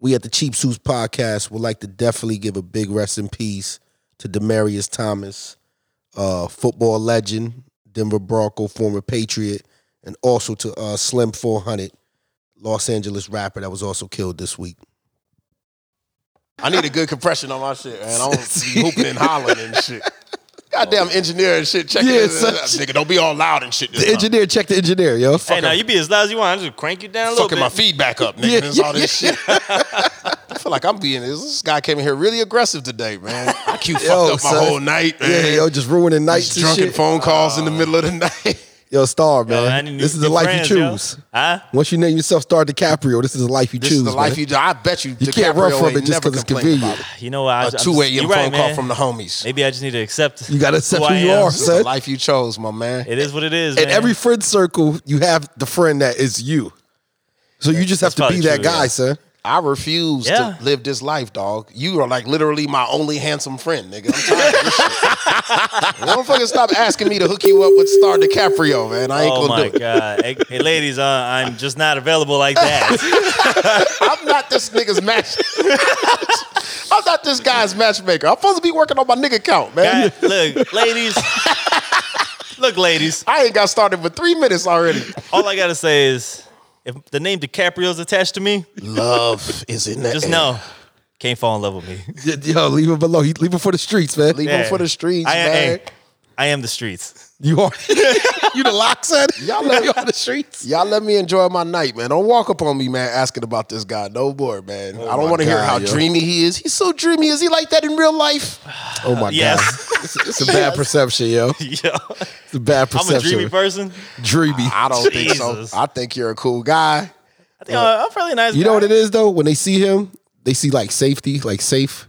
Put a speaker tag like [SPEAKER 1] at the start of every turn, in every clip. [SPEAKER 1] We at the Cheap Suits Podcast would like to definitely give a big rest in peace to Demarius Thomas, uh, football legend, Denver Bronco, former Patriot, and also to uh, Slim 400, Los Angeles rapper that was also killed this week. I need a good compression on my shit, man. I don't be hooping and hollering and shit. Goddamn engineer and shit checking.
[SPEAKER 2] Yeah,
[SPEAKER 1] it.
[SPEAKER 2] son.
[SPEAKER 1] Nigga, don't be all loud and shit. This
[SPEAKER 2] The
[SPEAKER 1] time.
[SPEAKER 2] engineer, check the engineer, yo.
[SPEAKER 3] Hey, now you be as loud as you want. I just crank you down a little
[SPEAKER 1] fucking
[SPEAKER 3] bit.
[SPEAKER 1] my feedback up, nigga.
[SPEAKER 2] Yeah,
[SPEAKER 1] That's all this shit. I feel like I'm being this. This guy came in here really aggressive today, man. I cute
[SPEAKER 2] Yo,
[SPEAKER 1] fucked up my
[SPEAKER 2] son.
[SPEAKER 1] whole night, man.
[SPEAKER 2] yeah, yo, just ruining nights and
[SPEAKER 1] drunken
[SPEAKER 2] shit.
[SPEAKER 1] phone calls in the middle of the night.
[SPEAKER 2] Yo, star
[SPEAKER 3] Yo, I
[SPEAKER 2] man,
[SPEAKER 3] need new-
[SPEAKER 2] this is the
[SPEAKER 3] new
[SPEAKER 2] life
[SPEAKER 3] friends,
[SPEAKER 2] you
[SPEAKER 3] yo.
[SPEAKER 2] choose.
[SPEAKER 3] Huh?
[SPEAKER 2] Once you name yourself Star DiCaprio, this is the life you
[SPEAKER 1] This
[SPEAKER 2] choose.
[SPEAKER 1] is the life
[SPEAKER 2] man.
[SPEAKER 1] you do. I bet you,
[SPEAKER 2] You can't run
[SPEAKER 1] DiCaprio
[SPEAKER 2] from it
[SPEAKER 1] ain't
[SPEAKER 2] just
[SPEAKER 1] never
[SPEAKER 2] 'cause it's
[SPEAKER 1] complained about
[SPEAKER 2] convenient.
[SPEAKER 3] You know what? I
[SPEAKER 1] A
[SPEAKER 3] just-
[SPEAKER 1] 2
[SPEAKER 3] you
[SPEAKER 1] a.m.
[SPEAKER 3] right,
[SPEAKER 1] phone call
[SPEAKER 3] man.
[SPEAKER 1] from the homies.
[SPEAKER 3] Maybe I just need to accept.
[SPEAKER 2] You gotta accept
[SPEAKER 3] I
[SPEAKER 2] who you
[SPEAKER 3] am.
[SPEAKER 2] are,
[SPEAKER 1] This is the
[SPEAKER 2] son.
[SPEAKER 1] life you chose, my man.
[SPEAKER 3] It is what it is.
[SPEAKER 2] In
[SPEAKER 3] man.
[SPEAKER 2] every friend circle, you have the friend that is you. So you just have to
[SPEAKER 3] probably
[SPEAKER 2] be that
[SPEAKER 3] true,
[SPEAKER 2] guy,
[SPEAKER 3] yeah.
[SPEAKER 2] son.
[SPEAKER 1] I refuse
[SPEAKER 3] Yeah.
[SPEAKER 1] to live this life, dog. You are like literally my only handsome friend, nigga. I'm tired of this shit. Don't fucking stop asking me to hook you up with Star DiCaprio, man. I ain't
[SPEAKER 3] Oh
[SPEAKER 1] gonna
[SPEAKER 3] my
[SPEAKER 1] do it.
[SPEAKER 3] god! Hey, hey, ladies, uh, I'm just not available like that.
[SPEAKER 1] I'm not this nigga's match. I'm not this guy's matchmaker. I'm supposed to be working on my nigga count, man.
[SPEAKER 3] God, look, ladies, look, ladies.
[SPEAKER 1] I ain't got started for three minutes already.
[SPEAKER 3] All I gotta say is, if the name DiCaprio's attached to me,
[SPEAKER 1] Love is in that.
[SPEAKER 3] just know, can't fall in love with me.
[SPEAKER 2] Y- Yo, leave him below. Leave him for the streets, man.
[SPEAKER 1] Leave
[SPEAKER 3] Yeah.
[SPEAKER 1] him for the streets,
[SPEAKER 3] I,
[SPEAKER 1] man.
[SPEAKER 3] hey, I am the streets.
[SPEAKER 2] You are you the lock, son.
[SPEAKER 1] Y'all
[SPEAKER 2] you
[SPEAKER 1] let-
[SPEAKER 2] on the streets.
[SPEAKER 1] Y'all let me enjoy my night, man. Don't walk up on me, man, asking about this guy. No more, man. I don't
[SPEAKER 2] my
[SPEAKER 1] want to hear
[SPEAKER 2] God,
[SPEAKER 1] how
[SPEAKER 2] yo.
[SPEAKER 1] dreamy he is. He's so dreamy. Is he like that in real life?
[SPEAKER 2] Oh my
[SPEAKER 3] Yes.
[SPEAKER 2] god, it's, it's a bad perception, yo.
[SPEAKER 3] Yo,
[SPEAKER 2] It's a bad
[SPEAKER 3] I'm a
[SPEAKER 2] perception.
[SPEAKER 3] dreamy person.
[SPEAKER 2] dreamy.
[SPEAKER 1] I don't think so.
[SPEAKER 3] Jesus.
[SPEAKER 1] I think you're a cool guy.
[SPEAKER 3] I think uh, I'm I'm fairly nice.
[SPEAKER 2] You know what it
[SPEAKER 3] guy.
[SPEAKER 2] is though? When they see him, they see like safety, like safe.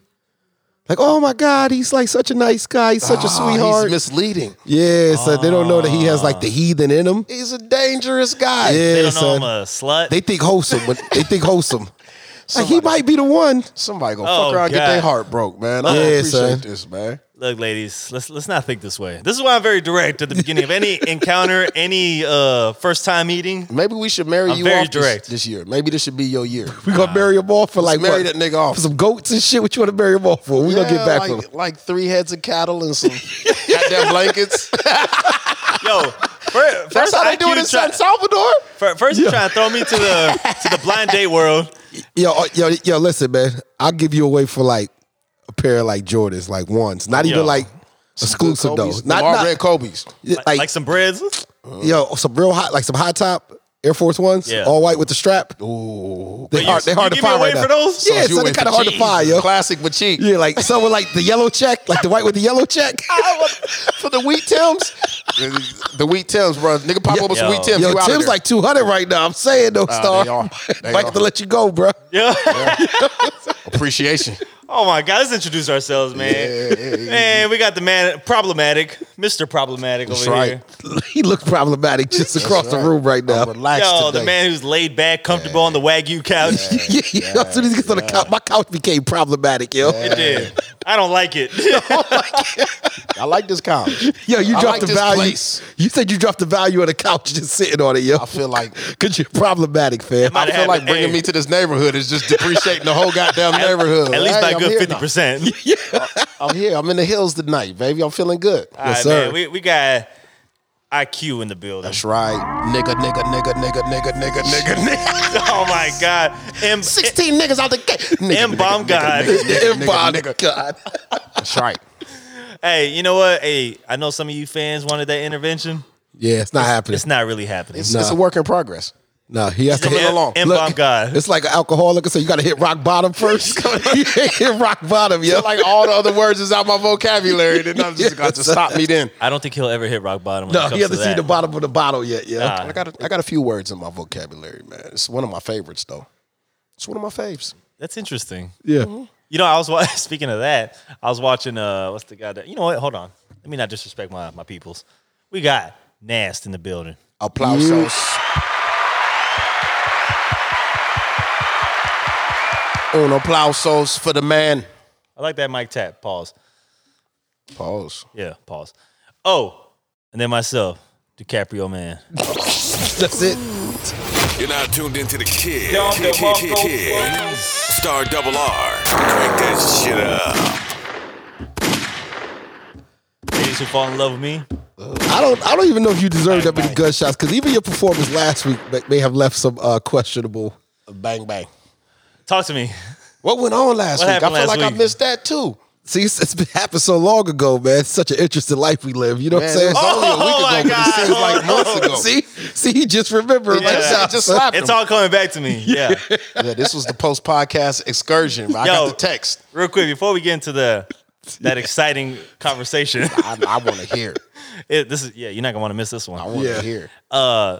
[SPEAKER 2] Like, oh my God, he's like such a nice guy, he's such a
[SPEAKER 1] Ah,
[SPEAKER 2] sweetheart.
[SPEAKER 1] He's misleading.
[SPEAKER 2] yeah, so they don't know that he has
[SPEAKER 1] Ah.
[SPEAKER 2] like the heathen in him.
[SPEAKER 1] He's a dangerous guy.
[SPEAKER 2] Yeah,
[SPEAKER 3] They don't know
[SPEAKER 2] son.
[SPEAKER 3] I'm a slut.
[SPEAKER 2] They think wholesome, but they think wholesome. Like, he
[SPEAKER 1] Somebody-
[SPEAKER 2] might be the one.
[SPEAKER 1] Somebody gonna
[SPEAKER 3] Oh,
[SPEAKER 1] fuck around and get
[SPEAKER 3] God.
[SPEAKER 1] their heart broke, man. I
[SPEAKER 2] Yeah,
[SPEAKER 1] don't appreciate
[SPEAKER 2] son.
[SPEAKER 1] this, man.
[SPEAKER 3] Look, ladies, let's let's not think this way. This is why I'm very direct at the beginning of any encounter, any uh, first time meeting.
[SPEAKER 1] Maybe we should marry
[SPEAKER 3] I'm
[SPEAKER 1] you
[SPEAKER 3] very
[SPEAKER 1] off this-
[SPEAKER 3] direct.
[SPEAKER 1] This, year. Maybe this should be your year.
[SPEAKER 2] We gonna bury him off for like
[SPEAKER 1] marry
[SPEAKER 2] what?
[SPEAKER 1] that nigga off.
[SPEAKER 2] For some goats and shit. What you wanna bury him off for? We gonna get
[SPEAKER 1] Yeah,
[SPEAKER 2] back
[SPEAKER 1] like,
[SPEAKER 2] with him.
[SPEAKER 1] like three heads of cattle and some goddamn blankets.
[SPEAKER 3] Yo, fir- first
[SPEAKER 1] That's how they
[SPEAKER 3] IQ
[SPEAKER 1] do it in
[SPEAKER 3] try-
[SPEAKER 1] San Salvador.
[SPEAKER 3] fir- First, you trying to throw me to the to the blind date world.
[SPEAKER 2] Yo, uh, yo, yo, listen, man. I'll give you away for like a pair of like Jordans, like ones. Not even
[SPEAKER 3] Yo.
[SPEAKER 2] like exclusive though.
[SPEAKER 1] Kobe's,
[SPEAKER 2] Not,
[SPEAKER 1] Lamar
[SPEAKER 2] not
[SPEAKER 1] Red Kobe's.
[SPEAKER 3] Like, like some breads.
[SPEAKER 2] yo, some real hot, like some high top Air Force Ones,
[SPEAKER 3] Yeah.
[SPEAKER 2] all white with the strap.
[SPEAKER 1] Ooh,
[SPEAKER 2] They
[SPEAKER 3] You-
[SPEAKER 2] hard, they hard to
[SPEAKER 3] you give me
[SPEAKER 2] find
[SPEAKER 3] away
[SPEAKER 2] right now.
[SPEAKER 3] for those?
[SPEAKER 2] Yeah,
[SPEAKER 1] Sounds you
[SPEAKER 2] so they
[SPEAKER 1] went
[SPEAKER 2] kind of
[SPEAKER 1] for
[SPEAKER 2] hard to
[SPEAKER 1] cheese.
[SPEAKER 2] find, yo.
[SPEAKER 1] Classic but cheap.
[SPEAKER 2] Yeah, like someone like the yellow check, like the white with the yellow check.
[SPEAKER 1] For the wheat Tims, the, the wheat Tims, bro. Nigga, pop up with some
[SPEAKER 3] Yo.
[SPEAKER 1] wheat Tims.
[SPEAKER 2] Yo,
[SPEAKER 1] you outta
[SPEAKER 2] Tim's
[SPEAKER 1] there.
[SPEAKER 2] like 200 right now. I'm saying though, Star.
[SPEAKER 1] they are. They
[SPEAKER 2] Might
[SPEAKER 1] are.
[SPEAKER 2] have to let you go, bro.
[SPEAKER 3] Yeah.
[SPEAKER 1] appreciation.
[SPEAKER 3] Oh my God, let's introduce ourselves, man. Man, we got the man problematic, Mr. Problematic over
[SPEAKER 1] right.
[SPEAKER 3] here.
[SPEAKER 2] he looked problematic just across the room right now.
[SPEAKER 1] I'm relaxed
[SPEAKER 3] Yo,
[SPEAKER 1] today.
[SPEAKER 3] the man who's laid back, comfortable on the wagyu couch.
[SPEAKER 2] yeah, yo, as soon as he gets on the couch, my couch became problematic, yo.
[SPEAKER 3] It did. I don't like it.
[SPEAKER 1] I like this couch.
[SPEAKER 2] Yo, you
[SPEAKER 1] I
[SPEAKER 2] dropped
[SPEAKER 1] like
[SPEAKER 2] the
[SPEAKER 1] this
[SPEAKER 2] value.
[SPEAKER 1] place.
[SPEAKER 2] You said you dropped the value on the couch just sitting on it, yo.
[SPEAKER 1] I feel like
[SPEAKER 2] Cause you're problematic, fam.
[SPEAKER 3] might
[SPEAKER 1] I feel like
[SPEAKER 3] Hey.
[SPEAKER 1] bringing me to this neighborhood is just depreciating the whole goddamn neighborhood.
[SPEAKER 3] At least
[SPEAKER 1] Hey,
[SPEAKER 3] by a
[SPEAKER 1] I'm
[SPEAKER 3] good
[SPEAKER 1] here
[SPEAKER 3] fifty
[SPEAKER 1] now.
[SPEAKER 3] percent.
[SPEAKER 1] I'm here. I'm in the hills tonight, baby. I'm feeling good.
[SPEAKER 3] All right,
[SPEAKER 2] sir.
[SPEAKER 3] man. We, we got IQ in the building.
[SPEAKER 1] That's right, nigga, nigga, nigga, nigga, nigga, nigga, nigga, nigga.
[SPEAKER 3] Oh my God. M-
[SPEAKER 1] Sixteen niggas out the gate. Nigga,
[SPEAKER 3] M. Bomb
[SPEAKER 1] nigga,
[SPEAKER 3] God.
[SPEAKER 1] nigga, nigga,
[SPEAKER 2] And
[SPEAKER 1] nigga,
[SPEAKER 2] by
[SPEAKER 1] nigga.
[SPEAKER 2] God.
[SPEAKER 1] That's right.
[SPEAKER 3] hey, you know what? Hey, I know some of you fans wanted that intervention.
[SPEAKER 2] Yeah, it's not happening.
[SPEAKER 3] It's not really happening.
[SPEAKER 1] It's, it's a work in progress.
[SPEAKER 2] no, he has to
[SPEAKER 3] It's
[SPEAKER 1] coming
[SPEAKER 3] a-
[SPEAKER 1] along.
[SPEAKER 3] M. Bomb God.
[SPEAKER 2] It's like an alcoholic, so you gotta hit rock bottom first. you hit rock bottom, yo.
[SPEAKER 1] Like "Oh, all the other words is out my vocabulary. Then I'm just got to stop me. Then
[SPEAKER 3] I don't think he'll ever hit rock bottom. When it
[SPEAKER 2] no,
[SPEAKER 3] comes
[SPEAKER 2] he hasn't
[SPEAKER 3] to
[SPEAKER 2] seen
[SPEAKER 3] that.
[SPEAKER 2] the bottom of the bottle yet, yo.
[SPEAKER 3] Nah.
[SPEAKER 1] I got a, I got a few words in my vocabulary, man. It's one of my favorites, though. It's one of my faves. Mm-hmm.
[SPEAKER 3] That's interesting.
[SPEAKER 2] Yeah.
[SPEAKER 3] You know, I was wa- speaking of that. I was watching. Uh, what's the guy that? You know what? Hold on. Let me not disrespect my my peoples. We got Nast in the building.
[SPEAKER 1] Applause. Un applausos for the man.
[SPEAKER 3] I like that mic tap. Pause.
[SPEAKER 1] Pause.
[SPEAKER 3] Yeah. Pause. Oh, and then myself, DiCaprio man.
[SPEAKER 1] That's it.
[SPEAKER 4] You're now tuned into the kid. Kid, kid, kid, kid. Star double R. Crank that shit up.
[SPEAKER 3] Ladies who fall in love with me.
[SPEAKER 1] I don't. I don't even know if you deserve that many gunshots because even your performance last week may- may have left some uh, questionable. Bang bang.
[SPEAKER 3] Talk to me.
[SPEAKER 1] What went on last
[SPEAKER 3] What
[SPEAKER 1] week? I feel
[SPEAKER 3] happened last
[SPEAKER 1] like I
[SPEAKER 3] week?
[SPEAKER 1] missed that too.
[SPEAKER 2] See, it's, it's been happened so long ago, man. It's such an interesting life we live. You know
[SPEAKER 1] Man,
[SPEAKER 2] what I'm saying?
[SPEAKER 1] it was only a week
[SPEAKER 3] Oh, my
[SPEAKER 1] ago, but it
[SPEAKER 3] God.
[SPEAKER 1] seems like months ago.
[SPEAKER 2] see, see, he just remembered.
[SPEAKER 3] Yeah.
[SPEAKER 2] Like,
[SPEAKER 1] I just
[SPEAKER 2] son.
[SPEAKER 1] slapped
[SPEAKER 3] It's
[SPEAKER 1] him.
[SPEAKER 3] all coming back to me. Yeah.
[SPEAKER 1] yeah, this was the post podcast excursion. I
[SPEAKER 3] Yo.
[SPEAKER 1] got the text.
[SPEAKER 3] Real quick, before we get into the that exciting conversation,
[SPEAKER 1] I, I want to hear. it.
[SPEAKER 3] it, this is yeah, you're not gonna want to miss this
[SPEAKER 1] I
[SPEAKER 3] one.
[SPEAKER 1] want to
[SPEAKER 2] Yeah.
[SPEAKER 1] hear. it.
[SPEAKER 3] Uh,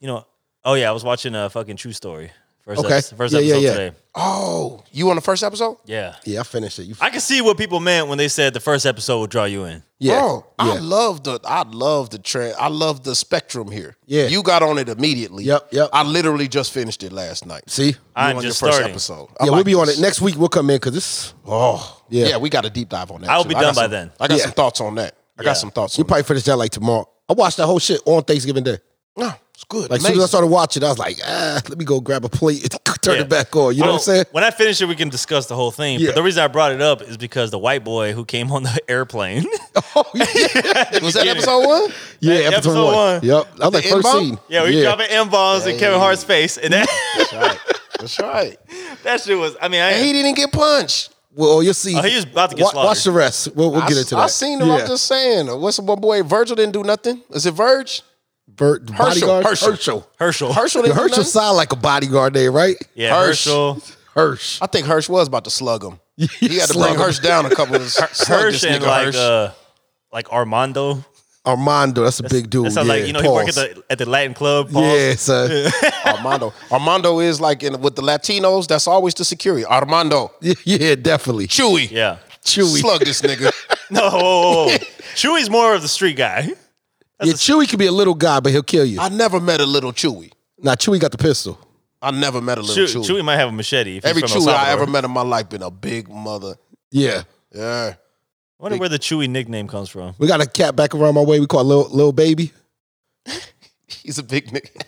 [SPEAKER 3] you know, oh yeah, I was watching a fucking True Story first
[SPEAKER 2] Okay.
[SPEAKER 3] episode, first
[SPEAKER 2] Yeah, yeah,
[SPEAKER 3] episode
[SPEAKER 2] yeah.
[SPEAKER 3] today.
[SPEAKER 1] Oh, you on the first episode?
[SPEAKER 3] Yeah,
[SPEAKER 2] Yeah, I finished it. You
[SPEAKER 3] I can see what people meant when they said the first episode would draw you in.
[SPEAKER 2] Yeah.
[SPEAKER 1] Bro, Oh, I
[SPEAKER 2] Yeah.
[SPEAKER 1] love the I love the trend. I love the spectrum here.
[SPEAKER 2] Yeah.
[SPEAKER 1] You got on it immediately.
[SPEAKER 2] Yep, yep.
[SPEAKER 1] I literally just finished it last night.
[SPEAKER 2] see.
[SPEAKER 1] You
[SPEAKER 3] I'm
[SPEAKER 1] on
[SPEAKER 3] just
[SPEAKER 1] your first
[SPEAKER 3] starting.
[SPEAKER 1] episode. I
[SPEAKER 2] yeah, we'll
[SPEAKER 1] like
[SPEAKER 2] be on
[SPEAKER 1] this.
[SPEAKER 2] it next week. We'll come in because this.
[SPEAKER 1] Oh.
[SPEAKER 2] Yeah.
[SPEAKER 1] Yeah. we got a deep dive on that.
[SPEAKER 3] I'll
[SPEAKER 1] too.
[SPEAKER 3] be
[SPEAKER 1] I got
[SPEAKER 3] done by
[SPEAKER 1] some-
[SPEAKER 3] then.
[SPEAKER 1] I got
[SPEAKER 2] Yeah.
[SPEAKER 1] some thoughts on that. I got
[SPEAKER 3] Yeah.
[SPEAKER 1] some thoughts
[SPEAKER 2] You
[SPEAKER 1] on that.
[SPEAKER 2] probably finish that like tomorrow. I watched that whole shit on Thanksgiving Day.
[SPEAKER 1] No, it's good.
[SPEAKER 2] Like as soon as I started watching, I was like, ah, let me go grab a plate and turn
[SPEAKER 3] Yeah.
[SPEAKER 2] it back on. You know
[SPEAKER 3] Oh,
[SPEAKER 2] what I'm saying?
[SPEAKER 3] When I finish it, we can discuss the whole thing.
[SPEAKER 2] Yeah.
[SPEAKER 3] But the reason I brought it up is because the white boy who came on the airplane.
[SPEAKER 2] Oh, yeah.
[SPEAKER 1] Amazing. Was that
[SPEAKER 3] beginning.
[SPEAKER 1] episode one?
[SPEAKER 2] yeah, episode,
[SPEAKER 3] Episode
[SPEAKER 2] one.
[SPEAKER 3] one.
[SPEAKER 2] Yep. I was like, first
[SPEAKER 1] inbound?
[SPEAKER 2] scene.
[SPEAKER 3] yeah, we dropping M bombs in Kevin Hart's face, and that
[SPEAKER 1] That's right.
[SPEAKER 3] that shit was. I mean, I,
[SPEAKER 1] And he didn't get punched.
[SPEAKER 2] Well, you'll see.
[SPEAKER 3] Oh, he was about to get
[SPEAKER 2] Wa- Watch
[SPEAKER 3] slaughtered.
[SPEAKER 2] the rest. We'll, we'll
[SPEAKER 1] I,
[SPEAKER 2] get into that.
[SPEAKER 1] I seen him. I'm just saying. What's my boy Virgil didn't do nothing? Is it Verge?
[SPEAKER 2] Bert,
[SPEAKER 1] Herschel.
[SPEAKER 2] bodyguard.
[SPEAKER 1] Herschel.
[SPEAKER 2] Herschel.
[SPEAKER 3] Herschel.
[SPEAKER 1] Herschel
[SPEAKER 2] Yeah,
[SPEAKER 1] didn't do
[SPEAKER 2] Herschel
[SPEAKER 1] nothing?
[SPEAKER 2] sound like a bodyguard name, right?
[SPEAKER 3] yeah,
[SPEAKER 1] Hersch.
[SPEAKER 3] Herschel.
[SPEAKER 2] Hersch.
[SPEAKER 1] I think Hirsch was about to slug him. He had to
[SPEAKER 2] slug
[SPEAKER 1] bring
[SPEAKER 2] him.
[SPEAKER 1] Hirsch down a couple of Hirsch
[SPEAKER 3] Hirsch
[SPEAKER 1] nigga
[SPEAKER 3] and like
[SPEAKER 1] Hirsch.
[SPEAKER 3] uh like Armando.
[SPEAKER 2] Armando. That's a big dude.
[SPEAKER 3] That sounds
[SPEAKER 2] yeah,
[SPEAKER 3] like you know he work at
[SPEAKER 2] pause.
[SPEAKER 3] the at the Latin club. Pause.
[SPEAKER 2] Yeah, son.
[SPEAKER 1] Armando. Armando is like in with the Latinos. That's always the security. Armando,
[SPEAKER 2] Yeah, yeah, definitely.
[SPEAKER 1] Chewy,
[SPEAKER 3] Yeah.
[SPEAKER 2] Chewy.
[SPEAKER 1] slug this nigga.
[SPEAKER 3] No, whoa, whoa, whoa. Chewy's more of the street guy.
[SPEAKER 1] Oh,
[SPEAKER 2] yeah, Chewy could be a little guy, but he'll kill you.
[SPEAKER 1] I never met a little Chewy.
[SPEAKER 2] now, Chewy got the pistol.
[SPEAKER 1] I never met a little
[SPEAKER 3] Chewy,
[SPEAKER 1] Chewy.
[SPEAKER 3] Chewy might have a machete. If
[SPEAKER 1] Every
[SPEAKER 3] he's from
[SPEAKER 1] Chewy
[SPEAKER 3] El
[SPEAKER 1] I ever
[SPEAKER 3] Salvador.
[SPEAKER 1] met in my life been a big mother.
[SPEAKER 2] Yeah.
[SPEAKER 1] Yeah.
[SPEAKER 3] I wonder where the Chewy nickname comes from.
[SPEAKER 2] We got a cat back around my way. We call it Lil, Lil Baby.
[SPEAKER 1] He's a big nigga.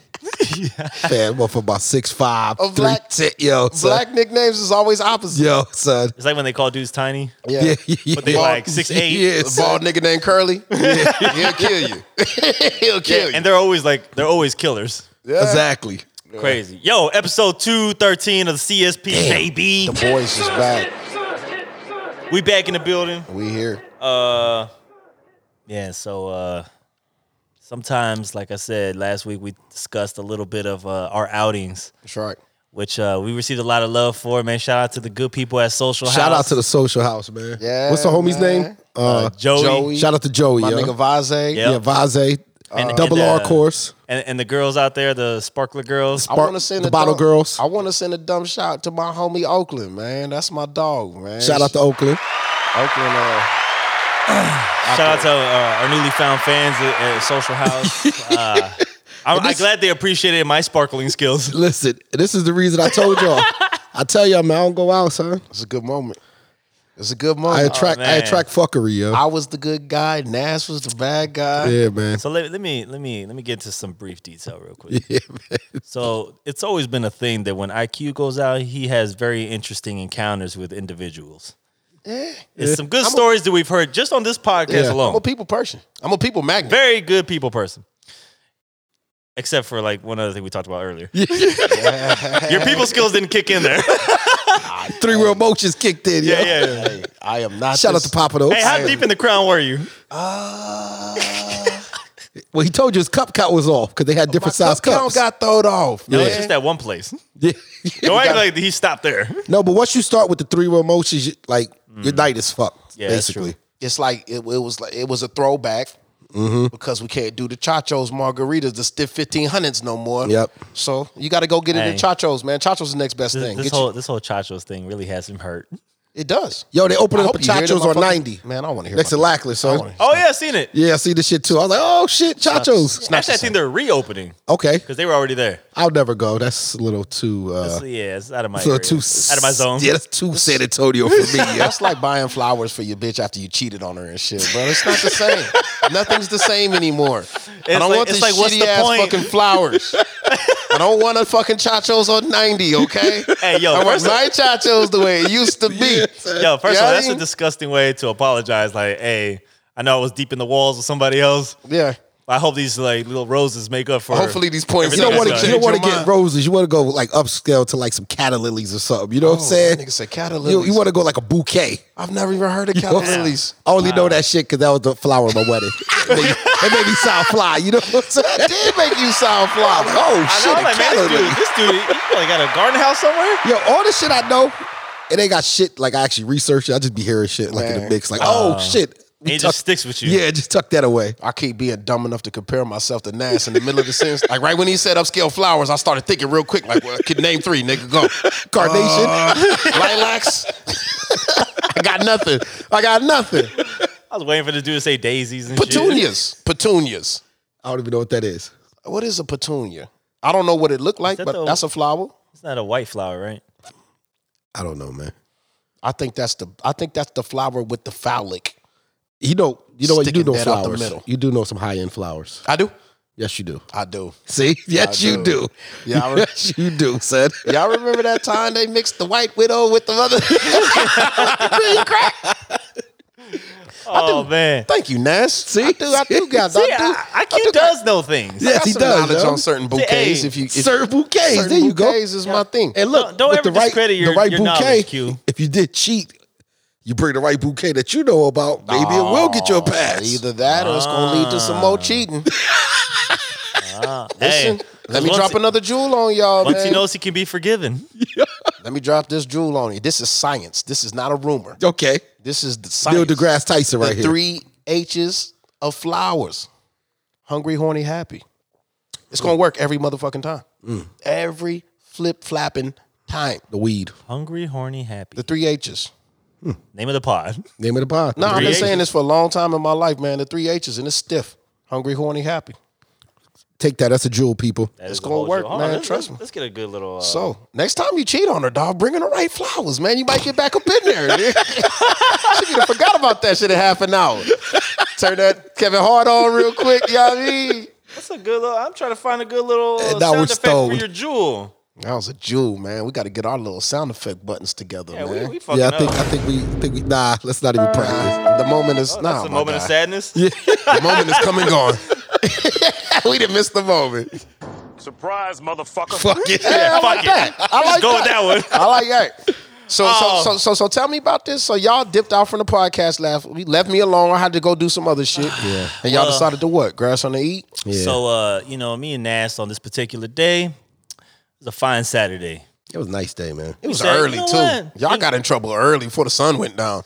[SPEAKER 2] Man, well, for about six five,
[SPEAKER 1] A
[SPEAKER 2] three,
[SPEAKER 1] black-
[SPEAKER 2] ten, yo, son.
[SPEAKER 1] Black nicknames is always opposite.
[SPEAKER 2] yo, son.
[SPEAKER 3] It's like when they call dudes tiny.
[SPEAKER 1] Yeah.
[SPEAKER 2] Yeah, yeah, yeah.
[SPEAKER 3] But they like six, eight.
[SPEAKER 2] Yeah,
[SPEAKER 1] A
[SPEAKER 2] son.
[SPEAKER 1] bald nigga named Curly. He'll kill you. He'll kill you.
[SPEAKER 3] And they're always like they're always killers.
[SPEAKER 1] Yeah.
[SPEAKER 2] exactly.
[SPEAKER 3] Crazy. Yo, episode 213 of the CSP baby.
[SPEAKER 1] The boys is back.
[SPEAKER 3] We back in the building.
[SPEAKER 1] We here.
[SPEAKER 3] Uh yeah, so uh sometimes like I said last week we discussed a little bit of uh, our outings.
[SPEAKER 1] That's right.
[SPEAKER 3] which uh, we received a lot of love for. Man, shout out to the good people at Social
[SPEAKER 2] Shout out
[SPEAKER 3] House.
[SPEAKER 2] to the social house, man.
[SPEAKER 1] Yeah,
[SPEAKER 2] What's the homie's
[SPEAKER 1] man.
[SPEAKER 2] name? Uh,
[SPEAKER 3] Joey,
[SPEAKER 1] Joey.
[SPEAKER 2] shout out to Joey,
[SPEAKER 1] My
[SPEAKER 2] yo.
[SPEAKER 1] nigga Vaze.
[SPEAKER 3] Yeah.
[SPEAKER 2] yeah, Vaze.
[SPEAKER 3] And-
[SPEAKER 2] double
[SPEAKER 3] and,
[SPEAKER 2] R
[SPEAKER 3] uh,
[SPEAKER 2] course.
[SPEAKER 3] and, and the girls out there, the Sparkler girls.
[SPEAKER 1] I
[SPEAKER 2] Bar-
[SPEAKER 1] want to send
[SPEAKER 2] the
[SPEAKER 1] a
[SPEAKER 2] Bottle
[SPEAKER 1] dumb-
[SPEAKER 2] Girls.
[SPEAKER 1] I want to send a dumb shout out to my homie Oakland, man. That's my dog, man.
[SPEAKER 2] Shout out to Oakland.
[SPEAKER 1] Oakland. Uh,
[SPEAKER 3] Shout out to uh, our newly found fans at, at Social House. uh, I'm, I'm glad they appreciated my sparkling skills.
[SPEAKER 2] Listen, this is the reason I told y'all. I tell y'all, man, I don't go out, son.
[SPEAKER 1] it's a good moment. It's a good
[SPEAKER 2] I
[SPEAKER 1] moment. I,
[SPEAKER 2] attract, I
[SPEAKER 3] man.
[SPEAKER 2] attract fuckery, yo.
[SPEAKER 1] was the good guy. Nas was the bad guy.
[SPEAKER 2] yeah, man.
[SPEAKER 3] So let, let me let me let me get to some brief detail real quick. So it's always been a thing that when IQ goes out, he has very interesting encounters with individuals. It's some good stories that we've heard just on this podcast
[SPEAKER 2] Eh. Yeah.
[SPEAKER 3] alone.
[SPEAKER 1] I'm a people person. I'm a people magnet.
[SPEAKER 3] very good people person. Except for like one other thing we talked about earlier. Your people skills didn't kick in there.
[SPEAKER 2] Three wheel motions kicked in, yo.
[SPEAKER 3] yeah, yeah. yeah.
[SPEAKER 1] Hey, I am not.
[SPEAKER 2] Shout out to Papa though.
[SPEAKER 3] Hey, how deep in the crown were you?
[SPEAKER 2] well, he told you his cup count was off because they had different size
[SPEAKER 1] Size
[SPEAKER 2] cups.
[SPEAKER 1] got thrown off.
[SPEAKER 3] No,
[SPEAKER 1] man.
[SPEAKER 3] it's just that one place.
[SPEAKER 2] Yeah.
[SPEAKER 3] Don't act like he stopped there.
[SPEAKER 2] no, but once you start with the three wheel motions, you, like your night is fucked.
[SPEAKER 3] Yeah, that's
[SPEAKER 2] basically.
[SPEAKER 1] It's like it, it was like it was a throwback
[SPEAKER 2] Mm-hmm.
[SPEAKER 1] because we can't do the chachos, margaritas, the stiff fifteen hundreds no more.
[SPEAKER 2] Yep.
[SPEAKER 1] So you got to go get it
[SPEAKER 3] Hey.
[SPEAKER 1] in chachos, man. Chachos is the next best
[SPEAKER 3] This,
[SPEAKER 1] thing.
[SPEAKER 3] this
[SPEAKER 1] Get you-
[SPEAKER 3] whole this whole Chachos thing really has him hurt.
[SPEAKER 1] It does.
[SPEAKER 2] Yo, they opened
[SPEAKER 1] I
[SPEAKER 2] up
[SPEAKER 1] hope you hear
[SPEAKER 2] Pachachos
[SPEAKER 1] them,
[SPEAKER 2] on
[SPEAKER 1] motherfucker.
[SPEAKER 2] 90.
[SPEAKER 1] Man, I want to hear.
[SPEAKER 2] Next to
[SPEAKER 1] about
[SPEAKER 2] Lackland,
[SPEAKER 1] that. I
[SPEAKER 2] son.
[SPEAKER 1] wanna-
[SPEAKER 3] Oh yeah, I seen it.
[SPEAKER 2] Yeah, I see this shit too. I was like, oh shit, Chachos.
[SPEAKER 3] Actually, I think they're reopening
[SPEAKER 2] Okay,
[SPEAKER 3] because they were already there.
[SPEAKER 2] I'll never go. That's a little too. Uh,
[SPEAKER 3] So, yeah, it's out of my
[SPEAKER 2] it's a
[SPEAKER 3] area.
[SPEAKER 2] little too
[SPEAKER 3] out of my zone.
[SPEAKER 2] Yeah, that's too San Antonio for me. Yeah.
[SPEAKER 1] That's like buying flowers for your bitch after you cheated on her and shit, bro. It's not the same. Nothing's the same anymore. I don't
[SPEAKER 3] like-
[SPEAKER 1] want
[SPEAKER 3] it's
[SPEAKER 1] this
[SPEAKER 3] like,
[SPEAKER 1] shitty
[SPEAKER 3] what's the
[SPEAKER 1] ass
[SPEAKER 3] point?
[SPEAKER 1] fucking flowers. I don't want a fucking chachos on ninety. Okay.
[SPEAKER 3] Hey, yo,
[SPEAKER 1] I want
[SPEAKER 3] first of-
[SPEAKER 1] my chachos the way it used to be.
[SPEAKER 3] Yo, first of
[SPEAKER 1] Yeah, I
[SPEAKER 3] all, that's a
[SPEAKER 1] mean-
[SPEAKER 3] disgusting way to apologize. Like, hey, I know I was deep in the walls with somebody else.
[SPEAKER 1] Yeah.
[SPEAKER 3] I hope these like little roses make up for.
[SPEAKER 1] Hopefully these points.
[SPEAKER 2] You don't want
[SPEAKER 3] Everything is
[SPEAKER 2] to.
[SPEAKER 3] done.
[SPEAKER 2] You don't want to get
[SPEAKER 1] bro.
[SPEAKER 2] roses. You want to go like upscale to like some cata lilies or something. You know what I'm saying?
[SPEAKER 1] Oh, Nigga said catalilies.
[SPEAKER 2] You, want to go like a bouquet.
[SPEAKER 1] I've never even heard of
[SPEAKER 2] You know what I'm saying?
[SPEAKER 1] catalilies.
[SPEAKER 2] I only know that shit because that was the flower of my wedding. it, made, it made me sound fly. You know what I'm saying?
[SPEAKER 1] That did make you sound fly.
[SPEAKER 2] Oh
[SPEAKER 3] I
[SPEAKER 2] shit,
[SPEAKER 3] know,
[SPEAKER 2] a
[SPEAKER 3] I'm like, man,
[SPEAKER 2] cata
[SPEAKER 3] this
[SPEAKER 2] lily.
[SPEAKER 3] dude, this dude, he probably got a garden house somewhere.
[SPEAKER 2] Yo, all this shit I know, it ain't got shit. Like I actually researched it. I just be hearing shit like in the
[SPEAKER 1] Man.
[SPEAKER 2] mix. Like, oh shit.
[SPEAKER 3] And Uh, it
[SPEAKER 2] Tuck-
[SPEAKER 3] just sticks with you.
[SPEAKER 2] yeah, just tuck that away.
[SPEAKER 1] I keep being dumb enough to compare myself to Nas in the middle of the sentence. Like right when he said upscale flowers, I started thinking real quick. Like, well, I could name three, nigga, go.
[SPEAKER 2] Carnation.
[SPEAKER 1] Uh, lilacs. I got nothing. I got nothing.
[SPEAKER 3] I was waiting for the dude to say daisies and shit.
[SPEAKER 1] Petunias. Petunias.
[SPEAKER 2] I don't even know what that is.
[SPEAKER 1] What is a petunia? I don't know what it looked like,
[SPEAKER 3] that
[SPEAKER 1] but
[SPEAKER 3] the-
[SPEAKER 1] that's a flower.
[SPEAKER 3] It's not a white flower, right?
[SPEAKER 2] I don't know, man.
[SPEAKER 1] I think that's the I think that's the flower with the phallic.
[SPEAKER 2] You know, you know what? You do know
[SPEAKER 1] Sticking that out the
[SPEAKER 2] flowers.
[SPEAKER 1] middle.
[SPEAKER 2] You do know some high end flowers.
[SPEAKER 1] I do.
[SPEAKER 2] Yes, you do.
[SPEAKER 1] I do.
[SPEAKER 2] See? Yes, you do.
[SPEAKER 1] Yeah, I re-
[SPEAKER 2] yes, you do, son.
[SPEAKER 1] Y'all remember that time they mixed the white widow with the other green crack?
[SPEAKER 3] Oh man,
[SPEAKER 1] Thank you, Nas. See, I do. I do got.
[SPEAKER 3] see,
[SPEAKER 1] I do.
[SPEAKER 3] I, IQ does know things.
[SPEAKER 2] Yeah. Yes,
[SPEAKER 1] got
[SPEAKER 2] he
[SPEAKER 1] some
[SPEAKER 2] does,
[SPEAKER 1] knowledge
[SPEAKER 2] yo.
[SPEAKER 1] on certain
[SPEAKER 3] hey,
[SPEAKER 1] bouquets. if you, if
[SPEAKER 2] Certain bouquets.
[SPEAKER 1] certain
[SPEAKER 2] there you go.
[SPEAKER 1] bouquets is my thing.
[SPEAKER 2] And look,
[SPEAKER 3] Don't- don't
[SPEAKER 2] with
[SPEAKER 3] ever
[SPEAKER 2] the right,
[SPEAKER 3] discredit your-
[SPEAKER 2] the right
[SPEAKER 3] your
[SPEAKER 2] bouquet.
[SPEAKER 3] knowledge, Q.
[SPEAKER 2] If you did cheat, you bring the right bouquet that you know about. Maybe it will get you a pass.
[SPEAKER 1] Either that, or it's gonna lead to some
[SPEAKER 2] Ah.
[SPEAKER 1] more cheating.
[SPEAKER 3] Hey,
[SPEAKER 1] Listen, let me
[SPEAKER 3] once
[SPEAKER 1] drop
[SPEAKER 3] he-
[SPEAKER 1] another jewel on y'all,
[SPEAKER 3] Once
[SPEAKER 1] man.
[SPEAKER 3] he knows he can be forgiven,
[SPEAKER 1] let me drop this jewel on you. This is science. This is not a rumor.
[SPEAKER 2] Okay.
[SPEAKER 1] This is the
[SPEAKER 2] Neil
[SPEAKER 1] science.
[SPEAKER 2] deGrasse Tyson
[SPEAKER 1] the
[SPEAKER 2] right here.
[SPEAKER 1] three H's of flowers: hungry, horny, happy. It's gonna work every motherfucking time.
[SPEAKER 2] Mm.
[SPEAKER 1] Every flip flapping time.
[SPEAKER 2] The weed.
[SPEAKER 3] hungry, horny, happy.
[SPEAKER 1] The three H's.
[SPEAKER 3] Name of the pod.
[SPEAKER 2] Name of the pod.
[SPEAKER 1] No, I've
[SPEAKER 3] three
[SPEAKER 1] been
[SPEAKER 3] H's.
[SPEAKER 1] saying this for a long time in my life, man. The three H's and it's stiff. Hungry, horny, happy.
[SPEAKER 2] Take that. That's a jewel, people.
[SPEAKER 3] That
[SPEAKER 1] It's
[SPEAKER 3] is the
[SPEAKER 1] gonna
[SPEAKER 3] whole
[SPEAKER 1] work,
[SPEAKER 3] joke. Hold
[SPEAKER 1] man,
[SPEAKER 3] let's-
[SPEAKER 1] trust
[SPEAKER 3] let's-
[SPEAKER 1] me.
[SPEAKER 3] Let's get a good little. Uh,
[SPEAKER 1] So next time you cheat on her, dog, bring her the right flowers, man. You might get back up in there. dude. she could have forgot about that shit in half an hour. Turn that Kevin Hart on real quick, you know what I mean?
[SPEAKER 3] that's a good. Little, I'm trying to find a good little uh,
[SPEAKER 2] And now
[SPEAKER 3] sound
[SPEAKER 2] we're
[SPEAKER 3] effect for
[SPEAKER 2] stoned.
[SPEAKER 3] your jewel.
[SPEAKER 1] That was a jewel, man. We got to get our little sound effect buttons together,
[SPEAKER 3] Yeah, we,
[SPEAKER 1] man.
[SPEAKER 3] we fucking
[SPEAKER 2] yeah, I
[SPEAKER 3] up.
[SPEAKER 2] think I think we think we nah. Let's not even practice.
[SPEAKER 1] the moment is nah,
[SPEAKER 3] Oh, That's
[SPEAKER 1] oh, my
[SPEAKER 3] a moment of
[SPEAKER 1] guy.
[SPEAKER 3] sadness.
[SPEAKER 1] The moment is come and gone. we didn't miss the moment.
[SPEAKER 4] Surprise, motherfucker.
[SPEAKER 2] Fuck it.
[SPEAKER 1] Yeah, I like
[SPEAKER 3] Fuck it.
[SPEAKER 1] that. I
[SPEAKER 3] Let's
[SPEAKER 1] like
[SPEAKER 3] go
[SPEAKER 1] that.
[SPEAKER 3] with that one.
[SPEAKER 1] I like that. So,
[SPEAKER 3] Oh.
[SPEAKER 1] so so so so tell me about this. So y'all dipped out from the podcast last we left me alone. I had to go do some other shit. Yeah. And y'all decided to what? Grass on the eat?
[SPEAKER 2] Yeah.
[SPEAKER 3] So, uh, you know, me and Nas on this particular day it was a fine Saturday.
[SPEAKER 2] It was a nice day, man.
[SPEAKER 1] It was
[SPEAKER 3] said,
[SPEAKER 1] early
[SPEAKER 3] "You know
[SPEAKER 1] too.
[SPEAKER 3] what?
[SPEAKER 1] Y'all got in trouble early before the sun went down.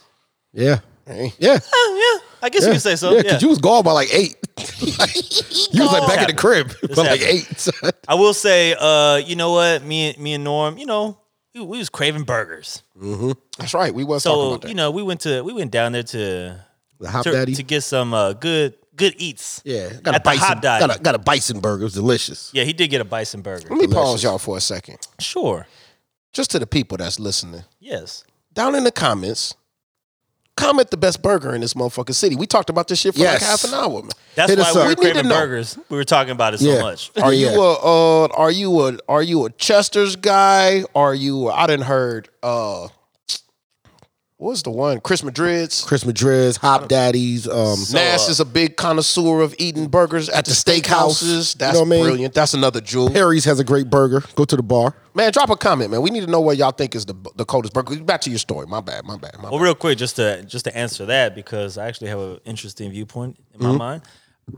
[SPEAKER 2] Yeah.
[SPEAKER 1] Hey.
[SPEAKER 2] Yeah.
[SPEAKER 3] Oh, yeah, I guess you
[SPEAKER 2] Yeah,
[SPEAKER 3] could say so.
[SPEAKER 2] Yeah,
[SPEAKER 3] Yeah,
[SPEAKER 2] 'cause you was gone by like eight. you was like back in the
[SPEAKER 3] happened.
[SPEAKER 2] crib by like
[SPEAKER 3] happened.
[SPEAKER 2] eight. son.
[SPEAKER 3] I will say, uh, you know what? Me and me and Norm, you know, we, we was craving burgers,
[SPEAKER 1] That's right. We was talking
[SPEAKER 3] so
[SPEAKER 1] about that.
[SPEAKER 3] you know, we went to we went down there to
[SPEAKER 2] The hop
[SPEAKER 3] to,
[SPEAKER 2] daddy.
[SPEAKER 3] to get some uh, good good eats.
[SPEAKER 2] yeah. Got a
[SPEAKER 3] at the
[SPEAKER 2] bison.
[SPEAKER 3] hop daddy.
[SPEAKER 2] got, a, got a bison burger. It was delicious.
[SPEAKER 3] yeah, he did get a bison burger.
[SPEAKER 1] Let me pause y'all for a second.
[SPEAKER 3] Sure,
[SPEAKER 1] Just to the people that's listening.
[SPEAKER 3] yes.
[SPEAKER 1] Down in the comments, comment the best burger in this motherfucking city. We talked about this shit for
[SPEAKER 2] Yes.
[SPEAKER 1] like half an hour, man.
[SPEAKER 3] That's
[SPEAKER 2] Hit
[SPEAKER 3] why
[SPEAKER 2] us
[SPEAKER 3] we
[SPEAKER 2] up.
[SPEAKER 1] We
[SPEAKER 3] were
[SPEAKER 1] need to
[SPEAKER 3] craving
[SPEAKER 1] know.
[SPEAKER 3] burgers. We were talking about it
[SPEAKER 2] Yeah. Oh,
[SPEAKER 3] so much.
[SPEAKER 1] Are
[SPEAKER 2] Yeah,
[SPEAKER 1] you
[SPEAKER 2] yeah.
[SPEAKER 1] a uh, are you a are you a Chester's guy? Are you I didn't heard uh what was the one? Chris Madrid's
[SPEAKER 2] Chris Madrid's, Hop Daddies. Um,
[SPEAKER 1] Nas
[SPEAKER 3] uh,
[SPEAKER 1] is a big connoisseur of eating burgers at the
[SPEAKER 2] steakhouse.
[SPEAKER 1] steakhouses.
[SPEAKER 2] You
[SPEAKER 1] That's
[SPEAKER 2] know what I mean?
[SPEAKER 1] brilliant. That's another jewel.
[SPEAKER 2] Perry's has a great burger. Go to the bar.
[SPEAKER 1] Man, drop a comment, man. We need to know what y'all think is the the coldest burger. Back to your story. My bad, my bad, my bad.
[SPEAKER 3] Well, Oh, real quick, just to just to answer that because I actually have an interesting viewpoint in
[SPEAKER 1] Mm-hmm.
[SPEAKER 3] my mind.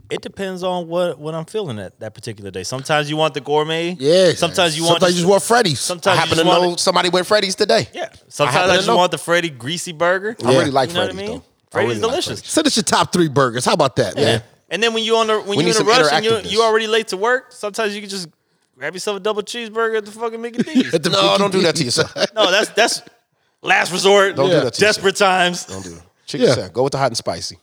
[SPEAKER 3] It depends on what what I'm feeling at that particular day. Sometimes you want the gourmet.
[SPEAKER 2] Yeah.
[SPEAKER 3] Sometimes you want.
[SPEAKER 2] Sometimes you just want Freddy's.
[SPEAKER 1] I
[SPEAKER 3] Sometimes you
[SPEAKER 1] happen to
[SPEAKER 3] just want.
[SPEAKER 1] know somebody went Freddy's today.
[SPEAKER 3] yeah.
[SPEAKER 1] I happen
[SPEAKER 3] Sometimes I,
[SPEAKER 1] to
[SPEAKER 3] just
[SPEAKER 1] know.
[SPEAKER 3] want the Freddy greasy burger.
[SPEAKER 1] I really like
[SPEAKER 3] you know what I
[SPEAKER 1] Freddy's
[SPEAKER 3] mean?
[SPEAKER 1] though. I
[SPEAKER 3] Freddy's
[SPEAKER 1] really like
[SPEAKER 3] delicious.
[SPEAKER 2] Send us your top three burgers. How about that, man?
[SPEAKER 3] And then when you on the when
[SPEAKER 1] We
[SPEAKER 3] you
[SPEAKER 1] need
[SPEAKER 3] in a
[SPEAKER 1] some
[SPEAKER 3] rush and you
[SPEAKER 1] interactiveness.
[SPEAKER 3] you already late to work, sometimes you can just grab yourself a double cheeseburger at the fucking Mickey D's.
[SPEAKER 2] At the
[SPEAKER 1] No,
[SPEAKER 2] Mickey
[SPEAKER 1] don't do that
[SPEAKER 2] D's.
[SPEAKER 1] to yourself.
[SPEAKER 3] no, that's that's last resort,
[SPEAKER 1] Don't do that to
[SPEAKER 3] desperate times.
[SPEAKER 1] Don't do it. Chicken
[SPEAKER 2] Yeah.
[SPEAKER 1] sandwich. Go with the hot and spicy.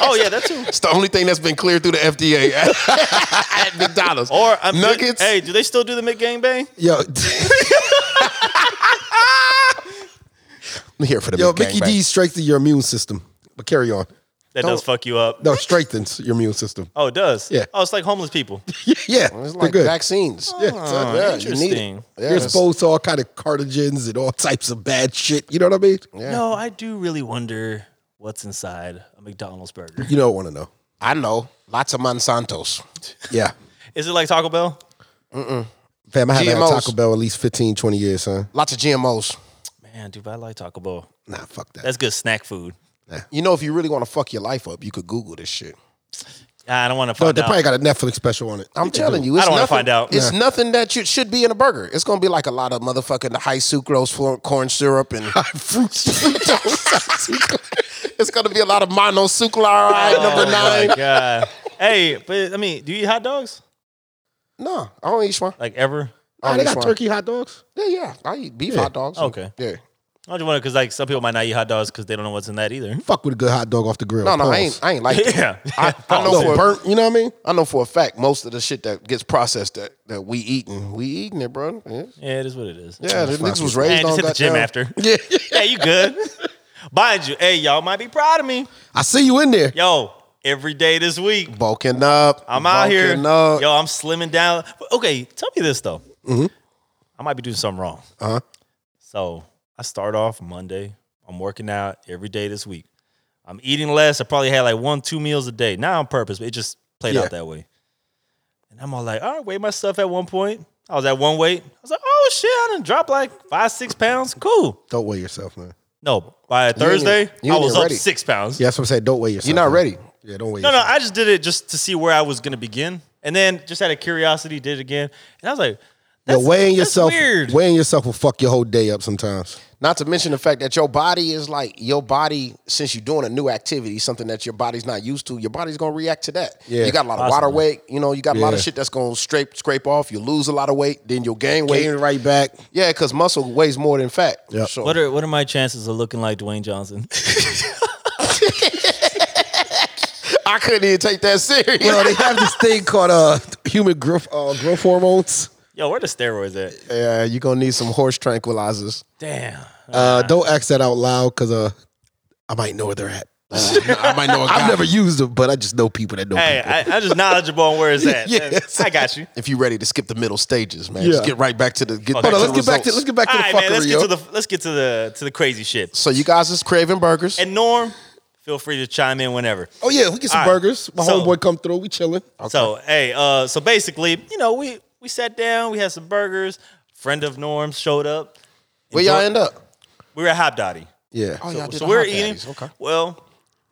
[SPEAKER 3] Oh yeah, that too.
[SPEAKER 1] It's the only thing that's been cleared through the FDA at McDonald's.
[SPEAKER 3] Or I'm
[SPEAKER 1] Nuggets.
[SPEAKER 3] Hey, do they still do the McGangbang? bang?
[SPEAKER 2] Yo,
[SPEAKER 1] I'm here for the
[SPEAKER 2] yo,
[SPEAKER 1] McGangbang.
[SPEAKER 2] Mickey D strengthens your immune system. But carry on.
[SPEAKER 3] That does fuck you up.
[SPEAKER 2] No, strengthens your immune system.
[SPEAKER 3] Oh, it does.
[SPEAKER 2] Yeah.
[SPEAKER 3] Oh, it's like homeless people.
[SPEAKER 2] yeah,
[SPEAKER 1] It's
[SPEAKER 2] they're
[SPEAKER 1] like
[SPEAKER 2] good.
[SPEAKER 1] vaccines.
[SPEAKER 2] Yeah,
[SPEAKER 3] Oh,
[SPEAKER 1] yeah, you need it.
[SPEAKER 3] interesting.
[SPEAKER 1] Yeah,
[SPEAKER 2] You're
[SPEAKER 1] that's-
[SPEAKER 2] exposed to all kind of carcinogens and all types of bad shit. You know what I mean?
[SPEAKER 3] No, I do really wonder what's inside a McDonald's burger.
[SPEAKER 2] You don't want to know.
[SPEAKER 1] I know. Lots of Monsantos.
[SPEAKER 2] Yeah.
[SPEAKER 3] Is it like Taco Bell?
[SPEAKER 2] Fam, I haven't had
[SPEAKER 1] GMOs.
[SPEAKER 2] Taco Bell at least 15, 20 years, huh?
[SPEAKER 1] Lots of GMOs.
[SPEAKER 3] Man, dude, I like Taco Bell.
[SPEAKER 2] Nah, fuck that.
[SPEAKER 3] That's good snack food.
[SPEAKER 1] You know, if you really want to fuck your life up, you could Google this shit.
[SPEAKER 3] I don't want to
[SPEAKER 2] But
[SPEAKER 3] find
[SPEAKER 2] they probably
[SPEAKER 3] out.
[SPEAKER 2] got a Netflix special on it.
[SPEAKER 1] I'm telling you,
[SPEAKER 3] I
[SPEAKER 1] it's
[SPEAKER 3] don't wanna
[SPEAKER 1] nothing-
[SPEAKER 3] find out.
[SPEAKER 1] It's nothing that you should be in a burger. It's gonna be like a lot of motherfucking high sucrose, fl- corn syrup, and fruits. it's gonna be a lot of monosucralide number
[SPEAKER 3] Oh
[SPEAKER 1] nine.
[SPEAKER 3] my god. Hey, but I mean, do you eat hot dogs?
[SPEAKER 1] No, I don't eat one.
[SPEAKER 3] Like ever?
[SPEAKER 1] I don't
[SPEAKER 2] they
[SPEAKER 1] eat
[SPEAKER 2] got
[SPEAKER 1] one.
[SPEAKER 2] turkey hot dogs?
[SPEAKER 1] Yeah, yeah. I eat beef hot dogs.
[SPEAKER 3] Okay.
[SPEAKER 1] Yeah.
[SPEAKER 3] I just wonder because like some people might not eat hot dogs because they don't know what's in that either.
[SPEAKER 2] Fuck with a good hot dog off the grill.
[SPEAKER 1] No, no,
[SPEAKER 2] Pause.
[SPEAKER 1] I ain't. I ain't like that.
[SPEAKER 3] Yeah.
[SPEAKER 1] I, I know
[SPEAKER 2] Little
[SPEAKER 1] for
[SPEAKER 2] burnt, you know what I mean?
[SPEAKER 1] I know for a fact most of the shit that gets processed that, that we eating, we eating it, bro. Yeah,
[SPEAKER 3] Yeah, it is what it is.
[SPEAKER 1] yeah the niggas was raised on
[SPEAKER 3] Man, just hit the
[SPEAKER 1] that.
[SPEAKER 3] gym after. Yeah. yeah, you good. Mind you, hey, y'all might be proud of me.
[SPEAKER 2] I see you in there.
[SPEAKER 3] Yo, every day this week,
[SPEAKER 1] Bulking up.
[SPEAKER 3] I'm out here.
[SPEAKER 1] bulking Up. Mm-hmm.
[SPEAKER 3] Yo, I'm slimming down. But, Okay, tell me this though. I might be doing something wrong.
[SPEAKER 2] Uh-huh.
[SPEAKER 3] So I start off Monday. I'm working out every day this week. I'm eating less. I probably had like one, two meals a day. Not on purpose, but it just played
[SPEAKER 2] Yeah.
[SPEAKER 3] out that way. And I'm all like, all right, weigh myself at one point. I was at one weight. I was like, oh shit, I done dropped like five, six pounds. Cool.
[SPEAKER 2] Don't weigh yourself, man.
[SPEAKER 3] No, by
[SPEAKER 1] ain't
[SPEAKER 3] Thursday,
[SPEAKER 1] even- you
[SPEAKER 3] I
[SPEAKER 1] ain't
[SPEAKER 3] was
[SPEAKER 1] even
[SPEAKER 3] up
[SPEAKER 1] ready.
[SPEAKER 3] six pounds.
[SPEAKER 2] Yeah, that's what I'm saying. Don't weigh yourself.
[SPEAKER 1] You're not
[SPEAKER 2] man.
[SPEAKER 1] ready.
[SPEAKER 2] Yeah, don't weigh
[SPEAKER 3] No, no,
[SPEAKER 2] yourself.
[SPEAKER 3] I just did it just to see where I was gonna begin, and then just out of curiosity, did it again, and I was like,
[SPEAKER 2] No,
[SPEAKER 3] that's,
[SPEAKER 2] Yo, weighing
[SPEAKER 3] that's
[SPEAKER 2] yourself,
[SPEAKER 3] weird."
[SPEAKER 2] weighing yourself will fuck your whole day up sometimes.
[SPEAKER 1] Not to mention the fact that your body is like your body. Since you're doing a new activity, something that your body's not used to, your body's gonna react to that.
[SPEAKER 2] Yeah,
[SPEAKER 1] you got a lot of water
[SPEAKER 3] possibly.
[SPEAKER 1] weight. You know, you got a lot of
[SPEAKER 2] Yeah.
[SPEAKER 1] shit that's gonna scrape scrape off. You lose a lot of weight, then you'll gain weight.
[SPEAKER 2] Weighing right back.
[SPEAKER 1] Yeah, because muscle weighs more than fat.
[SPEAKER 2] Yep.
[SPEAKER 1] So
[SPEAKER 3] What are what are my chances of looking like Dwayne Johnson?
[SPEAKER 1] I couldn't even take that serious.
[SPEAKER 2] Yo, they have this thing called uh human growth uh, growth hormones.
[SPEAKER 3] Yo, where the steroids at?
[SPEAKER 1] yeah, you're gonna need some horse tranquilizers.
[SPEAKER 3] Damn.
[SPEAKER 2] Uh, don't ask that out loud because uh, I might know where they're at.
[SPEAKER 1] Uh, I might know a
[SPEAKER 2] I've never used them, but I just know people that know
[SPEAKER 3] Hey,
[SPEAKER 2] people.
[SPEAKER 3] I, I'm just knowledgeable on where it's at.
[SPEAKER 2] Yes.
[SPEAKER 3] I got you.
[SPEAKER 1] if you're ready to skip the middle stages, man.
[SPEAKER 2] Yeah.
[SPEAKER 1] Just get right back to the get
[SPEAKER 3] Hold
[SPEAKER 1] back
[SPEAKER 2] Hold
[SPEAKER 1] to
[SPEAKER 2] on,
[SPEAKER 1] the
[SPEAKER 2] let's get back to
[SPEAKER 1] results.
[SPEAKER 2] let's get back to
[SPEAKER 3] All
[SPEAKER 2] the
[SPEAKER 3] right,
[SPEAKER 2] fuckery.
[SPEAKER 3] man. Let's
[SPEAKER 2] yo.
[SPEAKER 3] get to the let's get to the to the crazy shit.
[SPEAKER 1] So you guys is craving burgers.
[SPEAKER 3] And Norm, feel free to chime in whenever.
[SPEAKER 2] oh yeah, we get some
[SPEAKER 3] All right,
[SPEAKER 2] burgers. My
[SPEAKER 3] so-
[SPEAKER 2] homeboy come through. We chilling.
[SPEAKER 3] So hey, uh, so basically, you know, we we sat down, we had some burgers. Friend of Norm's showed up.
[SPEAKER 1] Where y'all end up?
[SPEAKER 3] We were at Hop Dottie.
[SPEAKER 2] Yeah.
[SPEAKER 1] y'all did
[SPEAKER 3] so
[SPEAKER 1] the
[SPEAKER 3] we're
[SPEAKER 1] hot
[SPEAKER 3] eating.
[SPEAKER 1] patties. Okay.
[SPEAKER 3] Well,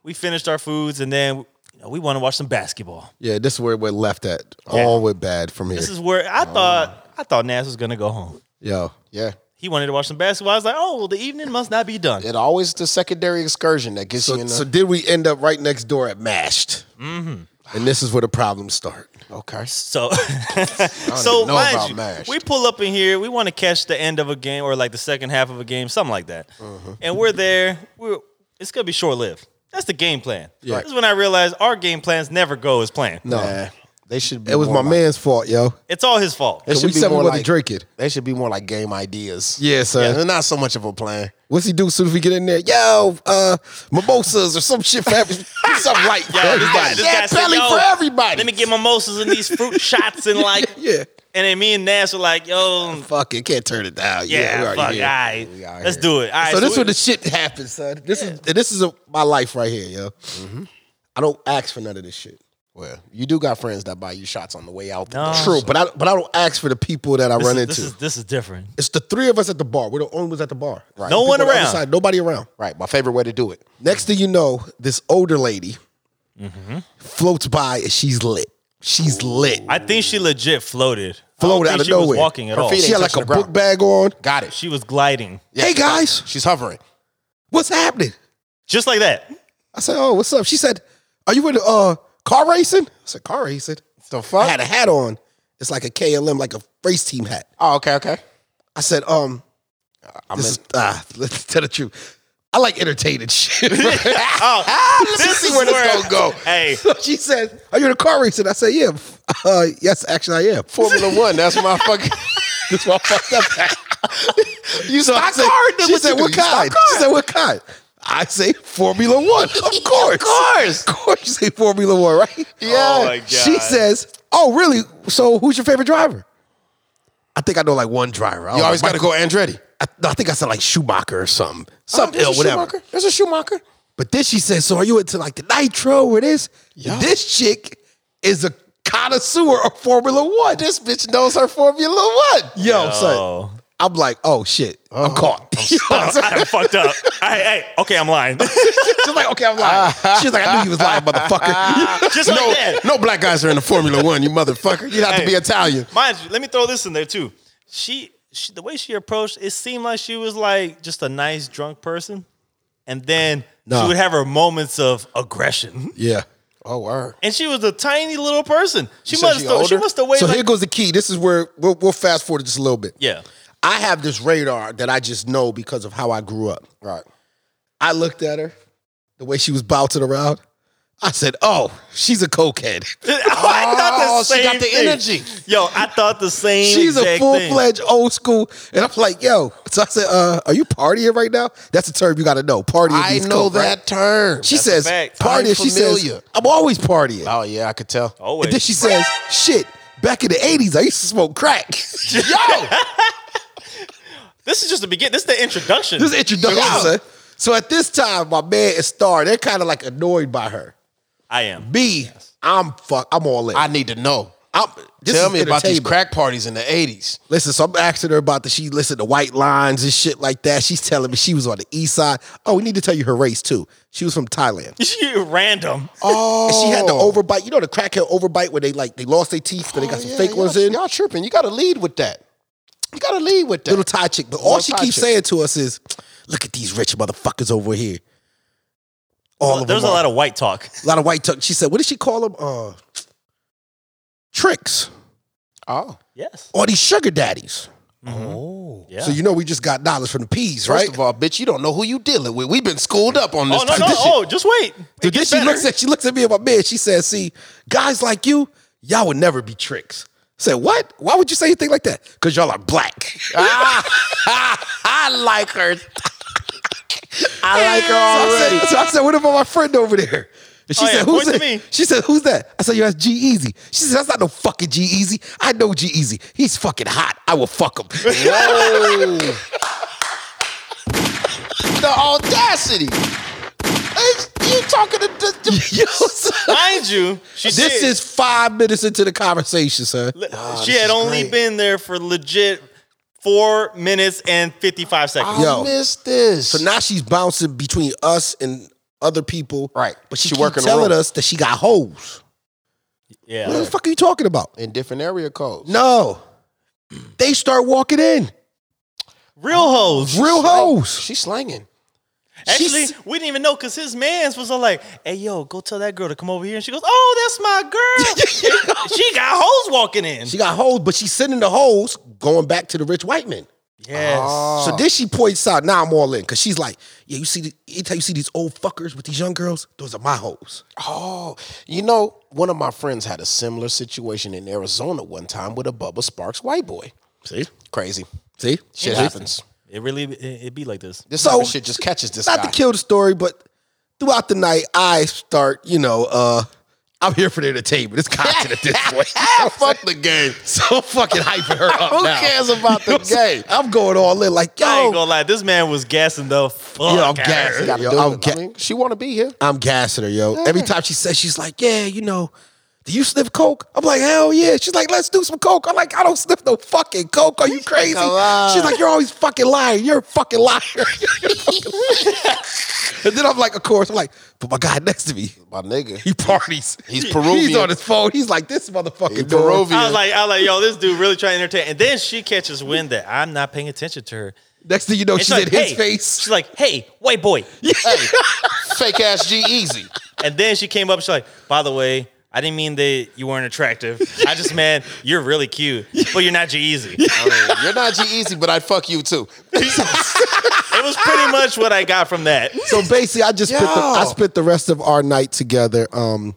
[SPEAKER 3] we finished our foods and then you know, we want to watch some basketball.
[SPEAKER 2] yeah, this is where we're left at. All went bad from here.
[SPEAKER 3] This is where I
[SPEAKER 1] Oh.
[SPEAKER 3] thought I thought Nas was gonna go home.
[SPEAKER 2] yo.
[SPEAKER 1] Yeah.
[SPEAKER 3] He wanted to watch some basketball. I was like, oh, well, the evening must not be done.
[SPEAKER 1] It always the secondary excursion that gets
[SPEAKER 2] So,
[SPEAKER 1] you in the
[SPEAKER 2] so did we end up right next door at Mashed? Mm-hmm. And this is where the problems start.
[SPEAKER 1] Okay.
[SPEAKER 3] So, so
[SPEAKER 1] even know
[SPEAKER 3] mind
[SPEAKER 1] about
[SPEAKER 3] you,
[SPEAKER 1] mashed.
[SPEAKER 3] we pull up in here. We want to catch the end of a game or like the second half of a game, something like that.
[SPEAKER 1] Uh-huh.
[SPEAKER 3] And we're there. We're it's gonna be short lived. That's the game plan.
[SPEAKER 2] Yeah.
[SPEAKER 3] This is when I realized our game plans never go as planned.
[SPEAKER 2] No,
[SPEAKER 1] Nah, they should be
[SPEAKER 2] it was
[SPEAKER 1] more
[SPEAKER 2] my
[SPEAKER 1] like,
[SPEAKER 2] man's fault, yo.
[SPEAKER 3] It's all his fault.
[SPEAKER 1] They
[SPEAKER 2] Cause
[SPEAKER 1] should
[SPEAKER 2] we
[SPEAKER 1] be
[SPEAKER 2] said we
[SPEAKER 1] more
[SPEAKER 2] wasn't
[SPEAKER 1] like,
[SPEAKER 2] drinking.
[SPEAKER 1] They should be more like game ideas.
[SPEAKER 2] Yeah, son.
[SPEAKER 1] Yeah, they're not so much of a plan.
[SPEAKER 2] What's he do as soon as we get in there? Yo, uh, mimosas or some shit for every, something right for
[SPEAKER 3] Yo, this guy-
[SPEAKER 2] everybody.
[SPEAKER 3] this
[SPEAKER 1] Yeah,
[SPEAKER 3] guy said,
[SPEAKER 1] belly
[SPEAKER 3] "Yo,
[SPEAKER 1] for everybody."
[SPEAKER 3] Let me get mimosas and these fruit shots and like,
[SPEAKER 2] Yeah.
[SPEAKER 3] and then me and Nash were like, yo,
[SPEAKER 2] Fuck it, can't turn it down.
[SPEAKER 3] yeah,
[SPEAKER 2] we already
[SPEAKER 3] fuck,
[SPEAKER 2] here.
[SPEAKER 3] all
[SPEAKER 1] We
[SPEAKER 3] right,
[SPEAKER 1] out
[SPEAKER 3] let's
[SPEAKER 1] here.
[SPEAKER 3] do it. All right,
[SPEAKER 2] So this is
[SPEAKER 3] we-
[SPEAKER 2] where the shit happens, son. This is this is a, my life right here, yo.
[SPEAKER 3] Mm-hmm.
[SPEAKER 2] I don't ask for none of this shit.
[SPEAKER 1] Well, you do got friends that buy you shots on the way out. The
[SPEAKER 3] No.
[SPEAKER 1] door.
[SPEAKER 2] True, but I but I don't ask for the people that I
[SPEAKER 3] this
[SPEAKER 2] run
[SPEAKER 3] is-
[SPEAKER 2] into.
[SPEAKER 3] this is this is different.
[SPEAKER 2] it's the three of us at the bar. We're the only ones at the bar. Right.
[SPEAKER 3] No one around.
[SPEAKER 2] nobody around.
[SPEAKER 1] Right. My favorite way to do it.
[SPEAKER 2] Next thing you know, this older lady
[SPEAKER 1] Mm-hmm.
[SPEAKER 2] floats by and she's lit. She's lit.
[SPEAKER 3] I think she legit floated. I don't
[SPEAKER 2] Floated
[SPEAKER 3] think
[SPEAKER 2] out of
[SPEAKER 3] she was
[SPEAKER 2] nowhere.
[SPEAKER 3] walking at
[SPEAKER 1] Her
[SPEAKER 3] all.
[SPEAKER 1] feet
[SPEAKER 2] she
[SPEAKER 1] ain't
[SPEAKER 2] had like
[SPEAKER 1] touching
[SPEAKER 2] a
[SPEAKER 1] the ground.
[SPEAKER 2] book bag on.
[SPEAKER 1] Got it.
[SPEAKER 3] She was gliding
[SPEAKER 2] Hey guys,
[SPEAKER 1] She's hovering.
[SPEAKER 2] what's happening?
[SPEAKER 3] just like that.
[SPEAKER 2] I said, "Oh, what's up?" She said, "Are you into uh car racing?" I said, "Car racing."
[SPEAKER 1] The
[SPEAKER 2] I
[SPEAKER 1] fuck?
[SPEAKER 2] had a hat on. It's like a KLM, like a race team hat.
[SPEAKER 1] oh, okay, okay.
[SPEAKER 2] I said, "Um,
[SPEAKER 1] I'm
[SPEAKER 2] This is, ah, let's tell the truth. I like entertaining shit. bro.
[SPEAKER 3] Oh, this
[SPEAKER 1] see where this gonna go.
[SPEAKER 3] Hey,
[SPEAKER 2] she said, "Are you in a car race?" And I said, "Yeah." Uh, yes, actually, I am.
[SPEAKER 1] Formula One. That's my fucking.
[SPEAKER 2] That's why I fucked up.
[SPEAKER 1] You
[SPEAKER 2] So I
[SPEAKER 1] stock
[SPEAKER 2] said,
[SPEAKER 1] car?
[SPEAKER 2] she
[SPEAKER 1] What
[SPEAKER 2] said,
[SPEAKER 1] you
[SPEAKER 2] "What
[SPEAKER 1] do? You stock
[SPEAKER 2] kind?" She said, "What kind?" I say Formula One, of course, of
[SPEAKER 1] course.
[SPEAKER 2] of course. You say Formula One, right?
[SPEAKER 1] Yeah.
[SPEAKER 3] Oh my God.
[SPEAKER 2] She says, "Oh, really? So, who's your favorite driver?" I think I know like one driver. I
[SPEAKER 1] You
[SPEAKER 2] don't
[SPEAKER 1] always
[SPEAKER 2] know.
[SPEAKER 1] got to go Andretti.
[SPEAKER 2] I, no, I think I said like Schumacher or something, something
[SPEAKER 1] There's
[SPEAKER 2] ill,
[SPEAKER 1] a
[SPEAKER 2] whatever.
[SPEAKER 1] Oh, Schumacher. There's a Schumacher.
[SPEAKER 2] But then she says, "So, are you into like the nitro or this?" This chick is a connoisseur of Formula One.
[SPEAKER 1] This bitch knows her Formula One.
[SPEAKER 2] Yo,
[SPEAKER 3] Yo.
[SPEAKER 2] son. I'm like, oh shit, I'm caught. You know what I'm saying?
[SPEAKER 3] I'm fucked up. Hey, hey, okay, I'm lying.
[SPEAKER 2] She's like, okay, I'm lying. She's like, I knew you was lying, motherfucker.
[SPEAKER 3] Just like that.
[SPEAKER 1] No black guys are in the Formula One. You motherfucker. You have
[SPEAKER 3] Hey.
[SPEAKER 1] to be Italian.
[SPEAKER 3] Mind you, let me throw this in there too. She, she, the way she approached, it seemed like she was like just a nice drunk person, and then she
[SPEAKER 2] Nah.
[SPEAKER 3] would have her moments of aggression.
[SPEAKER 2] yeah.
[SPEAKER 1] Oh, word.
[SPEAKER 3] And she was a tiny little person. She
[SPEAKER 1] said
[SPEAKER 3] must
[SPEAKER 1] she
[SPEAKER 3] have. She
[SPEAKER 1] older?
[SPEAKER 3] must have weighed
[SPEAKER 2] So
[SPEAKER 3] like
[SPEAKER 2] here goes the key. This is where we'll, we'll fast forward just a little bit.
[SPEAKER 3] yeah.
[SPEAKER 2] I have this radar that I just know because of how I grew up.
[SPEAKER 1] Right.
[SPEAKER 2] I looked at her, the way she was bouncing around. I said, oh, she's a cokehead.
[SPEAKER 3] I thought the
[SPEAKER 1] Oh, she got the
[SPEAKER 3] thing.
[SPEAKER 1] energy.
[SPEAKER 3] Yo, I thought the same.
[SPEAKER 2] She's a
[SPEAKER 3] exact
[SPEAKER 2] full
[SPEAKER 3] thing.
[SPEAKER 2] fledged old school. And I'm like, yo. So I said, uh, are you partying right now? That's a term you got to know. Partying.
[SPEAKER 1] I
[SPEAKER 2] means
[SPEAKER 1] know
[SPEAKER 2] coke, right?
[SPEAKER 1] that term.
[SPEAKER 2] She
[SPEAKER 3] That's a
[SPEAKER 2] says,
[SPEAKER 3] fact.
[SPEAKER 2] partying.
[SPEAKER 1] I'm
[SPEAKER 2] She
[SPEAKER 1] familiar.
[SPEAKER 2] says, I'm always partying.
[SPEAKER 1] oh yeah, I could tell.
[SPEAKER 3] Always.
[SPEAKER 2] And then she says, shit, back in the 80s, I used to smoke crack. this
[SPEAKER 3] this is just the beginning. This is the introduction.
[SPEAKER 2] is introduction,
[SPEAKER 1] Wow.
[SPEAKER 2] son. So at this time, my man and Star, they're kind of like annoyed by her.
[SPEAKER 3] I am.
[SPEAKER 2] Me, I'm fuck, I'm all in.
[SPEAKER 1] I need to know.
[SPEAKER 2] I'm, this
[SPEAKER 1] tell
[SPEAKER 2] is
[SPEAKER 1] me about these
[SPEAKER 2] entertainment.
[SPEAKER 1] crack parties in the '80s.
[SPEAKER 2] Listen, so I'm asking her about the she listened to White Lines and shit like that. She's telling me she was on the east side. Oh, we need to tell you her race too. She was from Thailand.
[SPEAKER 3] She random.
[SPEAKER 2] And she had the
[SPEAKER 1] Oh.
[SPEAKER 2] overbite. You know the crackhead overbite where they like they lost their teeth, but they got some
[SPEAKER 1] Yeah,
[SPEAKER 2] fake
[SPEAKER 1] y'all-
[SPEAKER 2] ones in.
[SPEAKER 1] Y'all tripping. You got to lead with that. You got to lead with that.
[SPEAKER 2] little Thai chick. But all
[SPEAKER 1] Little
[SPEAKER 2] she
[SPEAKER 1] Thai
[SPEAKER 2] keeps
[SPEAKER 1] chick.
[SPEAKER 2] saying to us is, "Look at these rich motherfuckers over here." All of
[SPEAKER 3] There's a
[SPEAKER 2] them.
[SPEAKER 3] lot of white talk.
[SPEAKER 2] a lot of white tuck. She said, "What did she call them? Uh, tricks
[SPEAKER 1] oh,
[SPEAKER 3] Yes.
[SPEAKER 2] or these sugar daddies?"
[SPEAKER 1] oh.
[SPEAKER 3] Yeah.
[SPEAKER 2] So you know we just got dollars from the peas,
[SPEAKER 1] First
[SPEAKER 2] right?
[SPEAKER 1] of all, bitch, you don't know who you dealing with. We've been schooled up on this.
[SPEAKER 3] oh no
[SPEAKER 1] type
[SPEAKER 3] no!
[SPEAKER 1] of shit.
[SPEAKER 3] Oh, just wait.
[SPEAKER 2] so
[SPEAKER 3] It
[SPEAKER 2] then
[SPEAKER 3] gets
[SPEAKER 2] she
[SPEAKER 3] better.
[SPEAKER 2] looks at she looks at me and my man. She says, "See, guys like you, y'all would never be tricks." I said, "What? Why would you say anything like that? Because y'all are black."
[SPEAKER 1] I like her.
[SPEAKER 2] I like her already. So I said, what about my friend over there? And she
[SPEAKER 3] Oh,
[SPEAKER 2] said,
[SPEAKER 3] yeah,
[SPEAKER 2] who's
[SPEAKER 3] point
[SPEAKER 2] that?
[SPEAKER 3] to me.
[SPEAKER 2] She said, who's that? I said, yo, that's G Easy. She said, that's not no fucking G Easy. I know G Easy. He's fucking hot. I will fuck him.
[SPEAKER 1] The audacity. It's- you talking to the, the
[SPEAKER 2] Yo, son,
[SPEAKER 3] Mind you, she
[SPEAKER 2] this
[SPEAKER 3] did-
[SPEAKER 2] is Oh, five minutes into the conversation, son.
[SPEAKER 3] Le- she had only
[SPEAKER 1] great.
[SPEAKER 3] been there for legit four minutes and 55 seconds.
[SPEAKER 1] I
[SPEAKER 2] Yo.
[SPEAKER 1] missed this.
[SPEAKER 2] So now she's bouncing between us and other people.
[SPEAKER 1] Right.
[SPEAKER 2] But she,
[SPEAKER 1] She
[SPEAKER 2] keep
[SPEAKER 1] working the
[SPEAKER 2] telling
[SPEAKER 1] room.
[SPEAKER 2] us that she got hoes. What
[SPEAKER 3] yeah.
[SPEAKER 2] the fuck are you talking about?
[SPEAKER 1] in different area codes.
[SPEAKER 2] No. They start walking in.
[SPEAKER 3] Real hoes.
[SPEAKER 2] Real hoes.
[SPEAKER 1] Oh, She's slanging.
[SPEAKER 3] Actually,
[SPEAKER 2] she's-
[SPEAKER 3] we didn't even know because his man's was all like, hey, yo, go tell that girl to come over here. And she goes, oh, that's my girl. she got hoes walking in.
[SPEAKER 2] She got hoes, but she's sending the hoes going back to the rich white men.
[SPEAKER 3] yes.
[SPEAKER 1] Uh.
[SPEAKER 2] So then she points out, now I'm all in, because she's like, yeah, you see, the, anytime you see these old fuckers with these young girls, those are my hoes.
[SPEAKER 1] Oh, you know, one of my friends had a similar situation in Arizona one time with a Bubba Sparks white boy.
[SPEAKER 2] See,
[SPEAKER 1] Crazy.
[SPEAKER 2] see,
[SPEAKER 1] Shit happens.
[SPEAKER 3] It really, it, it be like this.
[SPEAKER 1] This
[SPEAKER 2] So-
[SPEAKER 1] type of shit just catches this
[SPEAKER 2] Not
[SPEAKER 1] guy.
[SPEAKER 2] to kill the story, but throughout the night, I start, you know, uh, I'm here for the entertainment. It's content at this point.
[SPEAKER 1] Fuck the game.
[SPEAKER 2] So I'm fucking hyping her up
[SPEAKER 1] Who
[SPEAKER 2] now.
[SPEAKER 1] cares about the game?
[SPEAKER 2] I'm going all in, like, yo,
[SPEAKER 3] I ain't gonna lie, this man was gassing the fuck.
[SPEAKER 2] Yeah, I'm
[SPEAKER 3] out of
[SPEAKER 2] gassing.
[SPEAKER 3] her.
[SPEAKER 2] Yo,
[SPEAKER 1] Gotta do
[SPEAKER 2] I'm
[SPEAKER 1] it.
[SPEAKER 2] ga-
[SPEAKER 1] I mean, she want to be here.
[SPEAKER 2] I'm gassing her, yo.
[SPEAKER 1] Mm-hmm.
[SPEAKER 2] Every time she says, she's like, yeah, you know, do you sniff coke? I'm like, hell yeah. She's like, let's do some coke. I'm like, I don't sniff no fucking coke. Are you crazy?
[SPEAKER 1] Come on.
[SPEAKER 2] She's like, you're always fucking lying. You're a fucking liar. You're a fucking liar. and then I'm like, of course. I'm like, but my guy next to me,
[SPEAKER 1] My nigga.
[SPEAKER 2] he parties.
[SPEAKER 1] He's
[SPEAKER 2] He- He's
[SPEAKER 1] Peruvian.
[SPEAKER 2] on his phone. He's like, this motherfucking
[SPEAKER 1] He
[SPEAKER 2] dude.
[SPEAKER 1] Peruvian.
[SPEAKER 3] I was like, I was like, yo, this dude really trying to entertain. And then she catches wind that I'm not paying attention to her.
[SPEAKER 2] Next thing you know,
[SPEAKER 3] And
[SPEAKER 2] she's
[SPEAKER 3] like,
[SPEAKER 2] in his
[SPEAKER 3] hey.
[SPEAKER 2] face.
[SPEAKER 3] She's like, hey, white boy.
[SPEAKER 1] Fake ass G Easy.
[SPEAKER 3] And then she came up, she's like, by the way, I didn't mean that you weren't attractive. I just meant you're really cute, but you're not G-Eazy.
[SPEAKER 1] I mean, you're not G Easy, but I'd fuck you too.
[SPEAKER 3] It was pretty much what I got from that.
[SPEAKER 2] So basically, I just spent the, I
[SPEAKER 1] Yo.
[SPEAKER 2] spent the rest of our night together, um,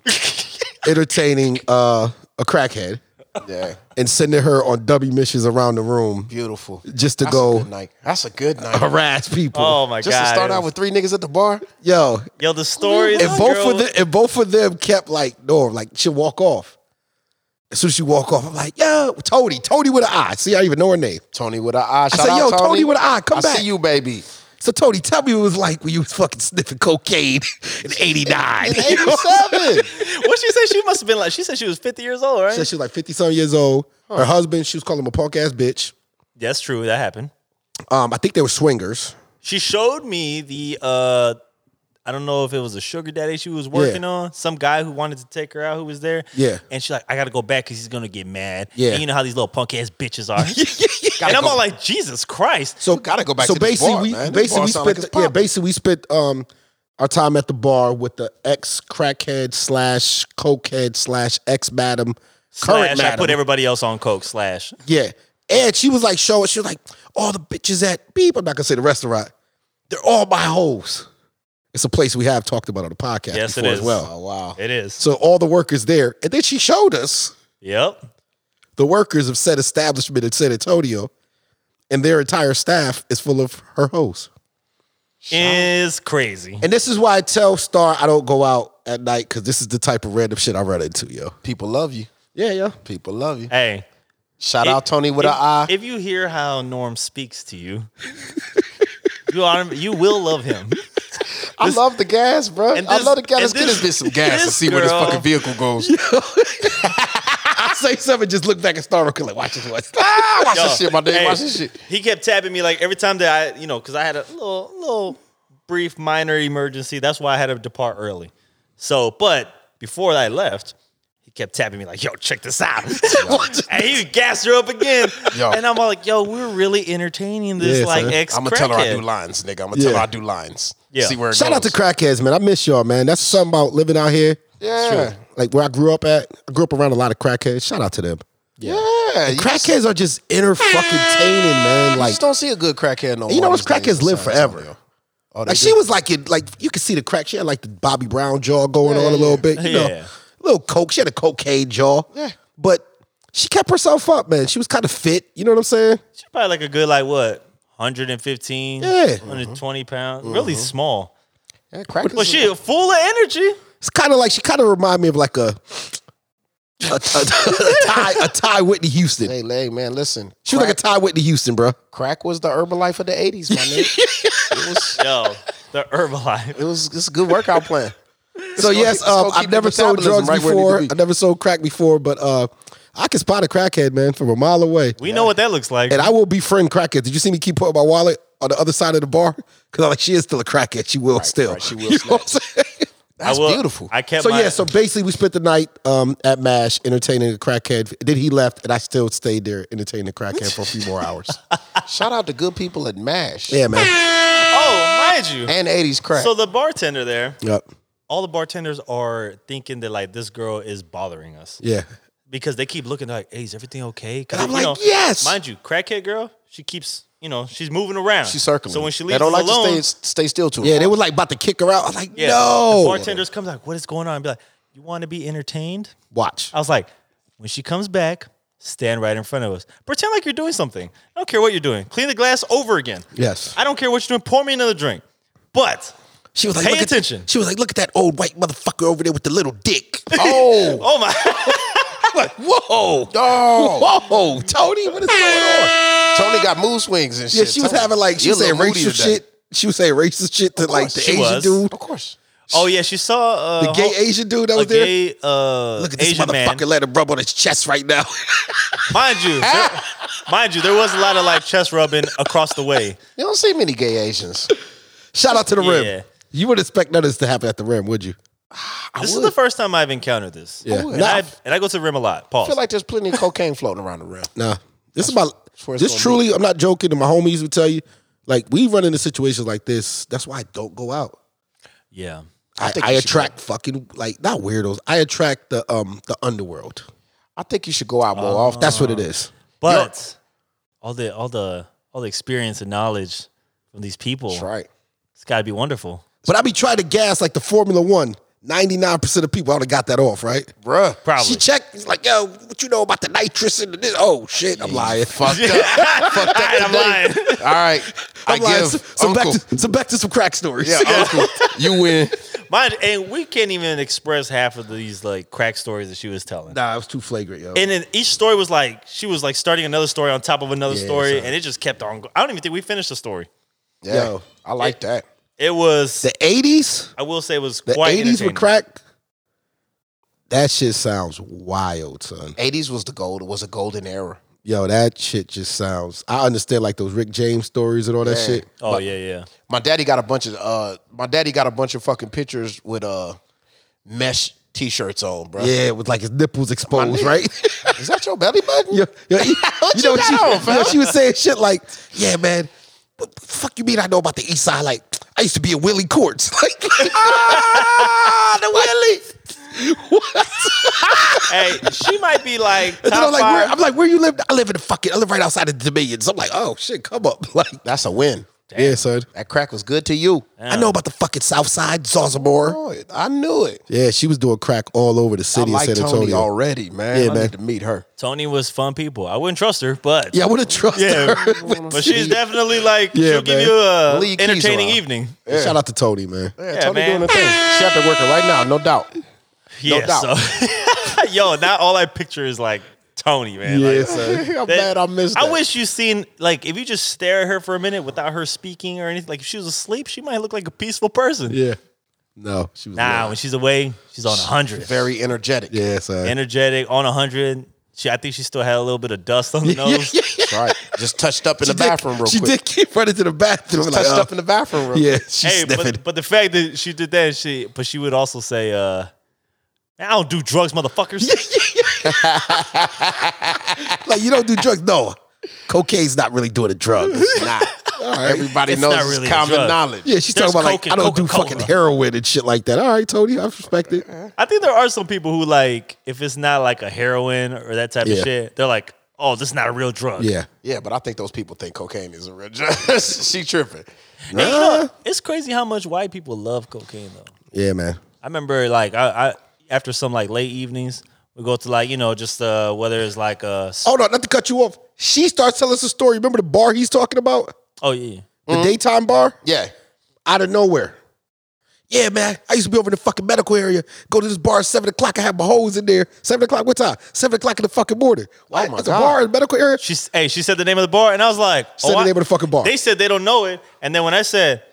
[SPEAKER 2] entertaining uh, a crackhead
[SPEAKER 1] yeah,
[SPEAKER 2] and sending her on W missions around the room
[SPEAKER 1] beautiful.
[SPEAKER 2] just to
[SPEAKER 1] That's a good
[SPEAKER 2] go
[SPEAKER 1] night. That's a good night.
[SPEAKER 2] harass people.
[SPEAKER 3] Oh my
[SPEAKER 1] Just
[SPEAKER 3] god!
[SPEAKER 1] to start
[SPEAKER 3] it
[SPEAKER 1] out
[SPEAKER 3] was-
[SPEAKER 1] with three niggas at the bar.
[SPEAKER 2] Yo,
[SPEAKER 3] yo, the stories.
[SPEAKER 2] and both
[SPEAKER 3] girl,
[SPEAKER 2] of them, and both of them kept like no, like she walk off. As soon as she walk off, I'm like, yo, Tony, Tony with an eye. See, I even know her name.
[SPEAKER 1] Tony with an eye. Shout
[SPEAKER 2] said,
[SPEAKER 1] out
[SPEAKER 2] "Yo,
[SPEAKER 1] Tony.
[SPEAKER 2] Tony with an eye, come
[SPEAKER 1] I
[SPEAKER 2] back."
[SPEAKER 1] see you, baby.
[SPEAKER 2] So Tony, tell me what it was like when you was fucking sniffing cocaine in '89.
[SPEAKER 1] Eighty-seven.
[SPEAKER 3] What she said? She must have been like. She said she was fifty years old, right?
[SPEAKER 2] Said she was like 50 something years old. Her husband, she was calling him a punk ass bitch.
[SPEAKER 3] That's true. That happened.
[SPEAKER 2] Um, I think they were swingers.
[SPEAKER 3] She showed me the. uh I don't know if it was a sugar daddy she was working on, some guy who wanted to take her out who was there.
[SPEAKER 2] Yeah.
[SPEAKER 3] And she's like, I gotta go back because he's gonna get mad.
[SPEAKER 2] Yeah.
[SPEAKER 3] And you know how these little punk ass bitches are. And I'm all like, Jesus Christ.
[SPEAKER 2] So
[SPEAKER 1] gotta go back
[SPEAKER 2] So
[SPEAKER 1] to this
[SPEAKER 2] basically,
[SPEAKER 1] bar,
[SPEAKER 2] we
[SPEAKER 1] man. This
[SPEAKER 2] basically
[SPEAKER 1] bar
[SPEAKER 2] we
[SPEAKER 1] sound
[SPEAKER 2] spent
[SPEAKER 1] like it's
[SPEAKER 2] yeah
[SPEAKER 1] poppin'.
[SPEAKER 2] basically we spent um our time at the bar with the ex crackhead slash cokehead slash ex madam current
[SPEAKER 3] Slash, I
[SPEAKER 2] madam.
[SPEAKER 3] put everybody else on coke. Slash.
[SPEAKER 2] yeah, and she was like showing she was like all the bitches at beep. I'm not gonna say the restaurant. They're all my hoes. It's a place we have talked about on the podcast
[SPEAKER 3] Yes, it
[SPEAKER 2] before
[SPEAKER 3] is.
[SPEAKER 2] as well.
[SPEAKER 1] Oh wow.
[SPEAKER 3] It is.
[SPEAKER 2] So all the workers there, and then she showed us
[SPEAKER 3] Yep.
[SPEAKER 2] the workers of said establishment in San Antonio, and their entire staff is full of her hoes.
[SPEAKER 3] Is crazy.
[SPEAKER 2] And this is why I tell Star I don't go out at night because this is the type of random shit I run into, yo.
[SPEAKER 1] People love you.
[SPEAKER 2] Yeah, yeah.
[SPEAKER 1] People love you.
[SPEAKER 3] Hey.
[SPEAKER 1] Shout
[SPEAKER 3] If-
[SPEAKER 1] out Tony with
[SPEAKER 3] if,
[SPEAKER 1] an eye.
[SPEAKER 3] If you hear how Norm speaks to you, you are, you will love him.
[SPEAKER 1] I love the gas, bro.
[SPEAKER 3] and
[SPEAKER 1] I
[SPEAKER 3] this-
[SPEAKER 1] love the gas. Let's
[SPEAKER 3] and
[SPEAKER 1] get
[SPEAKER 3] this-
[SPEAKER 1] this bitch some gas and
[SPEAKER 3] this
[SPEAKER 1] see where this
[SPEAKER 3] girl-
[SPEAKER 1] fucking vehicle goes.
[SPEAKER 2] I say something, just look back at Star real quick, like, watch this one.
[SPEAKER 1] ah, watch
[SPEAKER 3] Yo,
[SPEAKER 1] this shit, my nigga.
[SPEAKER 3] hey,
[SPEAKER 1] Watch this shit.
[SPEAKER 3] He kept tapping me like every time that I, you know, because I had a little, little brief minor emergency. That's why I had to depart early. So, but before I left, he kept tapping me like, "Yo, check this out," and he gassed her up again.
[SPEAKER 1] Yo.
[SPEAKER 3] And I'm all like, "Yo, we're really entertaining this
[SPEAKER 2] Yeah,
[SPEAKER 3] like
[SPEAKER 2] son.
[SPEAKER 3] ex
[SPEAKER 1] I'm gonna tell her I do
[SPEAKER 3] crackhead."
[SPEAKER 1] lines, nigga. I'm gonna tell
[SPEAKER 2] Yeah.
[SPEAKER 1] her I do lines.
[SPEAKER 3] Yeah.
[SPEAKER 1] See where it
[SPEAKER 2] Shout out to
[SPEAKER 1] goes.
[SPEAKER 2] crackheads, man. I miss y'all, man. That's something about living out here.
[SPEAKER 1] Yeah.
[SPEAKER 2] Like where I grew up at, I grew up around a lot of crackheads. Shout out to them.
[SPEAKER 1] Yeah. You just-
[SPEAKER 2] Crackheads are just inner fucking taining, man.
[SPEAKER 1] you
[SPEAKER 2] Like,
[SPEAKER 1] just don't see a good crackhead no more.
[SPEAKER 2] you know, those
[SPEAKER 1] these days
[SPEAKER 2] crackheads
[SPEAKER 1] in
[SPEAKER 2] live
[SPEAKER 1] San
[SPEAKER 2] forever.
[SPEAKER 1] Antonio. Oh, they
[SPEAKER 2] Like
[SPEAKER 1] do.
[SPEAKER 2] she was like in, like you could see the crack. She had like the Bobby Brown jaw going on a little bit, you know,
[SPEAKER 3] Yeah.
[SPEAKER 2] little coke. She had a cocaine jaw,
[SPEAKER 1] Yeah.
[SPEAKER 2] But she kept herself up, man. She was kind of fit. You know what I'm saying?
[SPEAKER 3] She's probably like a good like what 115,
[SPEAKER 2] Yeah.
[SPEAKER 3] 120
[SPEAKER 1] Mm-hmm.
[SPEAKER 3] pounds, really small.
[SPEAKER 1] Yeah, crackheads
[SPEAKER 3] But
[SPEAKER 1] is-
[SPEAKER 3] she full of energy.
[SPEAKER 2] It's kind of like she kind of remind me of like a a, a, a Ty a Ty Whitney Houston.
[SPEAKER 1] Hey, leg, man, listen.
[SPEAKER 2] She was like a Ty Whitney Houston, bro.
[SPEAKER 1] crack was the Herbalife of the 80s, my nigga. it was
[SPEAKER 3] Yo, the Herbalife.
[SPEAKER 1] it was it's a good workout plan.
[SPEAKER 2] So
[SPEAKER 1] gonna-
[SPEAKER 2] yes,
[SPEAKER 1] it's gonna
[SPEAKER 2] um,
[SPEAKER 1] keep
[SPEAKER 2] I've
[SPEAKER 1] your
[SPEAKER 2] never sold
[SPEAKER 1] metabolism
[SPEAKER 2] drugs
[SPEAKER 1] right where it need
[SPEAKER 2] before.
[SPEAKER 1] to be.
[SPEAKER 2] I never sold crack before, but uh, I can spot a crackhead, man, from a mile away.
[SPEAKER 3] We know what that looks like.
[SPEAKER 2] And I will befriend crackheads. Did you see me keep putting my wallet on the other side of the bar? Because I'm like, she is still a crackhead. She will still.
[SPEAKER 1] right, she will
[SPEAKER 2] You know what I'm saying?
[SPEAKER 1] That's
[SPEAKER 3] I will-
[SPEAKER 1] beautiful.
[SPEAKER 3] I kept
[SPEAKER 2] so
[SPEAKER 3] my,
[SPEAKER 2] yeah, so basically, we spent the night um, at Mash entertaining a crackhead. Then he left, and I still stayed there entertaining a crackhead for a few more hours.
[SPEAKER 1] Shout out to good people at MASH
[SPEAKER 2] yeah, man.
[SPEAKER 3] Oh, mind you.
[SPEAKER 1] and 80s crack.
[SPEAKER 3] so the bartender there,
[SPEAKER 2] Yep.
[SPEAKER 3] all the bartenders are thinking that like this girl is bothering us
[SPEAKER 2] Yeah.
[SPEAKER 3] because they keep looking like, "Hey, is everything okay?" 'Cause,
[SPEAKER 2] And I'm
[SPEAKER 3] you
[SPEAKER 2] like,
[SPEAKER 3] know,
[SPEAKER 2] "Yes!"
[SPEAKER 3] Mind you, crackhead girl, she keeps, you know, she's moving around.
[SPEAKER 1] She's circling.
[SPEAKER 3] So when she
[SPEAKER 1] they
[SPEAKER 3] leaves
[SPEAKER 1] don't
[SPEAKER 3] us
[SPEAKER 1] like
[SPEAKER 3] alone,
[SPEAKER 1] to stay, stay still too
[SPEAKER 2] Yeah,
[SPEAKER 1] long.
[SPEAKER 2] they were like about to kick her out. I was like,
[SPEAKER 3] yeah, the
[SPEAKER 2] no.
[SPEAKER 3] bartenders comes like, "What is going on?" And be like, "You want to be entertained?"
[SPEAKER 2] Watch.
[SPEAKER 3] I was like, "When she comes back." Stand right in front of us. Pretend like you're doing something. I don't care what you're doing. Clean the glass over again.
[SPEAKER 2] Yes.
[SPEAKER 3] I don't care what you're doing. Pour me another drink. But
[SPEAKER 2] She was like,
[SPEAKER 3] Pay
[SPEAKER 2] look at-
[SPEAKER 3] attention.
[SPEAKER 2] she was like, look at that old white motherfucker over there with the little dick.
[SPEAKER 1] Oh,
[SPEAKER 3] oh my,
[SPEAKER 2] Whoa.
[SPEAKER 1] dog.
[SPEAKER 2] Whoa, Tony, what is going on?
[SPEAKER 1] Tony got mood swings and shit.
[SPEAKER 2] Yeah, she was
[SPEAKER 1] Tony,
[SPEAKER 2] having like she
[SPEAKER 1] you're
[SPEAKER 2] was
[SPEAKER 1] a little
[SPEAKER 2] saying racial
[SPEAKER 1] moody today.
[SPEAKER 2] shit. She was saying racist shit to like the
[SPEAKER 1] course Uh-huh.
[SPEAKER 3] she
[SPEAKER 2] Asian
[SPEAKER 3] was.
[SPEAKER 2] dude,
[SPEAKER 1] Of course.
[SPEAKER 3] oh yeah, she saw uh,
[SPEAKER 2] the gay
[SPEAKER 3] Ho-
[SPEAKER 2] Asian dude that
[SPEAKER 3] a
[SPEAKER 2] was there.
[SPEAKER 3] gay uh,
[SPEAKER 2] Look at this
[SPEAKER 3] Asian man.
[SPEAKER 2] motherfucker. Let him rub on his chest right now.
[SPEAKER 3] Mind you, there, mind you, there was a lot of like chest rubbing across the way.
[SPEAKER 1] You don't see many gay Asians.
[SPEAKER 2] Shout out to the
[SPEAKER 3] Yeah.
[SPEAKER 2] rim. You would expect none of this to happen at the rim, would you?
[SPEAKER 3] This
[SPEAKER 1] would.
[SPEAKER 3] is the first time I've encountered this.
[SPEAKER 2] Yeah.
[SPEAKER 3] and,
[SPEAKER 2] Nah.
[SPEAKER 3] I, and I go to the rim a lot.
[SPEAKER 1] I
[SPEAKER 3] Pause.
[SPEAKER 1] feel like there's plenty of cocaine floating around the rim.
[SPEAKER 2] Nah. This is my
[SPEAKER 1] where it's
[SPEAKER 2] this
[SPEAKER 1] gonna
[SPEAKER 2] truly. I'm not joking. And my homies would tell you, like we run into situations like this. That's why I don't go out.
[SPEAKER 3] yeah,
[SPEAKER 2] I,
[SPEAKER 1] think
[SPEAKER 2] I
[SPEAKER 1] you should
[SPEAKER 2] attract fucking like not weirdos. I attract the um the underworld.
[SPEAKER 1] I think you should go out more often.
[SPEAKER 2] That's what it is.
[SPEAKER 3] But all the all the all the experience and knowledge from these people,
[SPEAKER 1] That's right.
[SPEAKER 3] it's got to be wonderful.
[SPEAKER 2] But I be trying to gas like the Formula One. 99% of people ought to got that off, right?
[SPEAKER 1] Bruh.
[SPEAKER 3] Probably.
[SPEAKER 2] She checked, it's like, yo, what you know about the nitrous and the this? Oh shit, I'm lying.
[SPEAKER 1] Fucked up. Fucked up.
[SPEAKER 3] I'm lying.
[SPEAKER 1] All right. I
[SPEAKER 2] I'm lying.
[SPEAKER 1] give
[SPEAKER 2] So, so
[SPEAKER 1] Uncle.
[SPEAKER 2] back to, so back to some crack stories.
[SPEAKER 1] yeah, oh, Uncle. You win.
[SPEAKER 3] Mine, and we can't even express half of these like crack stories that she was telling.
[SPEAKER 2] Nah, it was too flagrant, yo.
[SPEAKER 3] And then each story was like she was like starting another story on top of another
[SPEAKER 2] Yeah,
[SPEAKER 3] story,
[SPEAKER 2] son.
[SPEAKER 3] and it just kept on. go- I don't even think we finished the story.
[SPEAKER 1] Yeah.
[SPEAKER 2] Yo.
[SPEAKER 1] I like that.
[SPEAKER 3] It was,
[SPEAKER 2] the 80s,
[SPEAKER 3] I will say, it was
[SPEAKER 2] the
[SPEAKER 3] quite
[SPEAKER 2] 80s with
[SPEAKER 3] entertaining.
[SPEAKER 2] crack. That shit sounds wild, son.
[SPEAKER 1] 80s was the gold. It was a golden era.
[SPEAKER 2] Yo, that shit just sounds. I understand like those Rick James stories and all that
[SPEAKER 1] Yeah.
[SPEAKER 2] shit.
[SPEAKER 3] Oh yeah, yeah.
[SPEAKER 1] My daddy got a bunch of uh my daddy got a bunch of fucking pictures with uh mesh t-shirts on, bro.
[SPEAKER 2] Yeah, with like his nipples exposed,
[SPEAKER 1] nigga.
[SPEAKER 2] right?
[SPEAKER 1] Is that your belly button?
[SPEAKER 2] Yo, yo, you,
[SPEAKER 1] What
[SPEAKER 2] know
[SPEAKER 1] you
[SPEAKER 2] what she,
[SPEAKER 1] got on,
[SPEAKER 2] you know
[SPEAKER 1] fam?
[SPEAKER 2] she was saying shit like, "Yeah, man, what the fuck you mean I know about the East Side? Like, I used to be in Willie Courts, like, ah, the Willie." What?
[SPEAKER 3] hey, she might be like
[SPEAKER 2] And then
[SPEAKER 3] top
[SPEAKER 2] I'm like, where,
[SPEAKER 3] five.
[SPEAKER 2] I'm like, where you live? I live in the fucking, I live right outside of the Dominions. I'm like, oh shit, come up, like,
[SPEAKER 1] That's a win.
[SPEAKER 2] yeah, son.
[SPEAKER 1] That crack was good to you.
[SPEAKER 2] I know about the fucking South Side, Zazamore.
[SPEAKER 1] Know it. Oh, I knew it.
[SPEAKER 2] Yeah, she was doing crack all over the
[SPEAKER 1] I
[SPEAKER 2] city
[SPEAKER 1] like
[SPEAKER 2] of San
[SPEAKER 1] Tony
[SPEAKER 2] Antonio.
[SPEAKER 1] already, man.
[SPEAKER 2] Yeah,
[SPEAKER 1] I
[SPEAKER 2] man.
[SPEAKER 1] need to meet her.
[SPEAKER 3] Tony was fun people. I wouldn't trust her, but
[SPEAKER 2] Yeah, I wouldn't trust
[SPEAKER 3] Yeah,
[SPEAKER 2] her.
[SPEAKER 3] but she's definitely like
[SPEAKER 2] Yeah,
[SPEAKER 3] she'll give
[SPEAKER 2] man.
[SPEAKER 3] you a
[SPEAKER 1] Leave keys
[SPEAKER 3] entertaining
[SPEAKER 1] around.
[SPEAKER 3] evening.
[SPEAKER 2] Shout out to Tony, man.
[SPEAKER 1] Yeah,
[SPEAKER 3] Tony man. doing her
[SPEAKER 1] thing. She out there working right now, no doubt.
[SPEAKER 3] Yeah,
[SPEAKER 1] doubt.
[SPEAKER 3] so- yo, now all I picture is like Tony, man.
[SPEAKER 2] Yeah,
[SPEAKER 3] Like,
[SPEAKER 2] son.
[SPEAKER 1] I'm
[SPEAKER 3] that-
[SPEAKER 1] glad I missed that.
[SPEAKER 3] I wish you seen like if you just stare at her for a minute without her speaking or anything. Like if she was asleep, she might look like a peaceful person.
[SPEAKER 2] Yeah. No, she was.
[SPEAKER 3] Nah,
[SPEAKER 2] lying.
[SPEAKER 3] when she's away, she's on hundred,
[SPEAKER 1] very energetic.
[SPEAKER 2] Yeah, son.
[SPEAKER 3] energetic, on hundred. She, I think she still had a little bit of dust on the nose.
[SPEAKER 1] That's right. Just touched up in the
[SPEAKER 2] did-
[SPEAKER 1] bathroom real
[SPEAKER 2] she
[SPEAKER 1] quick.
[SPEAKER 2] did keep running to the bathroom. like,
[SPEAKER 1] touched
[SPEAKER 2] oh,
[SPEAKER 1] up in the bathroom real
[SPEAKER 2] yeah,
[SPEAKER 1] quick.
[SPEAKER 2] she's
[SPEAKER 3] Hey,
[SPEAKER 2] sniffing.
[SPEAKER 3] but, but the fact that she did that, she but she would also say, uh, "I don't do drugs, motherfuckers."
[SPEAKER 2] like, you don't do drugs? No. Cocaine's not really doing a drug.
[SPEAKER 1] Nah. Everybody
[SPEAKER 3] It's
[SPEAKER 1] knows
[SPEAKER 3] not
[SPEAKER 1] it's
[SPEAKER 3] really a
[SPEAKER 1] common
[SPEAKER 3] drug.
[SPEAKER 1] knowledge.
[SPEAKER 2] Yeah, she's
[SPEAKER 3] There's
[SPEAKER 2] talking about
[SPEAKER 3] Coke
[SPEAKER 2] like,
[SPEAKER 3] and
[SPEAKER 2] I don't do
[SPEAKER 3] Coca-Cola. Uh-huh.
[SPEAKER 2] fucking heroin and shit like that. All right, Tony, I respect it.
[SPEAKER 3] I think there are some people who like if it's not like a heroin or that type of
[SPEAKER 2] Yeah.
[SPEAKER 3] shit, they're like, "Oh, this is not a real drug."
[SPEAKER 2] Yeah.
[SPEAKER 1] Yeah, but I think those people think cocaine is a real drug. she tripping.
[SPEAKER 3] And you know, it's crazy how much white people love cocaine though.
[SPEAKER 2] Yeah, man.
[SPEAKER 3] I remember like I, I after some like late evenings, we go to like you know just uh whether it's like uh s-
[SPEAKER 2] Oh, no, not to cut you off. She starts telling us a story. Remember the bar he's talking about?
[SPEAKER 3] oh yeah
[SPEAKER 2] The daytime bar?
[SPEAKER 1] Yeah.
[SPEAKER 2] out of nowhere. Yeah, man. I used to be over in the fucking medical area, go to this bar at seven o'clock. I had my hoes in there. Seven o'clock, what time? Seven o'clock in the fucking morning. Why?
[SPEAKER 1] my
[SPEAKER 2] It's a
[SPEAKER 1] God.
[SPEAKER 2] bar in the medical area.
[SPEAKER 3] she s- hey she said the name of the bar and I was like oh,
[SPEAKER 2] Said the
[SPEAKER 3] I-
[SPEAKER 2] name of the fucking bar.
[SPEAKER 3] They said they don't know it, and then when I said,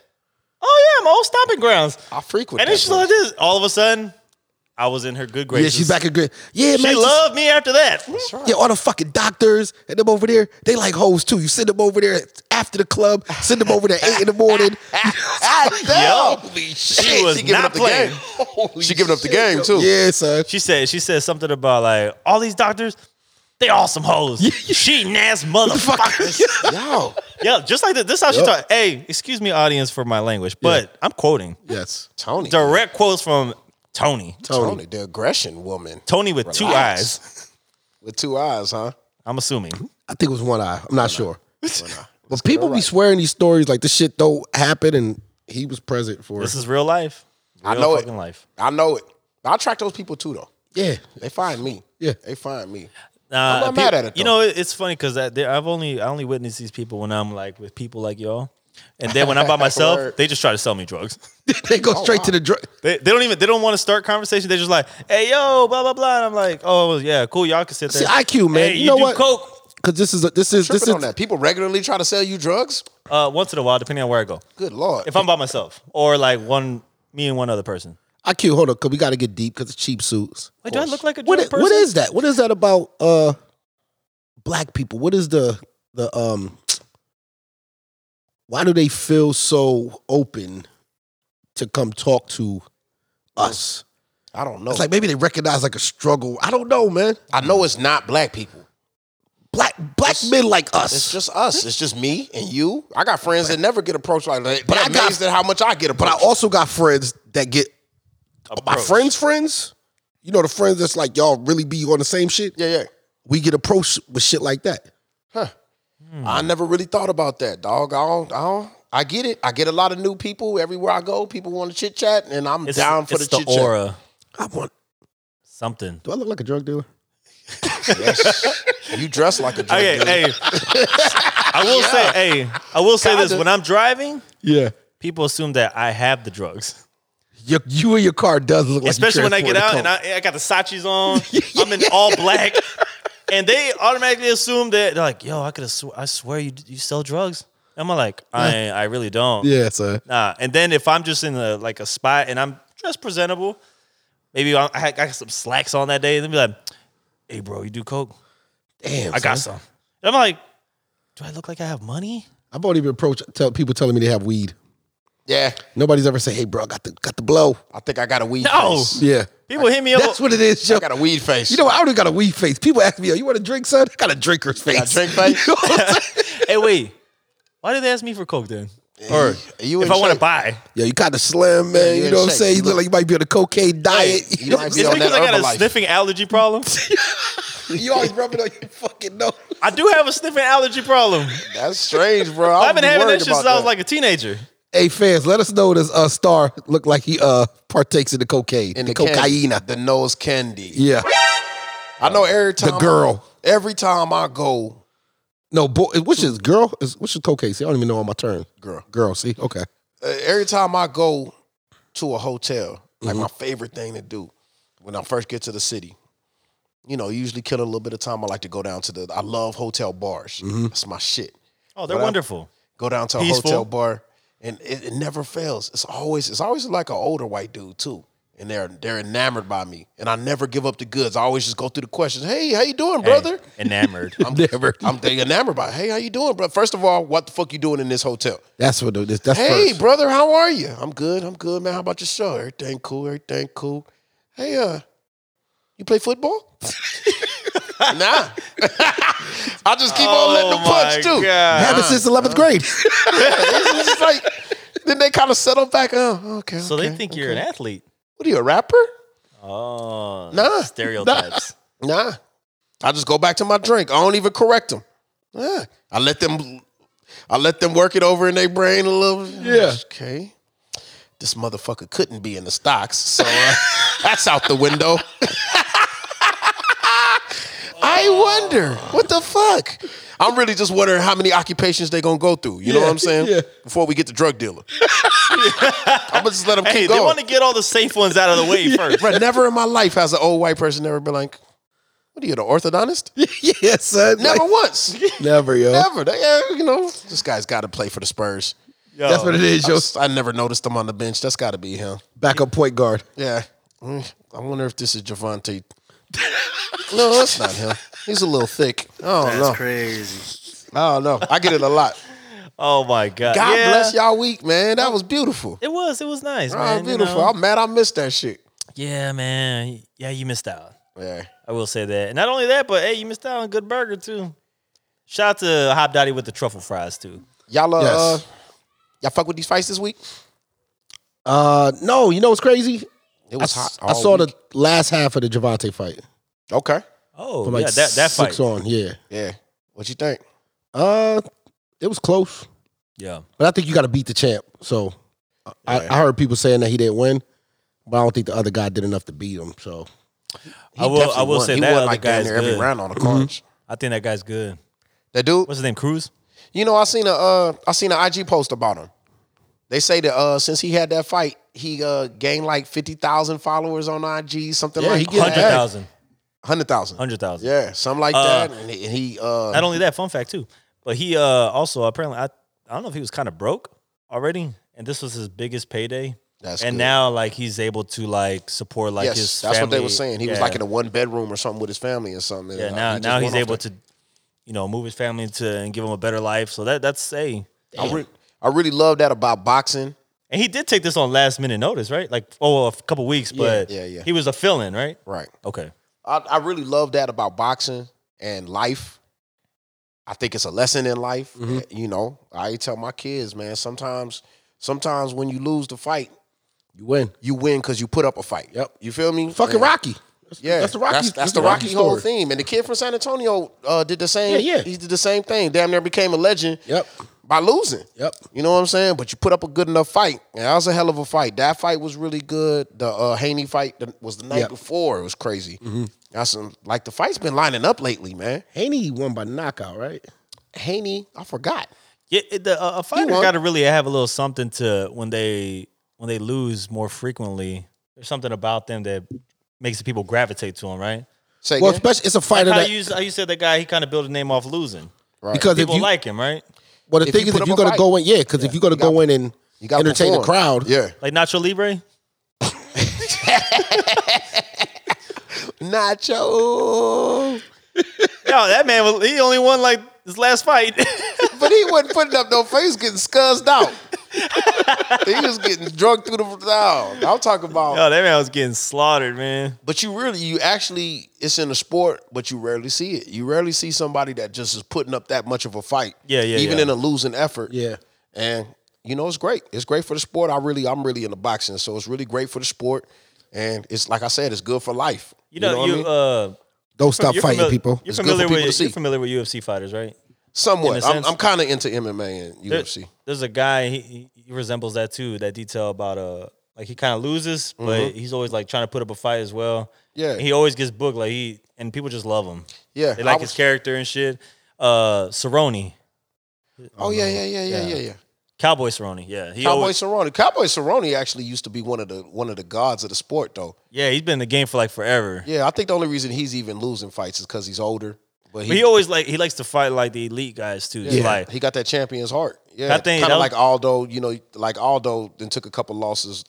[SPEAKER 3] "Oh yeah, my old stomping grounds,"
[SPEAKER 1] I frequent
[SPEAKER 3] and
[SPEAKER 1] that
[SPEAKER 3] then she's like this. All of a sudden, I was in her good
[SPEAKER 2] yeah,
[SPEAKER 3] graces.
[SPEAKER 2] she's back in good. Yeah,
[SPEAKER 3] She
[SPEAKER 2] man. just-
[SPEAKER 3] loved me after that.
[SPEAKER 2] Yeah, all the fucking doctors and them over there, they like hoes too. You send them over there after the club, send them over there eight in the morning.
[SPEAKER 1] Ah, damn.
[SPEAKER 2] Holy
[SPEAKER 3] She was
[SPEAKER 1] giving
[SPEAKER 3] not
[SPEAKER 1] up the
[SPEAKER 3] playing.
[SPEAKER 1] game. She giving up the game too.
[SPEAKER 2] Yeah, son.
[SPEAKER 3] She said she said something about like all these doctors, they all some hoes. Cheating ass motherfuckers.
[SPEAKER 1] Yo.
[SPEAKER 3] yeah, just like this. This is how she
[SPEAKER 2] Yup.
[SPEAKER 3] talk. Hey, excuse me, audience, for my language, but I'm quoting
[SPEAKER 2] Yes.
[SPEAKER 1] Tony. Tony.
[SPEAKER 3] direct quotes from Tony.
[SPEAKER 1] the aggression woman
[SPEAKER 3] Tony with two
[SPEAKER 1] Relax.
[SPEAKER 3] eyes.
[SPEAKER 1] with two eyes, huh?
[SPEAKER 3] I'm assuming.
[SPEAKER 2] I think it was one eye. I'm not sure. But people be swearing these stories like this shit don't happen and he was present for
[SPEAKER 3] This
[SPEAKER 2] it.
[SPEAKER 3] is real life. Real
[SPEAKER 1] I know it.
[SPEAKER 3] fucking life.
[SPEAKER 1] I know it. I track those people too though.
[SPEAKER 2] Yeah.
[SPEAKER 1] They find me.
[SPEAKER 2] Yeah.
[SPEAKER 1] They find me.
[SPEAKER 3] Nah,
[SPEAKER 1] I'm not mad at it,
[SPEAKER 3] Uh, You
[SPEAKER 1] though.
[SPEAKER 3] know, it- it's funny because I've only I only witnessed these people when I'm like with people like y'all, and then when I'm by myself,
[SPEAKER 1] Word.
[SPEAKER 3] they just try to sell me drugs.
[SPEAKER 2] they go straight to the drug.
[SPEAKER 3] They, they don't even they don't want to start conversation. They're just like, hey yo, blah blah blah. And I'm like, oh yeah, cool. Y'all can sit there.
[SPEAKER 2] See, IQ, man.
[SPEAKER 3] Hey,
[SPEAKER 2] you know
[SPEAKER 3] do
[SPEAKER 2] what?
[SPEAKER 3] Coke
[SPEAKER 2] Because this is a, this is
[SPEAKER 1] Tripping
[SPEAKER 2] this is
[SPEAKER 1] on that. People regularly try to sell you drugs.
[SPEAKER 3] uh, once in a while, depending on where I go.
[SPEAKER 1] Good lord.
[SPEAKER 3] If I'm by myself or like one me and one other person.
[SPEAKER 2] IQ. Hold on, because we got to get deep because it's cheap suits.
[SPEAKER 3] Wait, do I look like a drug
[SPEAKER 2] What i-
[SPEAKER 3] person?
[SPEAKER 2] what is that? What is that about? Uh, black people. What is the the um? Why do they feel so open to come talk to us?
[SPEAKER 1] I don't know.
[SPEAKER 2] It's like maybe they recognize like a struggle. I don't know, man.
[SPEAKER 1] I know it's not black people.
[SPEAKER 2] Black black men like
[SPEAKER 1] It's
[SPEAKER 2] us.
[SPEAKER 1] just us. It's just me and you. I got friends that never get approached like that. But
[SPEAKER 2] I
[SPEAKER 1] I'm
[SPEAKER 2] got-
[SPEAKER 1] amazed at how much I get
[SPEAKER 2] but I
[SPEAKER 1] approached.
[SPEAKER 2] also got friends that get my
[SPEAKER 3] Approach.
[SPEAKER 2] friends' friends, you know, the friends that's like y'all really be on the same shit.
[SPEAKER 1] Yeah, yeah.
[SPEAKER 2] We get approached with shit like that.
[SPEAKER 3] Hmm.
[SPEAKER 1] I never really thought about that, dog. I don't, I don't. I get it. I get a lot of new people everywhere I go. People want to chit chat, and I'm
[SPEAKER 3] It's,
[SPEAKER 1] down for
[SPEAKER 3] it's
[SPEAKER 1] the
[SPEAKER 3] the,
[SPEAKER 1] chit chat.
[SPEAKER 3] aura.
[SPEAKER 2] I want.
[SPEAKER 3] Something.
[SPEAKER 2] Do I look like a drug dealer?
[SPEAKER 1] You dress like a drug
[SPEAKER 3] Okay,
[SPEAKER 1] dealer.
[SPEAKER 3] hey. I will say, hey, I will say this.
[SPEAKER 1] Kinda.
[SPEAKER 3] When I'm driving,
[SPEAKER 2] Yeah.
[SPEAKER 3] people assume that I have the drugs.
[SPEAKER 2] Your, you and your car does look like. you
[SPEAKER 3] Especially when I get out
[SPEAKER 2] transported
[SPEAKER 3] and I, I got the Sachis on, I'm in all black, and they automatically assume that they're like, "Yo, I could have sw- I swear you you sell drugs." I'm like, I I really don't.
[SPEAKER 2] coke. Yeah, sir.
[SPEAKER 3] Nah. Uh, And then if I'm just in a like a spot and I'm dressed presentable, maybe I, I had- I got some slacks on that day, and they be like, "Hey, bro, you do coke?
[SPEAKER 2] Damn,
[SPEAKER 3] I got
[SPEAKER 2] son.
[SPEAKER 3] some." And I'm like, "Do I look like I have money?"
[SPEAKER 2] I've already been approached. Tell people telling me they have weed.
[SPEAKER 1] Yeah,
[SPEAKER 2] Nobody's ever said, "Hey, bro, I got the got the blow."
[SPEAKER 1] I think I got a weed
[SPEAKER 3] No.
[SPEAKER 1] face.
[SPEAKER 2] Yeah,
[SPEAKER 3] People hit me up.
[SPEAKER 2] that's what it is, yo.
[SPEAKER 1] I got a weed face.
[SPEAKER 2] You know, what? I already got a weed face. People ask me, "Yo, you want a drink, son?" I got a drinker's face.
[SPEAKER 1] got a drink face?
[SPEAKER 2] You know what I'm saying?
[SPEAKER 3] hey, wait, why did they ask me for coke then? Or
[SPEAKER 1] you
[SPEAKER 3] if
[SPEAKER 1] in
[SPEAKER 3] I want to
[SPEAKER 1] shape.
[SPEAKER 3] buy.
[SPEAKER 2] Yo, you kind of slim, man.
[SPEAKER 1] Yeah, you
[SPEAKER 2] you
[SPEAKER 1] in
[SPEAKER 2] know what I'm
[SPEAKER 1] shape.
[SPEAKER 2] saying? You look like you might be on a cocaine diet.
[SPEAKER 1] you
[SPEAKER 2] you know
[SPEAKER 1] might
[SPEAKER 2] what I'm
[SPEAKER 1] be
[SPEAKER 3] It's
[SPEAKER 1] on
[SPEAKER 2] saying?
[SPEAKER 3] because
[SPEAKER 1] that
[SPEAKER 3] I got
[SPEAKER 1] Herbalife.
[SPEAKER 3] a sniffing allergy problem.
[SPEAKER 2] You always rubbing on your fucking nose.
[SPEAKER 3] I do have a sniffing allergy problem.
[SPEAKER 1] That's strange, bro. I
[SPEAKER 3] I've been
[SPEAKER 1] was
[SPEAKER 3] having
[SPEAKER 1] worried
[SPEAKER 3] that shit since
[SPEAKER 1] about
[SPEAKER 3] I was
[SPEAKER 1] that.
[SPEAKER 3] like a teenager.
[SPEAKER 2] Hey fans, let us know does uh star look like he uh partakes in the cocaine,
[SPEAKER 1] In
[SPEAKER 2] the,
[SPEAKER 1] candy,
[SPEAKER 2] cocaine.
[SPEAKER 1] the nose candy.
[SPEAKER 2] Yeah,
[SPEAKER 1] I know every time.
[SPEAKER 2] the girl.
[SPEAKER 1] Every time I go,
[SPEAKER 2] No, boy, which is girl? Is which is cocaine? See, I don't even know on my turn.
[SPEAKER 1] Girl.
[SPEAKER 2] girl. See, okay.
[SPEAKER 1] uh, every time I go to a hotel, like my favorite thing to do when I first get to the city, you know, usually kill a little bit of time. I like to go down to the. I love hotel bars. That's my shit.
[SPEAKER 3] Oh, they're
[SPEAKER 1] But I-
[SPEAKER 3] wonderful.
[SPEAKER 1] Go down to a
[SPEAKER 3] Peaceful.
[SPEAKER 1] hotel bar, and it, it never fails. It's always it's always like an older white dude too. And they're they're enamored by me, and I never give up the goods. I always just go through the questions. Hey, how you doing,
[SPEAKER 3] Hey,
[SPEAKER 1] brother?
[SPEAKER 3] enamored.
[SPEAKER 1] I'm I'm they enamored by. it. Hey, how you doing, bro? First of all, what the fuck you doing in this hotel?
[SPEAKER 2] That's what this. That's
[SPEAKER 1] Hey,
[SPEAKER 2] first.
[SPEAKER 1] brother, how are you? I'm good. I'm good, man. How about yourself? Everything cool. Everything cool. Hey, uh, you play football? nah. I just keep on
[SPEAKER 3] Oh
[SPEAKER 1] letting them punch too.
[SPEAKER 2] Happened since eleventh grade.
[SPEAKER 1] It's just like then they kind of settle back. Oh, okay.
[SPEAKER 3] So
[SPEAKER 1] okay,
[SPEAKER 3] they think you're an
[SPEAKER 1] okay.
[SPEAKER 3] athlete.
[SPEAKER 1] What are you, a rapper?
[SPEAKER 3] Oh,
[SPEAKER 1] Nah,
[SPEAKER 3] stereotypes.
[SPEAKER 1] Nah. I just go back to my drink. I don't even correct them. Nah. I let them I let them work it over in their brain a little.
[SPEAKER 2] Yeah.
[SPEAKER 1] Okay. This motherfucker couldn't be in the stocks, so uh, that's out the window. I wonder what the fuck. I'm really just wondering how many occupations they gonna go through. You know
[SPEAKER 2] Yeah,
[SPEAKER 1] what I'm saying?
[SPEAKER 2] yeah.
[SPEAKER 1] Before we get the drug dealer, I'm gonna just let them
[SPEAKER 3] Hey,
[SPEAKER 1] keep
[SPEAKER 3] they
[SPEAKER 1] going.
[SPEAKER 3] want to get all the safe ones out of the way first.
[SPEAKER 1] Bruh, never in my life has an old white person ever been like, "What are you, the orthodontist?"
[SPEAKER 2] yeah, son.
[SPEAKER 1] Never
[SPEAKER 2] Like,
[SPEAKER 1] once.
[SPEAKER 2] never, yo.
[SPEAKER 1] Never. They, yeah, you know, this guy's got to play for the Spurs.
[SPEAKER 3] Yo,
[SPEAKER 2] That's what it is, yo.
[SPEAKER 1] I never noticed him on the bench. That's got to be him.
[SPEAKER 2] Backup point guard.
[SPEAKER 1] Yeah. Mm, I wonder if this is Javante. no, that's not him. He's a little thick. Oh
[SPEAKER 5] That's
[SPEAKER 1] no.
[SPEAKER 5] crazy.
[SPEAKER 1] I don't know. I get it a lot.
[SPEAKER 3] Oh my god.
[SPEAKER 1] God
[SPEAKER 3] Yeah.
[SPEAKER 1] bless y'all week, man. That was beautiful.
[SPEAKER 3] It was. It was nice,
[SPEAKER 1] Oh,
[SPEAKER 3] man. you
[SPEAKER 1] beautiful.
[SPEAKER 3] know?
[SPEAKER 1] I'm mad I missed that shit.
[SPEAKER 3] Yeah, man. Yeah, you missed out.
[SPEAKER 1] Yeah.
[SPEAKER 3] I will say that. And not only that, but hey, you missed out on a good burger too. Shout out to Hop Dotty with the truffle fries too.
[SPEAKER 1] Y'all uh,
[SPEAKER 2] Yes.
[SPEAKER 1] y'all fuck with these fights this week?
[SPEAKER 2] Uh, no, you know what's crazy?
[SPEAKER 1] It
[SPEAKER 2] I,
[SPEAKER 1] was hot.
[SPEAKER 2] s- I
[SPEAKER 1] all
[SPEAKER 2] saw
[SPEAKER 1] week.
[SPEAKER 2] the last half of the Javante fight.
[SPEAKER 1] Okay.
[SPEAKER 3] Oh,
[SPEAKER 2] From like
[SPEAKER 3] yeah, that that
[SPEAKER 2] six
[SPEAKER 3] fight.
[SPEAKER 2] on, yeah.
[SPEAKER 1] Yeah. What you think?
[SPEAKER 2] Uh, it was close,
[SPEAKER 3] Yeah.
[SPEAKER 2] but I think you got to beat the champ. So I, I heard people saying that he didn't win, but I don't think the other guy did enough to beat him. So
[SPEAKER 1] He
[SPEAKER 3] I will-
[SPEAKER 1] definitely
[SPEAKER 3] I will
[SPEAKER 1] won.
[SPEAKER 3] say
[SPEAKER 1] he
[SPEAKER 3] that
[SPEAKER 1] won
[SPEAKER 3] other
[SPEAKER 1] like
[SPEAKER 3] guy
[SPEAKER 1] damn
[SPEAKER 3] is
[SPEAKER 1] near every
[SPEAKER 3] good.
[SPEAKER 1] round on the cards.
[SPEAKER 3] I think that guy's good.
[SPEAKER 1] That dude.
[SPEAKER 3] What's his name? Cruz?
[SPEAKER 1] You know, I seen a uh, I seen an IG post about him. They say that uh, since he had that fight, he uh, gained like fifty thousand followers on IG, something
[SPEAKER 2] Yeah,
[SPEAKER 1] like
[SPEAKER 2] he
[SPEAKER 1] that.
[SPEAKER 2] getting
[SPEAKER 3] Hundred thousand.
[SPEAKER 1] Hundred thousand.
[SPEAKER 3] Hundred thousand.
[SPEAKER 1] Yeah, something like
[SPEAKER 3] Uh,
[SPEAKER 1] that. And he, and he, uh,
[SPEAKER 3] Not only that, fun fact too. But he uh also apparently I, I don't know if he was kind of broke already, and this was his biggest payday.
[SPEAKER 1] That's
[SPEAKER 3] and
[SPEAKER 1] good.
[SPEAKER 3] now like he's able to like support like
[SPEAKER 1] yes,
[SPEAKER 3] his.
[SPEAKER 1] that's what they
[SPEAKER 3] family.
[SPEAKER 1] were saying. He was
[SPEAKER 3] Yeah.
[SPEAKER 1] like in a one bedroom or something with his family or something.
[SPEAKER 3] yeah.
[SPEAKER 1] And, uh,
[SPEAKER 3] Now
[SPEAKER 1] he just
[SPEAKER 3] now
[SPEAKER 1] went
[SPEAKER 3] he's
[SPEAKER 1] off
[SPEAKER 3] able
[SPEAKER 1] that.
[SPEAKER 3] to, you know, move his family to and give him a better life. So that that's a.
[SPEAKER 1] I, re- I really love that about boxing.
[SPEAKER 3] And he did take this on last minute notice, right? Like oh, a couple weeks, but
[SPEAKER 1] yeah, yeah.
[SPEAKER 3] he was a fill-in, right?
[SPEAKER 1] Right.
[SPEAKER 3] Okay.
[SPEAKER 1] I, I really love that about boxing and life. I think it's a lesson in life. eh, You know, I tell my kids, man, sometimes, sometimes when you lose the fight,
[SPEAKER 2] You win.
[SPEAKER 1] You win because you put up a fight.
[SPEAKER 2] Yep.
[SPEAKER 1] You feel me?
[SPEAKER 2] Fucking
[SPEAKER 1] Yeah.
[SPEAKER 2] Rocky. That's,
[SPEAKER 1] Yeah,
[SPEAKER 2] that's the Rocky.
[SPEAKER 1] That's, the Rocky, whole theme. And the kid from San Antonio uh, did the same.
[SPEAKER 2] Yeah, yeah.
[SPEAKER 1] He did the same thing. Damn near became a legend.
[SPEAKER 2] Yep.
[SPEAKER 1] By losing.
[SPEAKER 2] Yep.
[SPEAKER 1] You know what I'm saying? But you put up a good enough fight. And that was a hell of a fight. That fight was really good. The uh, Haney fight that was the night
[SPEAKER 2] Yep. Mm-hmm.
[SPEAKER 1] before. It was crazy. That's some, like the fight's been lining up lately, man.
[SPEAKER 2] Haney won by knockout, right?
[SPEAKER 1] Haney, I forgot.
[SPEAKER 3] Yeah, it- the, uh, a fighter
[SPEAKER 1] won.
[SPEAKER 3] got to really have a little something to when they when they lose more frequently. There's something about them that makes the people gravitate to them, right?
[SPEAKER 1] Say
[SPEAKER 2] Well,
[SPEAKER 1] again?
[SPEAKER 2] especially it's a fighter
[SPEAKER 3] Like how
[SPEAKER 2] that
[SPEAKER 3] you, how you said that guy, he kind of built a name off losing.
[SPEAKER 1] Right.
[SPEAKER 2] because if
[SPEAKER 3] People
[SPEAKER 2] you
[SPEAKER 3] like him, right?
[SPEAKER 2] well the
[SPEAKER 1] if
[SPEAKER 2] thing
[SPEAKER 1] you
[SPEAKER 2] is if
[SPEAKER 1] put up
[SPEAKER 2] you're
[SPEAKER 1] a
[SPEAKER 2] gonna
[SPEAKER 1] fight.
[SPEAKER 2] go in yeah because if you're gonna go in and
[SPEAKER 1] You gotta
[SPEAKER 2] entertain the
[SPEAKER 1] perform.
[SPEAKER 2] crowd
[SPEAKER 1] Yeah.
[SPEAKER 3] Like Nacho Libre.
[SPEAKER 1] Nacho.
[SPEAKER 3] No, that man was, he only won like his last fight.
[SPEAKER 1] But he wasn't putting up no face, getting scuzzed out. he was getting drunk through the down. I'm talking about.
[SPEAKER 3] no, that man was getting slaughtered, man.
[SPEAKER 1] But you really, you actually, it's in the sport, but you rarely see it. You rarely see somebody that just is putting up that much of a fight.
[SPEAKER 3] Yeah, yeah,
[SPEAKER 1] Even
[SPEAKER 3] yeah.
[SPEAKER 1] in a losing effort.
[SPEAKER 2] Yeah.
[SPEAKER 1] And you know, it's great. It's great for the sport. I really, I'm really into boxing, so it's really great for the sport. And it's like I said, it's good for life.
[SPEAKER 3] You know, you,
[SPEAKER 1] what I mean?
[SPEAKER 3] uh,
[SPEAKER 2] don't stop
[SPEAKER 3] you're
[SPEAKER 2] fighting
[SPEAKER 3] famili-
[SPEAKER 2] people.
[SPEAKER 3] You're
[SPEAKER 1] It's good for
[SPEAKER 3] familiar
[SPEAKER 1] people to
[SPEAKER 3] with
[SPEAKER 1] see.
[SPEAKER 3] you're familiar with UFC fighters, right?
[SPEAKER 1] somewhat.
[SPEAKER 3] in a
[SPEAKER 1] I'm,
[SPEAKER 3] sense-
[SPEAKER 1] I'm kind of into MMA and
[SPEAKER 3] There-
[SPEAKER 1] UFC.
[SPEAKER 3] There's a guy he, he- he resembles that too. That detail about uh like he kind of loses, but he's always like trying to put up a fight as well.
[SPEAKER 1] Yeah.
[SPEAKER 3] he always gets booked. Like he and people just love him.
[SPEAKER 1] Yeah,
[SPEAKER 3] they
[SPEAKER 1] I
[SPEAKER 3] like
[SPEAKER 1] was-
[SPEAKER 3] his character and shit. Uh, Cerrone,
[SPEAKER 1] Oh yeah, yeah, yeah, yeah, yeah, yeah.
[SPEAKER 3] Cowboy Cerrone. Yeah, he
[SPEAKER 1] Cowboy
[SPEAKER 3] always-
[SPEAKER 1] Cerrone. Cowboy Cerrone actually used to be one of the one of the gods of the sport, though.
[SPEAKER 3] yeah, he's been in the game for like forever.
[SPEAKER 1] Yeah, I think the only reason he's even losing fights is because he's older. But
[SPEAKER 3] But he always like he likes to fight like the elite guys too. Yeah, like
[SPEAKER 1] he got that champion's heart. Yeah,
[SPEAKER 3] I think
[SPEAKER 1] kind
[SPEAKER 3] that
[SPEAKER 1] of
[SPEAKER 3] was-
[SPEAKER 1] like Aldo. You know, like Aldo, then took a couple losses.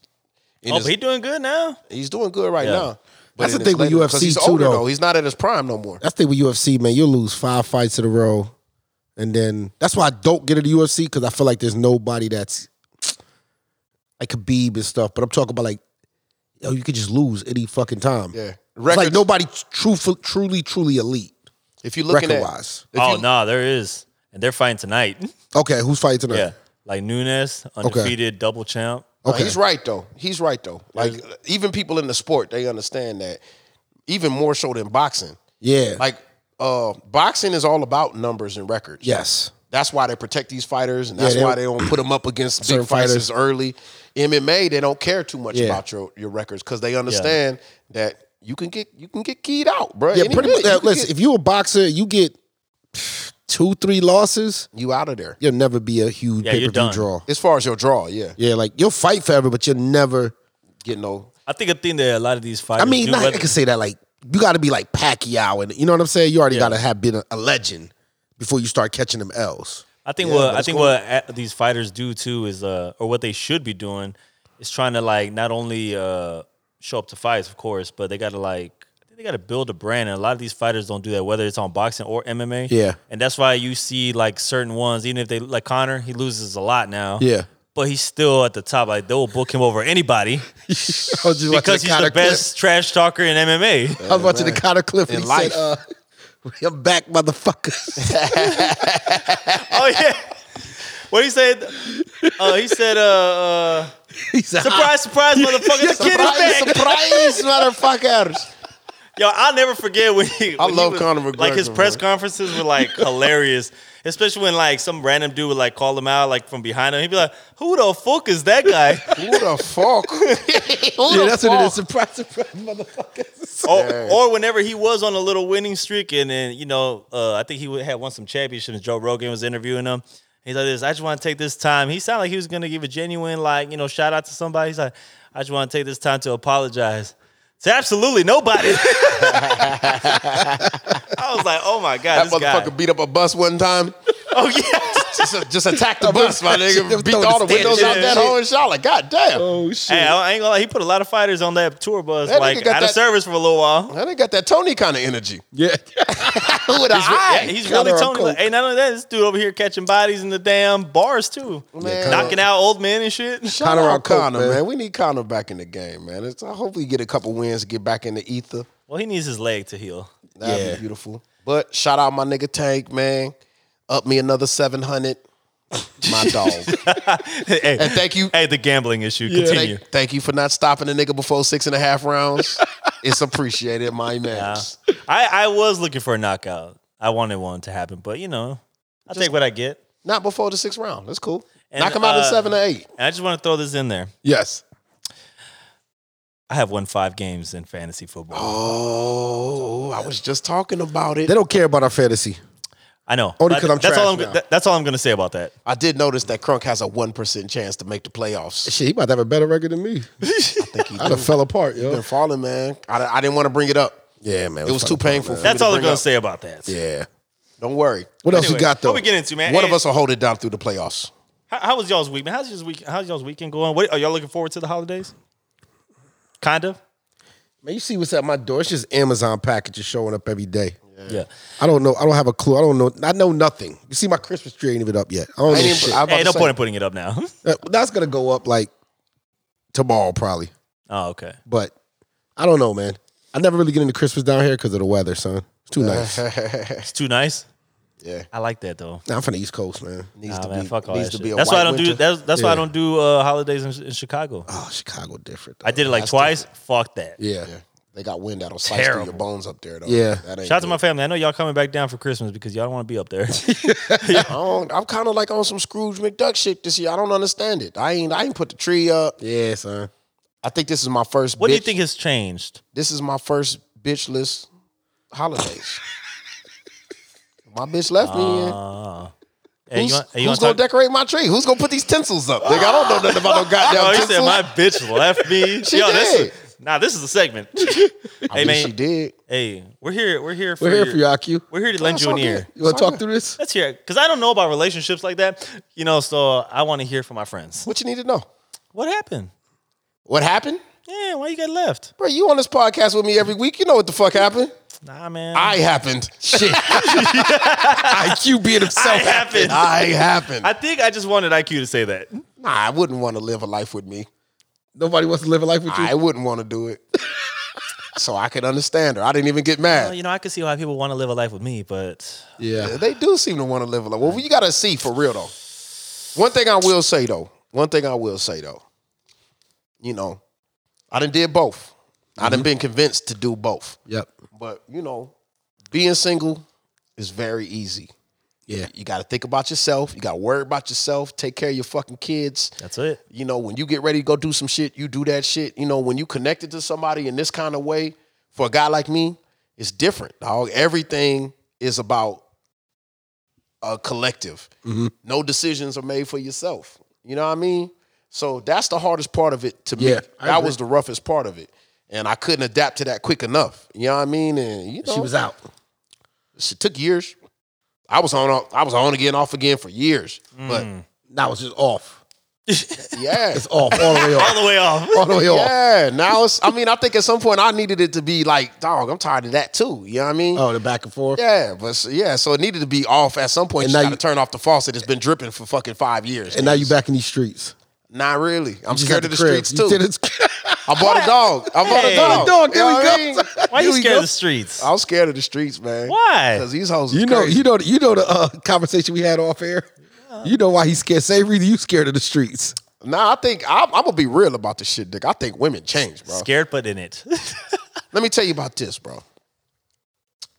[SPEAKER 1] In
[SPEAKER 3] oh,
[SPEAKER 1] his-
[SPEAKER 3] but he doing good now.
[SPEAKER 1] he's doing good right
[SPEAKER 3] Yeah.
[SPEAKER 1] now. But
[SPEAKER 2] That's
[SPEAKER 1] in
[SPEAKER 2] the
[SPEAKER 1] his
[SPEAKER 2] thing with
[SPEAKER 1] later- 'cause
[SPEAKER 2] UFC
[SPEAKER 1] he's
[SPEAKER 2] too,
[SPEAKER 1] older,
[SPEAKER 2] though.
[SPEAKER 1] though. He's not at his prime no more.
[SPEAKER 2] That's the thing with UFC, man. You'll lose five fights in a row, and then that's why I don't get into UFC because I feel like there's nobody that's like Khabib and stuff. But I'm talking about like, yo, you could just lose any fucking time.
[SPEAKER 1] Yeah,
[SPEAKER 2] it's
[SPEAKER 1] record.
[SPEAKER 2] like nobody truthful, truly, truly elite
[SPEAKER 1] if you're looking
[SPEAKER 2] record
[SPEAKER 1] at
[SPEAKER 2] wise.
[SPEAKER 1] if
[SPEAKER 3] oh
[SPEAKER 1] you-
[SPEAKER 3] no, there is, and they're fighting tonight.
[SPEAKER 2] Okay, who's fighting tonight?
[SPEAKER 3] yeah, like Nunes, undefeated double champ.
[SPEAKER 1] No,
[SPEAKER 2] Okay.
[SPEAKER 1] he's right though. He's right though. Like even people in the sport, they understand that. Even more so than boxing.
[SPEAKER 2] yeah,
[SPEAKER 1] Like uh, boxing is all about numbers and records.
[SPEAKER 2] yes,
[SPEAKER 1] That's why they protect these fighters, and that's
[SPEAKER 2] Yeah, they-
[SPEAKER 1] why they don't put them up against
[SPEAKER 2] Certain
[SPEAKER 1] big fighters
[SPEAKER 2] fighters.
[SPEAKER 1] early. MMA, they don't care too much
[SPEAKER 2] Yeah.
[SPEAKER 1] about your, your records because they understand that you can get you can get keyed out, bro.
[SPEAKER 2] yeah. Pretty much. listen, if you're a boxer, you get two, three losses,
[SPEAKER 1] you out of there
[SPEAKER 2] you'll never be a huge
[SPEAKER 3] Yeah,
[SPEAKER 2] pay
[SPEAKER 3] you're
[SPEAKER 2] per view
[SPEAKER 3] done.
[SPEAKER 2] draw.
[SPEAKER 1] as far as your draw, yeah,
[SPEAKER 2] Yeah, like you'll fight forever, but you'll never
[SPEAKER 1] get no.
[SPEAKER 3] I think a thing that a lot of these fighters.
[SPEAKER 2] I mean,
[SPEAKER 3] do,
[SPEAKER 2] not, I
[SPEAKER 3] whether-
[SPEAKER 2] can say that like you got to be like Pacquiao, and you know what I'm saying. You already got to have been a, a legend before you start catching them L's.
[SPEAKER 3] I think
[SPEAKER 1] Yeah,
[SPEAKER 3] what
[SPEAKER 1] but
[SPEAKER 3] I
[SPEAKER 1] it's
[SPEAKER 3] think
[SPEAKER 1] cool.
[SPEAKER 3] what a- these fighters do too is uh or what they should be doing is trying to like not only uh show up to fights of course but they got to like I think they got to build a brand and a lot of these fighters don't do that whether it's on boxing or MMA
[SPEAKER 2] Yeah.
[SPEAKER 3] and that's why you see like certain ones even if they like Connor he loses a lot now
[SPEAKER 2] Yeah.
[SPEAKER 3] but he's still at the top like they'll book him over anybody because he's the best trash talker in MMA
[SPEAKER 2] I was watching the Connor clip, and
[SPEAKER 1] In
[SPEAKER 2] he
[SPEAKER 1] life.
[SPEAKER 2] said, uh, "I'm back, motherfuckers."
[SPEAKER 3] oh yeah what he said uh, he said uh, uh
[SPEAKER 2] he said, "Hi."
[SPEAKER 3] surprise surprise motherfucker the kid is back
[SPEAKER 1] surprise, motherfuckers!
[SPEAKER 3] Yo, I'll never forget when he.
[SPEAKER 1] I
[SPEAKER 3] when he
[SPEAKER 1] love
[SPEAKER 3] was-
[SPEAKER 1] Conor
[SPEAKER 3] Like his
[SPEAKER 1] McGregor,
[SPEAKER 3] press
[SPEAKER 1] bro.
[SPEAKER 3] conferences were like hilarious, especially when like some random dude would like call him out like from behind him. He'd be like, "Who the fuck is that guy?"
[SPEAKER 1] Who the fuck? Who
[SPEAKER 2] Yeah,
[SPEAKER 1] the
[SPEAKER 2] that's what it is.
[SPEAKER 1] fuck?
[SPEAKER 2] Surprise, surprise, motherfuckers.
[SPEAKER 3] or, or whenever he was on a little winning streak, and then you know, uh, I think he would- had won some championships. Joe Rogan was interviewing him. He's like, "This, I just want to take this time." He sounded like he was gonna give a genuine like you know shout out to somebody. He's like, "I just want to take this time to apologize." To absolutely nobody. I was like, oh my God,
[SPEAKER 1] That
[SPEAKER 3] this guy.
[SPEAKER 1] motherfucker beat up a bus one time.
[SPEAKER 3] Oh yeah.
[SPEAKER 1] Just, just attacked the bus, my nigga.
[SPEAKER 2] Just
[SPEAKER 1] Beat
[SPEAKER 2] throwing
[SPEAKER 1] all the
[SPEAKER 2] the
[SPEAKER 1] windows out
[SPEAKER 3] standard
[SPEAKER 1] that
[SPEAKER 3] shit.
[SPEAKER 1] hole in Charlotte. God damn.
[SPEAKER 2] Oh shit!
[SPEAKER 3] Hey, I I ain't gonna lie. He put a lot of fighters on that tour bus,
[SPEAKER 1] That nigga
[SPEAKER 3] like
[SPEAKER 1] got
[SPEAKER 3] out
[SPEAKER 1] that-
[SPEAKER 3] of service for a little while.
[SPEAKER 1] I done got that Tony kind of energy.
[SPEAKER 2] yeah,
[SPEAKER 1] With an
[SPEAKER 3] Yeah,
[SPEAKER 1] eye.
[SPEAKER 3] he's
[SPEAKER 2] got
[SPEAKER 3] really
[SPEAKER 2] her on
[SPEAKER 3] Tony. Like,
[SPEAKER 2] coke.
[SPEAKER 3] hey, not only that, this dude over here catching bodies in the damn bars too,
[SPEAKER 1] Man.
[SPEAKER 3] knocking out old men and shit.
[SPEAKER 1] Shout
[SPEAKER 2] Conor
[SPEAKER 1] out
[SPEAKER 2] on coke,
[SPEAKER 1] Conor,
[SPEAKER 2] man.
[SPEAKER 1] man. We need Connor back in the game, man. It's, I hope we get a couple wins, get back in the ether.
[SPEAKER 3] Well, he needs his leg to heal.
[SPEAKER 1] That'd
[SPEAKER 2] Yeah.
[SPEAKER 1] be beautiful. But shout out my nigga Tank, man. Up me another 700. my dog.
[SPEAKER 3] hey,
[SPEAKER 1] And thank you,
[SPEAKER 3] hey, the gambling issue. Continue.
[SPEAKER 1] thank, thank you for not stopping the nigga before six and a half rounds. it's appreciated, my man.
[SPEAKER 3] I, I was looking for a knockout. I wanted one to happen, but you know, I take what I get.
[SPEAKER 1] Not before the sixth round. That's cool.
[SPEAKER 3] And,
[SPEAKER 1] Knock him out in
[SPEAKER 3] uh,
[SPEAKER 1] seven or eight.
[SPEAKER 3] And I just want to throw this in there.
[SPEAKER 1] Yes.
[SPEAKER 3] I have won five games in fantasy football.
[SPEAKER 1] Oh, I was just talking about it.
[SPEAKER 2] They don't care about our fantasy.
[SPEAKER 3] I know.
[SPEAKER 2] Only
[SPEAKER 3] But
[SPEAKER 2] 'cause I'm
[SPEAKER 3] that's all
[SPEAKER 2] trash
[SPEAKER 3] I'm.
[SPEAKER 2] now.
[SPEAKER 3] that- that's all I'm going to say about that.
[SPEAKER 1] I did notice that Crunk has a one percent chance to make the playoffs.
[SPEAKER 2] Shit, he about to have a better record than me.
[SPEAKER 1] I think he
[SPEAKER 2] I'd have fell apart, yo.
[SPEAKER 1] been falling, man. I, I didn't want to bring it up.
[SPEAKER 2] Yeah, man.
[SPEAKER 1] It was too
[SPEAKER 2] fucking-
[SPEAKER 1] painful. For me
[SPEAKER 3] That's
[SPEAKER 1] to
[SPEAKER 3] all I'm
[SPEAKER 1] bring
[SPEAKER 3] going
[SPEAKER 1] up.
[SPEAKER 3] to say about that.
[SPEAKER 2] Yeah.
[SPEAKER 1] Don't worry.
[SPEAKER 2] What else
[SPEAKER 3] Anyway,
[SPEAKER 2] we got though?
[SPEAKER 3] What we get into, man?
[SPEAKER 1] One of
[SPEAKER 3] Hey,
[SPEAKER 1] us will hold it down through the playoffs.
[SPEAKER 3] How, how was y'all's week, man? How's y'all's week? How's y'all's weekend going? What, are y'all looking forward to the holidays? Kind of.
[SPEAKER 2] man, you see what's at my door? It's just Amazon packages showing up every day.
[SPEAKER 3] Yeah.
[SPEAKER 2] I don't know. I don't have a clue. I don't know. I know nothing. You see, my Christmas tree ain't even up yet. I don't know
[SPEAKER 1] ain't even-
[SPEAKER 2] shit.
[SPEAKER 1] I'm about
[SPEAKER 3] Hey,
[SPEAKER 1] to
[SPEAKER 3] no
[SPEAKER 1] say-
[SPEAKER 3] point in putting it up now.
[SPEAKER 2] Uh, That's gonna go up like tomorrow probably,
[SPEAKER 3] oh, okay.
[SPEAKER 2] but I don't know, man. I never really get into Christmas down here because of the weather, son. It's too nice.
[SPEAKER 3] It's too nice.
[SPEAKER 1] Yeah.
[SPEAKER 3] I like that though.
[SPEAKER 2] Nah, I'm from the East Coast, man.
[SPEAKER 1] Needs
[SPEAKER 3] Nah,
[SPEAKER 1] to
[SPEAKER 3] man,
[SPEAKER 1] be.
[SPEAKER 3] fuck all
[SPEAKER 1] needs
[SPEAKER 3] that
[SPEAKER 1] to
[SPEAKER 3] shit.
[SPEAKER 1] be a
[SPEAKER 3] That's
[SPEAKER 1] white
[SPEAKER 3] why I don't do
[SPEAKER 1] winter.
[SPEAKER 3] that's, that's why I
[SPEAKER 2] Yeah.
[SPEAKER 3] don't do uh, holidays in, in Chicago.
[SPEAKER 2] Oh, Chicago different. Though.
[SPEAKER 3] I did it like
[SPEAKER 1] that's
[SPEAKER 3] twice. Fuck that.
[SPEAKER 2] Yeah.
[SPEAKER 1] Yeah. They got wind that'll slice through your
[SPEAKER 3] Terrible.
[SPEAKER 1] bones up there though.
[SPEAKER 2] Yeah.
[SPEAKER 1] That ain't
[SPEAKER 3] Shout out to
[SPEAKER 1] good.
[SPEAKER 3] my family. I know y'all coming back down for Christmas because y'all don't want to be up there.
[SPEAKER 1] I don't, I'm kind of like on some Scrooge McDuck shit this year. I don't understand it. I ain't I ain't put the tree up.
[SPEAKER 2] Yeah, son.
[SPEAKER 1] I think this is my first.
[SPEAKER 3] what do you
[SPEAKER 1] bitch-
[SPEAKER 3] think has changed?
[SPEAKER 1] This is my first bitchless holidays. my bitch left
[SPEAKER 2] Uh,
[SPEAKER 1] me. in.
[SPEAKER 3] Hey,
[SPEAKER 1] Who's,
[SPEAKER 3] you want- hey, you
[SPEAKER 1] who's
[SPEAKER 3] wanna
[SPEAKER 1] gonna
[SPEAKER 3] talk-
[SPEAKER 1] decorate my tree? Who's gonna put these tinsels up? Nigga, I don't know nothing about no goddamn
[SPEAKER 3] Oh, you
[SPEAKER 1] tinsels.
[SPEAKER 3] said my bitch left me.
[SPEAKER 1] She
[SPEAKER 3] this
[SPEAKER 1] did.
[SPEAKER 3] is- nah, this is a segment.
[SPEAKER 1] I
[SPEAKER 3] hey
[SPEAKER 1] mean,
[SPEAKER 3] man,
[SPEAKER 1] she did.
[SPEAKER 3] hey, we're here. We're here for
[SPEAKER 2] We're here for you, IQ.
[SPEAKER 3] We're here to lend
[SPEAKER 1] That's
[SPEAKER 3] you an
[SPEAKER 1] all
[SPEAKER 3] ear.
[SPEAKER 1] good.
[SPEAKER 2] You want
[SPEAKER 1] It's
[SPEAKER 2] to
[SPEAKER 1] all
[SPEAKER 2] talk
[SPEAKER 1] good.
[SPEAKER 2] through this?
[SPEAKER 3] Let's hear it. Cause I don't know about relationships like that. You know, so I want to hear from my friends.
[SPEAKER 1] What you need to know?
[SPEAKER 3] What happened?
[SPEAKER 1] What happened,
[SPEAKER 3] Yeah, why you got left?
[SPEAKER 1] bro? You on this podcast with me every week? You know what the fuck happened?
[SPEAKER 3] Nah, man.
[SPEAKER 1] I happened. Shit. IQ being himself.
[SPEAKER 3] I happened.
[SPEAKER 1] I happened.
[SPEAKER 3] I think I just wanted IQ to say that.
[SPEAKER 1] nah, I wouldn't want to live a life with me.
[SPEAKER 2] Nobody wants to live a life with you.
[SPEAKER 1] I wouldn't want to do it. so I could understand her. I didn't even get mad.
[SPEAKER 3] Well, you know, I could see why people want to live a life with me, but
[SPEAKER 2] yeah.
[SPEAKER 1] They do seem to want to live a life. Well, you gotta see for real though. One thing I will say though. One thing I will say though. You know, I done did both. I done been convinced to do both.
[SPEAKER 2] Yep.
[SPEAKER 1] But you know, being single is very easy.
[SPEAKER 2] Yeah.
[SPEAKER 1] You gotta think about yourself. You gotta worry about yourself. Take care of your fucking kids.
[SPEAKER 3] that's it.
[SPEAKER 1] You know, when you get ready to go do some shit, you do that shit. You know, when you connected to somebody in this kind of way, for a guy like me, it's different, dog. Everything is about a collective.
[SPEAKER 2] Mm-hmm.
[SPEAKER 1] No decisions are made for yourself. You know what I mean? So that's the hardest part of it to me.
[SPEAKER 2] Yeah, I
[SPEAKER 1] that
[SPEAKER 2] agree.
[SPEAKER 1] was the roughest part of it. And I couldn't adapt to that quick enough. You know what I mean? And you know,
[SPEAKER 2] She was out.
[SPEAKER 1] It took years. I was on. I was on again, off again for years.
[SPEAKER 2] Mm. Now it's just off.
[SPEAKER 1] But yeah,
[SPEAKER 2] It's off all the way
[SPEAKER 3] All
[SPEAKER 2] off.
[SPEAKER 3] the way off.
[SPEAKER 2] All the way off.
[SPEAKER 1] Yeah, now it's. I mean, I think at some point I needed it to be like, dog, I'm tired of that too. You know what I mean?
[SPEAKER 2] Oh, the back and forth.
[SPEAKER 1] Yeah, but so, yeah, so it needed to be off at some point.
[SPEAKER 2] And
[SPEAKER 1] you
[SPEAKER 2] now
[SPEAKER 1] got to
[SPEAKER 2] you-
[SPEAKER 1] turn off the faucet. It's been dripping for fucking five years.
[SPEAKER 2] And now you back in these streets.
[SPEAKER 1] Not really. I'm
[SPEAKER 2] Just
[SPEAKER 1] scared
[SPEAKER 2] at
[SPEAKER 1] of the
[SPEAKER 2] crib.
[SPEAKER 1] streets
[SPEAKER 2] You
[SPEAKER 1] too.
[SPEAKER 2] did it-
[SPEAKER 1] I bought a dog. I bought
[SPEAKER 3] Hey.
[SPEAKER 1] a dog.
[SPEAKER 2] Dog, here
[SPEAKER 1] You
[SPEAKER 2] we
[SPEAKER 1] know what I mean?
[SPEAKER 2] go.
[SPEAKER 3] Why
[SPEAKER 2] Here
[SPEAKER 3] you
[SPEAKER 2] we
[SPEAKER 3] scared
[SPEAKER 2] go.
[SPEAKER 3] of the streets?
[SPEAKER 1] I was scared of the streets, man.
[SPEAKER 3] Why?
[SPEAKER 1] Because these hoes. Is
[SPEAKER 2] You know,
[SPEAKER 1] crazy.
[SPEAKER 2] you know, you know the uh, conversation we had off air. You know why he's scared. Same reason you scared of the streets.
[SPEAKER 1] Nah, I think I'm, I'm gonna be real about this shit, Dick. I think women change, bro.
[SPEAKER 3] Scared, but in it.
[SPEAKER 1] Let me tell you about this, bro.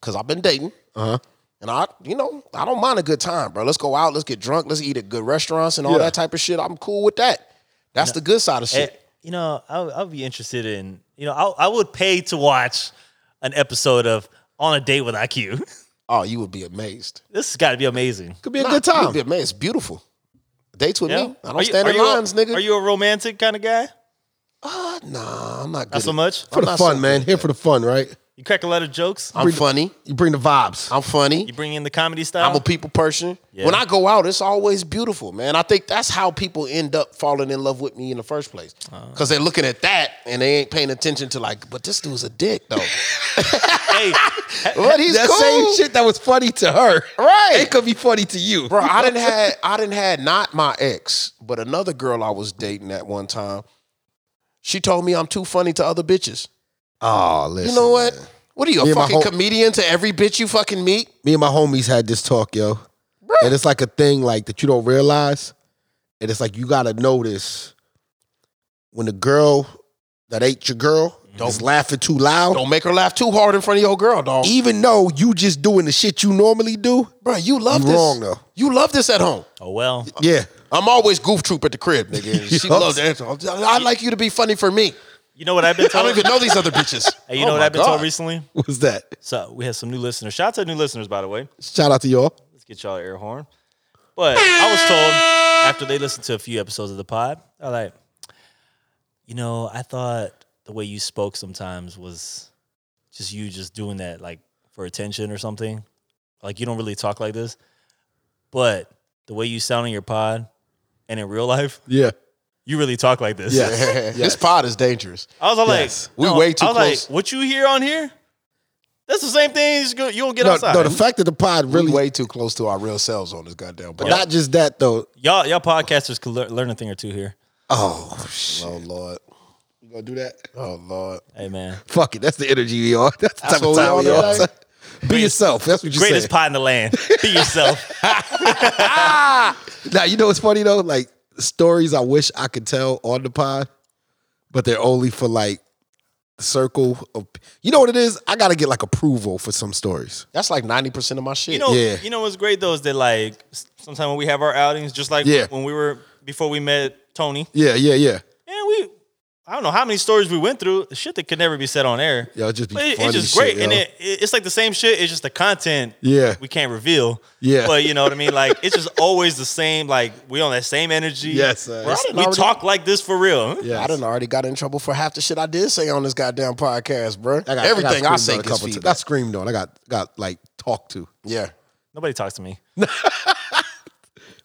[SPEAKER 1] Cause I've been dating.
[SPEAKER 2] Uh huh.
[SPEAKER 1] And I, you know, I don't mind a good time, bro. Let's go out, let's get drunk, let's eat at good restaurants and all
[SPEAKER 2] Yeah.
[SPEAKER 1] that type of shit. I'm cool with that. That's the good side of shit.
[SPEAKER 3] Eh, you know, I, I'll be interested in. You know, I, I would pay to watch an episode of On a Date with IQ.
[SPEAKER 1] oh, you would be amazed.
[SPEAKER 3] this has got to be amazing.
[SPEAKER 2] Could be a
[SPEAKER 1] Nah,
[SPEAKER 2] good
[SPEAKER 1] You'd
[SPEAKER 2] time.
[SPEAKER 1] be amazed. It's beautiful. Dates with
[SPEAKER 3] Yeah?
[SPEAKER 1] me. I don't
[SPEAKER 3] Are you-
[SPEAKER 1] stand
[SPEAKER 3] are
[SPEAKER 1] in
[SPEAKER 3] you a-
[SPEAKER 1] lines, nigga.
[SPEAKER 3] Are you a romantic kind of guy?
[SPEAKER 1] Ah, nah, I'm not good.
[SPEAKER 3] Not so
[SPEAKER 1] at-
[SPEAKER 3] much.
[SPEAKER 2] for
[SPEAKER 1] I'm
[SPEAKER 2] the
[SPEAKER 1] not so
[SPEAKER 2] fun, man.
[SPEAKER 1] good.
[SPEAKER 2] Here for the fun, right?
[SPEAKER 3] You crack a lot of jokes.
[SPEAKER 1] I'm funny.
[SPEAKER 2] You bring the vibes.
[SPEAKER 1] I'm funny.
[SPEAKER 3] You bring in the comedy style.
[SPEAKER 1] I'm a people person.
[SPEAKER 3] Yeah.
[SPEAKER 1] When I go out, it's always beautiful, man. I think that's how people end up falling in love with me in the first place.
[SPEAKER 2] Uh.
[SPEAKER 1] Because they're looking at that and they ain't paying attention to like, but this dude's a dick though.
[SPEAKER 3] hey,
[SPEAKER 1] but he's
[SPEAKER 2] that
[SPEAKER 1] cool.
[SPEAKER 2] same shit that was funny to her,
[SPEAKER 1] Right.
[SPEAKER 2] It could be funny to you,
[SPEAKER 1] Bro, I didn't had I didn't had not my ex, but another girl I was dating at one time. She told me I'm too funny to other bitches.
[SPEAKER 2] Oh, listen.
[SPEAKER 1] You know what?
[SPEAKER 2] man.
[SPEAKER 1] What are you, a
[SPEAKER 2] Me and my
[SPEAKER 1] fucking
[SPEAKER 2] whole-
[SPEAKER 1] comedian to every bitch you fucking meet?
[SPEAKER 2] Me and my homies had this talk, yo. and it's like a thing like that you don't realize, and it's like you gotta notice when the girl that ain't your girl is laughing too loud.
[SPEAKER 1] Don't make her laugh too hard in front of your girl, dog.
[SPEAKER 2] even though you just doing the shit you normally do,
[SPEAKER 1] Bro, you love
[SPEAKER 2] You
[SPEAKER 1] this.
[SPEAKER 2] wrong, though.
[SPEAKER 1] You love this at home.
[SPEAKER 3] Oh well.
[SPEAKER 2] yeah,
[SPEAKER 1] I'm always goof troop at the crib, nigga. She
[SPEAKER 2] Yup.
[SPEAKER 1] loves that. I'd like you to be funny for me.
[SPEAKER 3] You know what I've been
[SPEAKER 1] I
[SPEAKER 3] told?
[SPEAKER 1] don't even know these other bitches.
[SPEAKER 3] Hey, you
[SPEAKER 1] Oh
[SPEAKER 3] know what
[SPEAKER 1] my
[SPEAKER 3] I've been told
[SPEAKER 1] God.
[SPEAKER 3] recently?
[SPEAKER 2] what's that?
[SPEAKER 3] So we had some new listeners. Shout out to new listeners, by the way.
[SPEAKER 2] Shout out to y'all.
[SPEAKER 3] Let's get y'all an air horn. But I was told after they listened to a few episodes of the pod, they're like, you know, I thought the way you spoke sometimes was just you just doing that like for attention or something. Like you don't really talk like this. But the way you sound in your pod and in real life,
[SPEAKER 2] Yeah,
[SPEAKER 3] you really talk like this.
[SPEAKER 2] Yes.
[SPEAKER 1] This pod is dangerous.
[SPEAKER 3] I was all like,
[SPEAKER 2] Yes.
[SPEAKER 1] We
[SPEAKER 3] no,
[SPEAKER 1] way too
[SPEAKER 3] I was
[SPEAKER 1] close.
[SPEAKER 3] Like, what you hear on here? That's the same thing. You just go- You don't get
[SPEAKER 2] no,
[SPEAKER 3] outside.
[SPEAKER 2] no, the fact that the pod
[SPEAKER 1] Really
[SPEAKER 2] really,
[SPEAKER 1] way too close to our real selves on this goddamn
[SPEAKER 2] but
[SPEAKER 1] pod.
[SPEAKER 2] not just that though.
[SPEAKER 3] y'all, y'all podcasters could lear- learn a thing or two here.
[SPEAKER 2] Oh shit,
[SPEAKER 1] Oh Lord.
[SPEAKER 2] you gonna do that?
[SPEAKER 1] Oh Lord.
[SPEAKER 3] Hey man,
[SPEAKER 2] Fuck it, that's the energy we are. That's the type of
[SPEAKER 1] what we
[SPEAKER 2] time
[SPEAKER 1] are
[SPEAKER 2] we are.
[SPEAKER 1] today.
[SPEAKER 2] Be yourself. That's what you
[SPEAKER 3] greatest
[SPEAKER 2] said.
[SPEAKER 3] pot in the land. Be yourself.
[SPEAKER 2] Now you know what's funny though, like stories I wish I could tell on the pod, but they're only for like the circle of. You know what it is? I gotta get like approval for some stories.
[SPEAKER 1] That's like 90% of my shit.
[SPEAKER 3] You know,
[SPEAKER 2] Yeah.
[SPEAKER 3] you know what's great though is that like s- sometimes when we have our outings, just like
[SPEAKER 2] Yeah.
[SPEAKER 3] when we were before we met Tony,
[SPEAKER 2] Yeah, yeah, yeah.
[SPEAKER 3] man, we I don't know how many stories we went through. Shit that could never be said on air.
[SPEAKER 2] Yo, it just be
[SPEAKER 3] But it-
[SPEAKER 2] funny
[SPEAKER 3] it's just
[SPEAKER 2] shit,
[SPEAKER 3] great, and
[SPEAKER 2] yo.
[SPEAKER 3] it, it- it's like the same shit. It's just the content.
[SPEAKER 2] Yeah.
[SPEAKER 3] we can't reveal.
[SPEAKER 2] Yeah.
[SPEAKER 3] but you know what I mean. Like it's just always the same. Like we on that same energy.
[SPEAKER 2] Yes, sir.
[SPEAKER 3] We're-
[SPEAKER 2] I
[SPEAKER 1] didn't
[SPEAKER 3] we
[SPEAKER 1] already-
[SPEAKER 3] talk like this for real.
[SPEAKER 2] Yes.
[SPEAKER 1] I done already got in trouble for half the shit I did say on this goddamn podcast, bro.
[SPEAKER 2] I got- I got
[SPEAKER 1] Everything I,
[SPEAKER 2] screamed
[SPEAKER 1] say
[SPEAKER 2] on a
[SPEAKER 1] gets
[SPEAKER 2] couple times.
[SPEAKER 1] feedback.
[SPEAKER 2] Not screamed on. I got got like talked to.
[SPEAKER 1] yeah.
[SPEAKER 3] Nobody talks to me.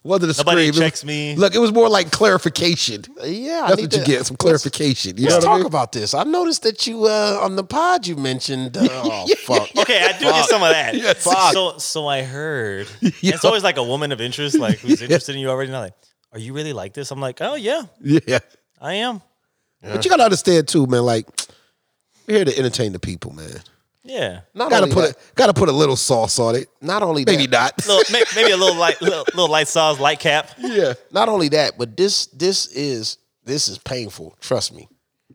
[SPEAKER 2] Wasn't a scream. It
[SPEAKER 3] Nobody
[SPEAKER 2] was-
[SPEAKER 3] checks me.
[SPEAKER 2] Look, it was more like clarification.
[SPEAKER 1] Yeah, I
[SPEAKER 2] That's
[SPEAKER 1] need
[SPEAKER 2] what you
[SPEAKER 1] to-
[SPEAKER 2] get. Some clarification. You
[SPEAKER 1] Let's
[SPEAKER 2] know what I
[SPEAKER 1] talk
[SPEAKER 2] mean?
[SPEAKER 1] about this. I noticed that you uh, on the pod you mentioned. Uh, oh fuck.
[SPEAKER 3] Okay, I do get some of that.
[SPEAKER 2] Yes.
[SPEAKER 1] Fuck.
[SPEAKER 3] So, so I heard.
[SPEAKER 2] Yeah.
[SPEAKER 3] It's always like a woman of interest, like who's interested in you already. And I'm like, are you really like this? I'm like, oh yeah,
[SPEAKER 2] Yeah.
[SPEAKER 3] I am.
[SPEAKER 2] But you gotta understand too, man. Like we're here to entertain the people, man.
[SPEAKER 3] Yeah.
[SPEAKER 1] Not
[SPEAKER 2] Gotta
[SPEAKER 1] only
[SPEAKER 2] put
[SPEAKER 1] that,
[SPEAKER 2] a, gotta put a little sauce on it.
[SPEAKER 1] not only
[SPEAKER 2] Maybe
[SPEAKER 1] that,
[SPEAKER 2] not.
[SPEAKER 3] Little, may- maybe a little light, little, little light sauce, light cap.
[SPEAKER 2] yeah.
[SPEAKER 1] not only that, but this this is this is painful. Trust me,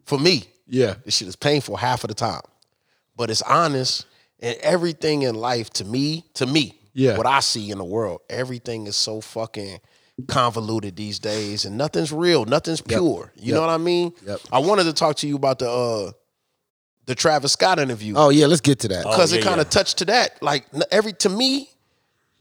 [SPEAKER 1] for me,
[SPEAKER 2] Yeah.
[SPEAKER 1] this shit is painful half of the time, but it's honest. And everything in life, to me, to me,
[SPEAKER 2] Yeah.
[SPEAKER 1] what I see in the world, everything is so fucking convoluted these days, and nothing's real, nothing's pure. You
[SPEAKER 2] Yep.
[SPEAKER 1] know what I mean?
[SPEAKER 2] Yep.
[SPEAKER 1] I wanted to talk to you about the uh the Travis Scott interview.
[SPEAKER 2] Oh yeah, let's get to that.
[SPEAKER 3] Oh.
[SPEAKER 1] because it
[SPEAKER 3] yeah,
[SPEAKER 1] kind of
[SPEAKER 3] yeah.
[SPEAKER 1] touched to that. Like n- every to me,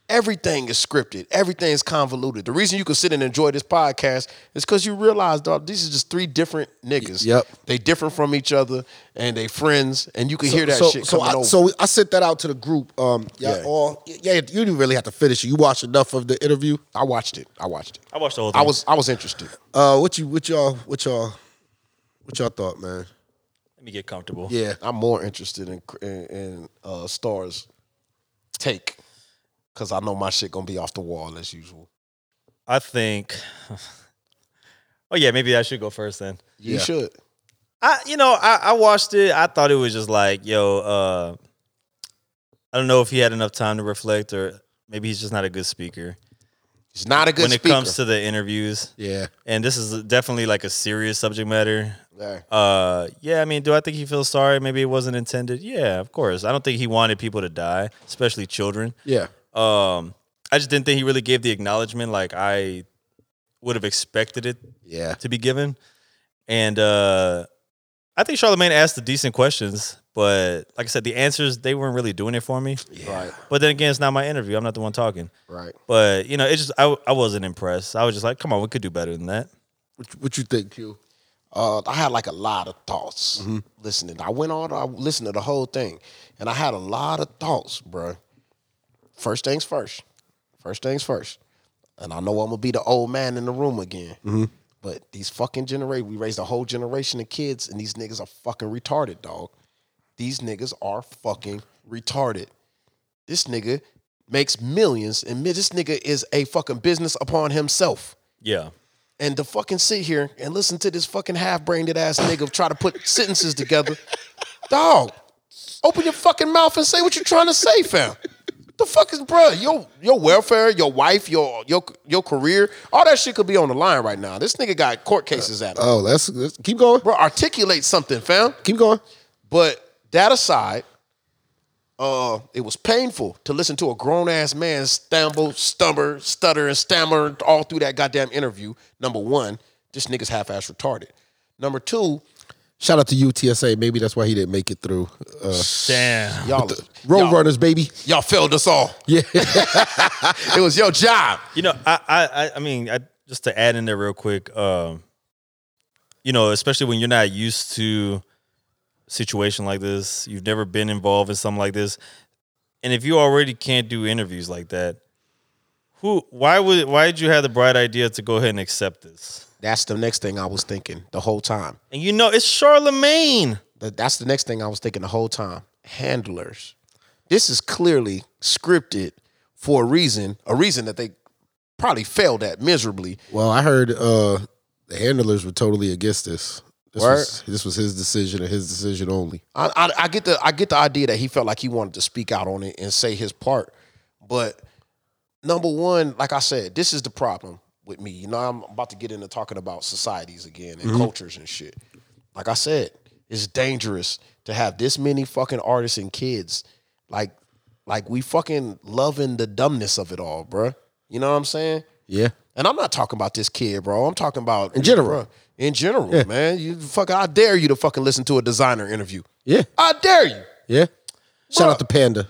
[SPEAKER 1] everything is scripted. Everything's convoluted. The reason you can sit and enjoy this podcast is because you realize, dog, these are just three different niggas.
[SPEAKER 2] yep.
[SPEAKER 1] they different from each other, and they friends, and you can hear that
[SPEAKER 2] so,
[SPEAKER 1] shit
[SPEAKER 2] so
[SPEAKER 1] coming
[SPEAKER 2] I,
[SPEAKER 1] over.
[SPEAKER 2] so I sent that out to the group. Um, y'all
[SPEAKER 1] Yeah.
[SPEAKER 2] all yeah, you didn't really have to finish it. You watched enough of the interview.
[SPEAKER 1] I watched it. I watched it.
[SPEAKER 3] I watched the whole thing.
[SPEAKER 1] I was I was interested.
[SPEAKER 2] Uh, what you what y'all what y'all what y'all thought, man?
[SPEAKER 3] Let me get comfortable.
[SPEAKER 2] Yeah,
[SPEAKER 1] I'm more interested in in, in uh, stars take because I know my shit gonna be off the wall as usual.
[SPEAKER 3] I think. Oh yeah, maybe I should go first then.
[SPEAKER 1] You
[SPEAKER 2] Yeah.
[SPEAKER 1] should.
[SPEAKER 3] I you know I, I watched it. I thought it was just like yo. uh I don't know if he had enough time to reflect, or maybe he's just not a good speaker
[SPEAKER 1] He's not a good
[SPEAKER 3] when
[SPEAKER 1] speaker.
[SPEAKER 3] it comes to the interviews.
[SPEAKER 2] yeah,
[SPEAKER 3] And this is definitely like a serious subject matter.
[SPEAKER 1] Yeah.
[SPEAKER 3] Uh, yeah. I mean, do I think he feels sorry? Maybe it wasn't intended. Yeah, of course. I don't think he wanted people to die, especially children.
[SPEAKER 2] yeah,
[SPEAKER 3] Um, I just didn't think he really gave the acknowledgement like I would have expected it
[SPEAKER 2] yeah,
[SPEAKER 3] to be given. And uh I think Charlemagne asked the decent questions, but like I said, the answers they weren't really doing it for me.
[SPEAKER 1] Right.
[SPEAKER 3] But then again, it's not my interview. I'm not the one talking.
[SPEAKER 1] Right.
[SPEAKER 3] But you know, it's just I I wasn't impressed. I was just like, come on, we could do better than that.
[SPEAKER 2] What, what you think, Q?
[SPEAKER 1] uh, I had like a lot of thoughts listening. I went on, I listened to the whole thing, and I had a lot of thoughts, bro. First things first. First things first. And I know I'm gonna be the old man in the room again. But these fucking generation, we raised a whole generation of kids, and these niggas are fucking retarded, dog. These niggas are fucking retarded. This nigga makes millions, and mi- this nigga is a fucking business upon himself
[SPEAKER 3] Yeah.
[SPEAKER 1] and to fucking sit here and listen to this fucking half-brained ass nigga try to put sentences together, dog. Open your fucking mouth and say what you're trying to say, fam. the fuck is, bro? Your your welfare, your wife, your your your career, all that shit could be on the line right now. This nigga got court cases at him.
[SPEAKER 2] Oh, let's, let's keep going.
[SPEAKER 1] Bro, articulate something, fam.
[SPEAKER 2] Keep going.
[SPEAKER 1] But that aside, uh, it was painful to listen to a grown ass man stumble, stumber, stutter, and stammer all through that goddamn interview. Number one, this nigga's half ass retarded. Number two,
[SPEAKER 2] Shout out to UTSA. Maybe that's why he didn't make it through. Uh,
[SPEAKER 3] Damn.
[SPEAKER 1] y'all,
[SPEAKER 2] Road
[SPEAKER 1] y'all,
[SPEAKER 2] Runners, baby.
[SPEAKER 1] y'all failed us all.
[SPEAKER 2] Yeah.
[SPEAKER 1] It was your job.
[SPEAKER 3] You know, I, I, I- I mean, I, just to add in there real quick, um, you know, especially when you're not used to a situation like this, you've never been involved in something like this, and if you already can't do interviews like that, who, why would, why did you have the bright idea to go ahead and accept this?
[SPEAKER 1] That's the next thing I was thinking the whole time.
[SPEAKER 3] And you know, it's Charlemagne.
[SPEAKER 1] That- That's the next thing I was thinking the whole time. Handlers. This is clearly scripted for a reason, a reason that they probably failed at miserably.
[SPEAKER 2] Well, I heard uh, the handlers were totally against this. This
[SPEAKER 1] Word.
[SPEAKER 2] was, this was his decision and his decision only.
[SPEAKER 1] I, I, I get the I get the idea that he felt like he wanted to speak out on it and say his part, but number one, like I said, this is the problem with me. You know, I'm about to get into talking about societies again and cultures and shit. Like I said, it's dangerous to have this many fucking artists and kids. Like, like we fucking loving the dumbness of it all, bruh. You know what I'm saying?
[SPEAKER 2] Yeah.
[SPEAKER 1] And I'm not talking about this kid, bro. I'm talking about in
[SPEAKER 2] general.
[SPEAKER 1] in general, man. You fucking, I dare you to fucking listen to a designer interview.
[SPEAKER 2] Yeah.
[SPEAKER 1] I dare you.
[SPEAKER 2] Yeah. Shout
[SPEAKER 1] Bruh.
[SPEAKER 2] out to Panda.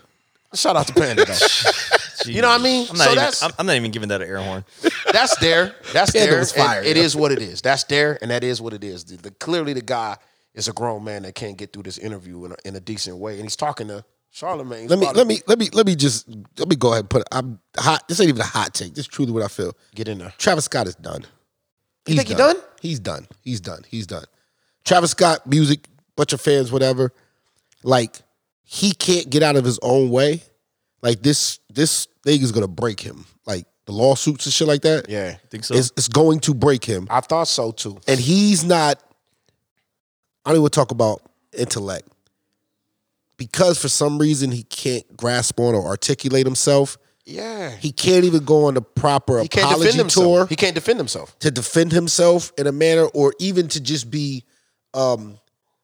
[SPEAKER 1] Shout out to Panda. though.
[SPEAKER 3] You
[SPEAKER 1] know what I mean?
[SPEAKER 3] I'm
[SPEAKER 1] So
[SPEAKER 3] not, even,
[SPEAKER 1] that's-
[SPEAKER 3] I'm, I'm not even giving that an air horn.
[SPEAKER 1] That's there. That's
[SPEAKER 2] Panda
[SPEAKER 1] there.
[SPEAKER 2] was
[SPEAKER 1] and
[SPEAKER 2] fire,
[SPEAKER 1] it
[SPEAKER 2] yo.
[SPEAKER 1] is what it is. That's there, and that is what it is. The- the- clearly, the guy is a grown man that can't get through this interview in a, in a decent way, and he's talking to Charlemagne.
[SPEAKER 2] Let me let me let me let me just let me go ahead and put it. I'm hot. This ain't even a hot take. This is truly what I feel.
[SPEAKER 1] get in there.
[SPEAKER 2] Travis Scott is done. He's
[SPEAKER 1] think he done?
[SPEAKER 2] He's done. He's done. He's done. Travis Scott, music, bunch of fans, whatever. Like he can't get out of his own way. Like this, this thing is gonna break him. Like the lawsuits and shit like that.
[SPEAKER 1] Yeah,
[SPEAKER 3] Think so?
[SPEAKER 2] it's, it's going to break him,
[SPEAKER 1] I thought so too.
[SPEAKER 2] and he's not. I don't even talk about intellect because for some reason he can't grasp on or articulate himself.
[SPEAKER 1] Yeah,
[SPEAKER 2] He can't even go on the proper
[SPEAKER 1] he can't defend
[SPEAKER 2] apology
[SPEAKER 1] himself.
[SPEAKER 2] tour
[SPEAKER 1] He can't defend himself.
[SPEAKER 2] to defend himself in a manner or even to just be um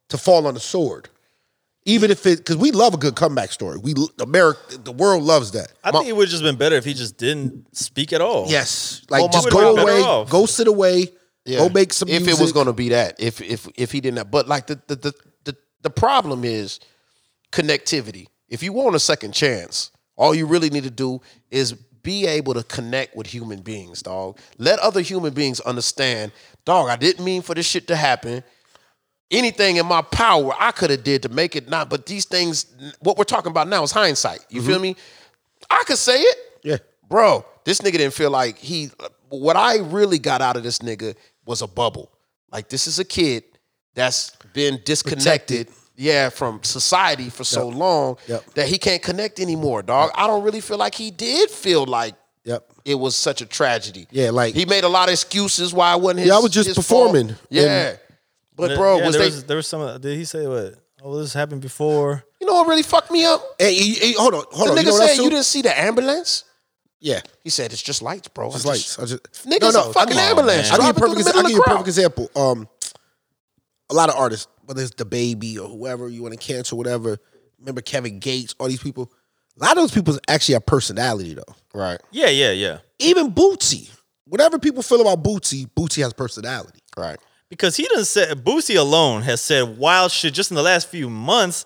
[SPEAKER 2] to fall on the sword even if it because we love a good comeback story we america the world loves that
[SPEAKER 3] I think it would have just been better if he just didn't speak at all.
[SPEAKER 2] yes like
[SPEAKER 1] Well, my
[SPEAKER 2] just
[SPEAKER 1] problem-
[SPEAKER 2] go away
[SPEAKER 3] Better off.
[SPEAKER 2] go sit away go make some
[SPEAKER 1] If
[SPEAKER 2] music.
[SPEAKER 1] it was going to be that, if if if he didn't, but like the the the the, the problem is connectivity. If you want a second chance, all you really need to do is be able to connect with human beings, dog. Let other human beings understand, dog. I didn't mean for this shit to happen. Anything in my power I could have did to make it not, but these things, what we're talking about now is hindsight. You
[SPEAKER 2] Mm-hmm.
[SPEAKER 1] feel me? I could say it
[SPEAKER 2] yeah
[SPEAKER 1] bro, this nigga didn't feel like he. What I really got out of this nigga was a bubble. Like this is a kid that's been disconnected, yeah, from society for so long
[SPEAKER 2] Yep.
[SPEAKER 1] that he can't connect anymore, dog. I don't really feel like he did feel like
[SPEAKER 2] yep
[SPEAKER 1] it was such a tragedy.
[SPEAKER 2] Yeah, like-
[SPEAKER 1] he made a lot of excuses why it wasn't. His,
[SPEAKER 2] Yeah, I was just
[SPEAKER 1] his fault.
[SPEAKER 2] performing,
[SPEAKER 1] Yeah,
[SPEAKER 2] and-
[SPEAKER 1] but bro,
[SPEAKER 3] Yeah,
[SPEAKER 1] was
[SPEAKER 3] there
[SPEAKER 1] they?
[SPEAKER 3] was there was some? Did he say what? Oh, this happened before.
[SPEAKER 1] you know what really fucked me up?
[SPEAKER 2] hey, hey, hey, hold on hold
[SPEAKER 1] The
[SPEAKER 2] on
[SPEAKER 1] nigga
[SPEAKER 2] you know what
[SPEAKER 1] said
[SPEAKER 2] else too?
[SPEAKER 1] you didn't see the ambulance.
[SPEAKER 2] yeah
[SPEAKER 1] He said it's just lights, bro. I
[SPEAKER 2] just lights
[SPEAKER 1] Just
[SPEAKER 2] I just
[SPEAKER 1] Niggas
[SPEAKER 2] no no
[SPEAKER 1] a fucking
[SPEAKER 2] come on,
[SPEAKER 1] ambulance.
[SPEAKER 2] I give you a
[SPEAKER 1] driving
[SPEAKER 2] perfect.
[SPEAKER 1] through the
[SPEAKER 2] exa- I
[SPEAKER 1] middle
[SPEAKER 2] give
[SPEAKER 1] of
[SPEAKER 2] you a
[SPEAKER 1] the crowd.
[SPEAKER 2] perfect example. Um, a lot of artists, whether it's the baby or whoever you want to cancel, whatever. Remember Kevin Gates, all these people. A lot of those people actually have personality though.
[SPEAKER 1] Right,
[SPEAKER 3] Yeah, yeah, yeah.
[SPEAKER 2] Even Bootsy, whatever people feel about Bootsy, Bootsy has personality.
[SPEAKER 1] right.
[SPEAKER 3] Because he done said Boosie alone has said wild shit just in the last few months,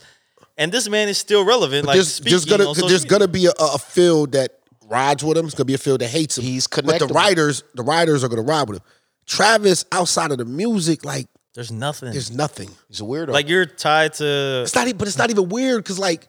[SPEAKER 3] and this man is still relevant. like
[SPEAKER 2] there's,
[SPEAKER 3] speaking
[SPEAKER 2] there's gonna
[SPEAKER 3] on social
[SPEAKER 2] there's
[SPEAKER 3] media.
[SPEAKER 2] gonna be a, a field that rides with him. It's gonna be a field that hates him.
[SPEAKER 1] He's
[SPEAKER 2] but the
[SPEAKER 1] connectable.
[SPEAKER 2] writers the writers are gonna ride with him. Travis outside of the music, like
[SPEAKER 3] There's nothing.
[SPEAKER 2] there's nothing.
[SPEAKER 1] He's a weirdo.
[SPEAKER 3] like you're tied to.
[SPEAKER 2] It's not even, but it's not even weird because like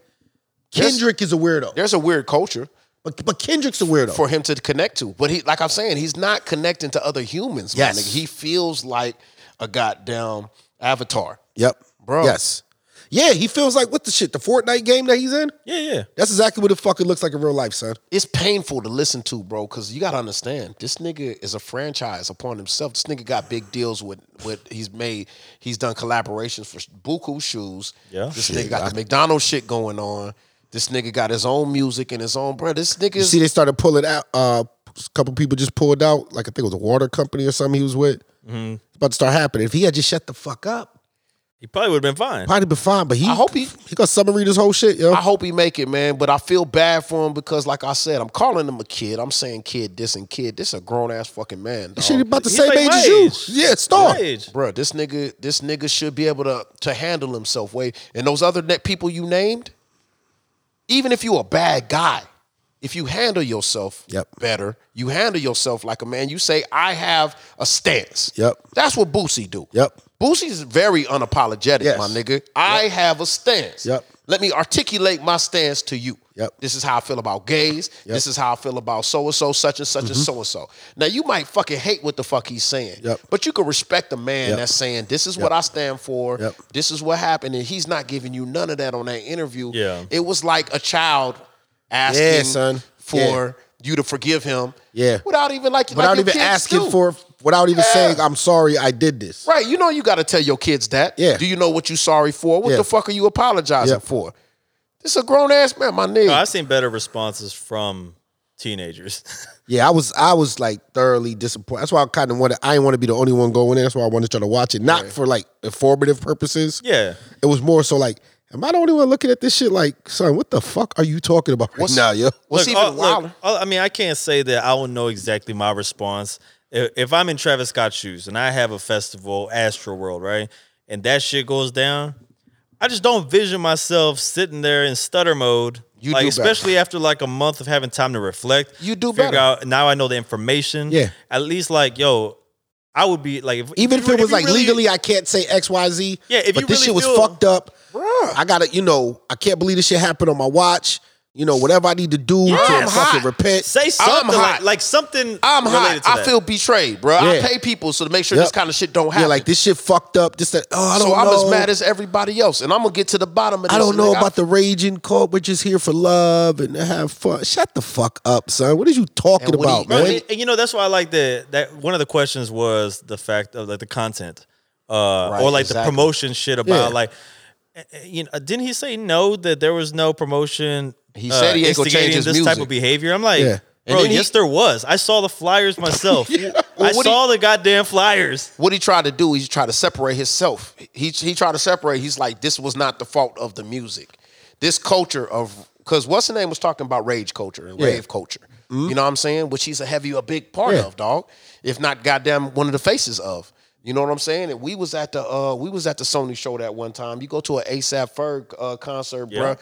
[SPEAKER 1] There's-
[SPEAKER 2] Kendrick is a weirdo.
[SPEAKER 1] there's a weird culture
[SPEAKER 2] But, but Kendrick's a weirdo.
[SPEAKER 1] for him to connect to, but he, like I'm saying, he's not connecting to other humans. my
[SPEAKER 2] Yes.
[SPEAKER 1] nigga. he feels like a goddamn avatar.
[SPEAKER 2] yep,
[SPEAKER 1] Bro.
[SPEAKER 2] Yes, yeah. He feels like what the shit? The Fortnite game that he's in?
[SPEAKER 3] Yeah, yeah.
[SPEAKER 2] That's exactly what it fucking looks like in real life, son.
[SPEAKER 1] It's painful to listen to, bro, because you gotta understand, this nigga is a franchise upon himself. This nigga got big deals with what he's made. He's done collaborations for Buku shoes.
[SPEAKER 3] Yeah.
[SPEAKER 1] this nigga got the McDonald's shit going on. This nigga got his own music and his own bread. This nigga
[SPEAKER 2] You
[SPEAKER 1] is
[SPEAKER 2] see, they started pulling out. Uh, a couple people just pulled out. Like I think it was a water company or something he was with.
[SPEAKER 1] Mm-hmm.
[SPEAKER 2] It's about to start happening. If he had just shut the fuck up,
[SPEAKER 3] He probably would have been fine.
[SPEAKER 2] probably been fine. But he,
[SPEAKER 1] I hope he-
[SPEAKER 2] he gonna submarine this whole shit, yo.
[SPEAKER 1] I hope he make it, man. But I feel bad for him because, like I said, I'm calling him a kid. I'm saying kid this and kid. This a grown ass fucking man.
[SPEAKER 2] Shit, he
[SPEAKER 1] Dog.
[SPEAKER 2] about the
[SPEAKER 3] Oh, He's
[SPEAKER 2] same
[SPEAKER 3] like
[SPEAKER 2] age
[SPEAKER 3] my
[SPEAKER 2] as you.
[SPEAKER 3] age.
[SPEAKER 2] Yeah, star.
[SPEAKER 3] My age.
[SPEAKER 1] Bro, this nigga, this nigga should be able to to handle himself. Way and those other net people you named, even if you a bad guy, if you handle yourself
[SPEAKER 2] Yep.
[SPEAKER 1] better, you handle yourself like a man. You say, I have a stance.
[SPEAKER 2] Yep.
[SPEAKER 1] That's what Boosie do.
[SPEAKER 2] Yep.
[SPEAKER 1] Boosie's very unapologetic,
[SPEAKER 2] Yes.
[SPEAKER 1] my nigga. I have a stance.
[SPEAKER 2] Yep.
[SPEAKER 1] Let me articulate my stance to you.
[SPEAKER 2] Yep.
[SPEAKER 1] This is how I feel about gays. This is how I feel about so and so, such and such, and so and so. Now you might fucking hate what the fuck he's saying,
[SPEAKER 2] Mm-hmm. Yep.
[SPEAKER 1] but you can respect a man
[SPEAKER 2] Yep.
[SPEAKER 1] that's saying this is what I stand for.
[SPEAKER 2] Yep.
[SPEAKER 1] This is what happened, and he's not giving you none of that on that interview.
[SPEAKER 3] Yeah.
[SPEAKER 1] It was like a child asking
[SPEAKER 2] Yeah, son.
[SPEAKER 1] for you to forgive him.
[SPEAKER 2] Yeah.
[SPEAKER 1] Without even like
[SPEAKER 2] Without
[SPEAKER 1] like your
[SPEAKER 2] even
[SPEAKER 1] kids
[SPEAKER 2] asking
[SPEAKER 1] do.
[SPEAKER 2] for, without even
[SPEAKER 1] Yeah.
[SPEAKER 2] saying, "I'm sorry, I did this."
[SPEAKER 1] Right, you know you got to tell your kids that.
[SPEAKER 2] Yeah.
[SPEAKER 1] Do you know what you sorry for? What
[SPEAKER 2] Yeah.
[SPEAKER 1] the fuck are you apologizing
[SPEAKER 2] Yeah.
[SPEAKER 1] for? This a grown ass man, my nigga.
[SPEAKER 3] No, I've seen better responses from teenagers.
[SPEAKER 2] Yeah, I was, I was like thoroughly disappointed. That's why I kind of wanted. I didn't want to be the only one going in. That's why I wanted to try to watch it, not for like informative purposes.
[SPEAKER 3] yeah.
[SPEAKER 2] It was more so like, am I the only one looking at this shit? Like, son, what the fuck are you talking about right
[SPEAKER 1] What's-
[SPEAKER 2] now, yo?
[SPEAKER 1] What's
[SPEAKER 3] Look,
[SPEAKER 1] even
[SPEAKER 3] all- look,
[SPEAKER 1] wilder?
[SPEAKER 3] all- I mean, I can't say that I will know exactly my response. I- If I'm in Travis Scott's shoes and I have a festival, Astro World, right, and that shit goes down, I just don't vision myself sitting there in stutter mode.
[SPEAKER 1] You
[SPEAKER 3] like,
[SPEAKER 1] do better.
[SPEAKER 3] especially after like a month of having time to reflect.
[SPEAKER 1] You do
[SPEAKER 3] figure
[SPEAKER 1] better.
[SPEAKER 3] Out, now I know the information.
[SPEAKER 2] Yeah.
[SPEAKER 3] At least like, yo, I would be like, if,
[SPEAKER 2] Even if
[SPEAKER 3] you-
[SPEAKER 2] it was
[SPEAKER 3] you
[SPEAKER 2] like
[SPEAKER 3] really-
[SPEAKER 2] legally, I can't say X, Y, Z.
[SPEAKER 3] Yeah, if
[SPEAKER 2] but
[SPEAKER 3] you
[SPEAKER 2] this
[SPEAKER 3] really
[SPEAKER 2] shit was
[SPEAKER 3] feel-
[SPEAKER 2] fucked up. I gotta, you know, I can't believe this shit happened on my watch. You know, whatever I need to do to
[SPEAKER 1] I'm
[SPEAKER 2] fucking
[SPEAKER 1] hot.
[SPEAKER 2] repent.
[SPEAKER 3] say something
[SPEAKER 1] hot.
[SPEAKER 3] like, like something.
[SPEAKER 1] I'm hot.
[SPEAKER 3] related to
[SPEAKER 1] I
[SPEAKER 3] that.
[SPEAKER 1] feel betrayed, bro. I
[SPEAKER 2] Yeah.
[SPEAKER 1] pay people so to make sure
[SPEAKER 2] Yep.
[SPEAKER 1] this kind of shit don't happen.
[SPEAKER 2] yeah, like this shit fucked up. This that. Oh, I don't
[SPEAKER 1] So
[SPEAKER 2] know.
[SPEAKER 1] I'm as mad as everybody else, and I'm gonna get to the bottom of this.
[SPEAKER 2] I don't know
[SPEAKER 1] nigga.
[SPEAKER 2] about the raging cult. We're just here for love and to have fun. Shut the fuck up, son. What are you talking
[SPEAKER 1] And what
[SPEAKER 2] about,
[SPEAKER 1] he-
[SPEAKER 2] man?
[SPEAKER 3] Bro, and, and you know that's why I like the that one of the questions was the fact of like the content, uh,
[SPEAKER 1] Right,
[SPEAKER 3] or like the
[SPEAKER 1] exactly.
[SPEAKER 3] promotion shit about
[SPEAKER 2] Yeah.
[SPEAKER 3] like, eh, eh, you know, didn't he say no that there was no promotion? uh,
[SPEAKER 1] He said he ain't gonna change
[SPEAKER 3] instigating
[SPEAKER 1] his
[SPEAKER 3] this type
[SPEAKER 1] music.
[SPEAKER 3] of behavior. I'm like.
[SPEAKER 2] Yeah.
[SPEAKER 1] And
[SPEAKER 3] Bro,
[SPEAKER 1] then he-
[SPEAKER 3] yes, there was. I saw the flyers myself. I
[SPEAKER 1] what he-
[SPEAKER 3] saw the goddamn flyers.
[SPEAKER 1] what he tried to do, he tried to separate himself. He he tried to separate. He's like, this was not the fault of the music. This culture of because what's the name was talking about rage culture and rave culture. You know what I'm saying? Which he's a heavy, a big part
[SPEAKER 2] Mm-hmm. Yeah.
[SPEAKER 1] of, dog. If not, goddamn, one of the faces of. You know what I'm saying? And we was at the uh, we was at the Sony show that one time. You go to an ASAP Ferg uh, concert, bruh.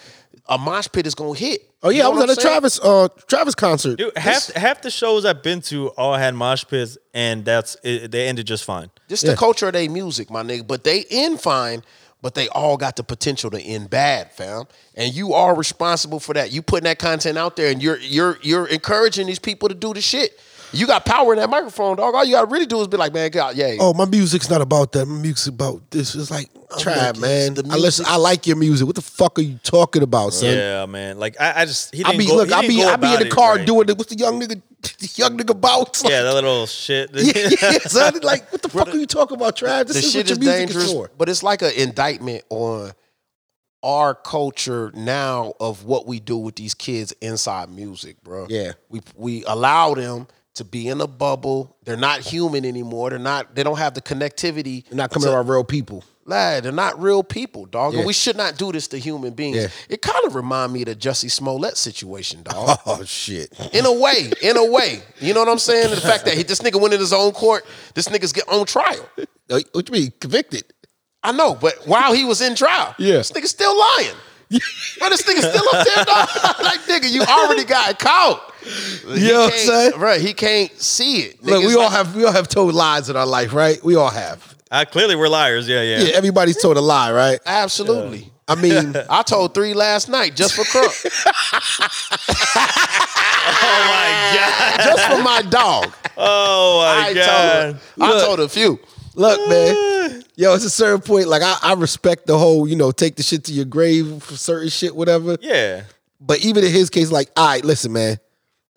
[SPEAKER 1] A mosh pit is gonna hit.
[SPEAKER 2] oh yeah,
[SPEAKER 1] You know
[SPEAKER 2] I was at
[SPEAKER 1] what
[SPEAKER 2] a
[SPEAKER 1] I'm saying?
[SPEAKER 2] Travis uh Travis concert.
[SPEAKER 3] Dude, half half the shows I've been to all had mosh pits, and that's it, they ended just fine.
[SPEAKER 1] This
[SPEAKER 2] Yeah.
[SPEAKER 1] the culture of their music, my nigga. But they end fine, but they all got the potential to end bad, fam. And you are responsible for that. You putting that content out there, and you're you're you're encouraging these people to do the shit. You got power in that microphone, dog. All you gotta really do is be like, man, God, yeah.
[SPEAKER 2] Oh, my music's not about that. My music's about this. It's like, try,
[SPEAKER 1] like,
[SPEAKER 2] man.
[SPEAKER 1] it's the
[SPEAKER 2] I listen. I like your music. What the fuck are you talking about, son?
[SPEAKER 3] Yeah, man. Like I, I just he
[SPEAKER 2] I
[SPEAKER 3] didn't
[SPEAKER 2] be
[SPEAKER 3] go,
[SPEAKER 2] look.
[SPEAKER 3] he
[SPEAKER 2] I
[SPEAKER 3] didn't
[SPEAKER 2] be.
[SPEAKER 3] go
[SPEAKER 2] I be in
[SPEAKER 3] about
[SPEAKER 2] the
[SPEAKER 3] it
[SPEAKER 2] car
[SPEAKER 3] right.
[SPEAKER 2] doing the, what's the young nigga, the young nigga about?
[SPEAKER 3] yeah that little shit.
[SPEAKER 2] yeah, son. Like, what the fuck are you talking about, Trav? This
[SPEAKER 1] the
[SPEAKER 2] is
[SPEAKER 1] shit
[SPEAKER 2] what your
[SPEAKER 1] is
[SPEAKER 2] music
[SPEAKER 1] dangerous,
[SPEAKER 2] is for.
[SPEAKER 1] but it's like an indictment on our culture now of what we do with these kids inside music, bro.
[SPEAKER 2] Yeah.
[SPEAKER 1] we we allow them to be in a bubble. They're not human anymore. They're not. They don't have the connectivity.
[SPEAKER 2] Not coming around real people.
[SPEAKER 1] Lad, they're not real people, dog.
[SPEAKER 2] Yeah.
[SPEAKER 1] And we should not do this to human beings.
[SPEAKER 2] Yeah.
[SPEAKER 1] It kind of remind me of the Jussie Smollett situation, dog.
[SPEAKER 2] Oh shit.
[SPEAKER 1] In a way, in a way, you know what I'm saying? The fact that he, this nigga went in his own court, this nigga's get on trial.
[SPEAKER 2] Uh, What you mean convicted?
[SPEAKER 1] I know, but while he was in trial,
[SPEAKER 2] Yeah.
[SPEAKER 1] this nigga still lying. Bro, this nigga still up there, dog. like, nigga, you already got caught.
[SPEAKER 2] You know what I'm saying?
[SPEAKER 1] Bro, he can't see it.
[SPEAKER 2] Look,
[SPEAKER 1] Niggas
[SPEAKER 2] we all
[SPEAKER 1] like-
[SPEAKER 2] have we all have told lies in our life, right? We all have.
[SPEAKER 3] Uh, clearly, we're liars. Yeah, yeah.
[SPEAKER 2] Yeah, everybody's told a lie, right?
[SPEAKER 1] Absolutely.
[SPEAKER 2] I mean,
[SPEAKER 1] I told three last night just for Crump,
[SPEAKER 3] Oh my god.
[SPEAKER 1] just for my dog.
[SPEAKER 3] Oh my
[SPEAKER 1] I told,
[SPEAKER 3] god.
[SPEAKER 1] I told a few.
[SPEAKER 2] look, man. Yo, it's a certain point. Like I, I respect the whole, you know, take the shit to your grave for certain shit, whatever.
[SPEAKER 3] Yeah.
[SPEAKER 2] But even in his case, like, all right, listen, man,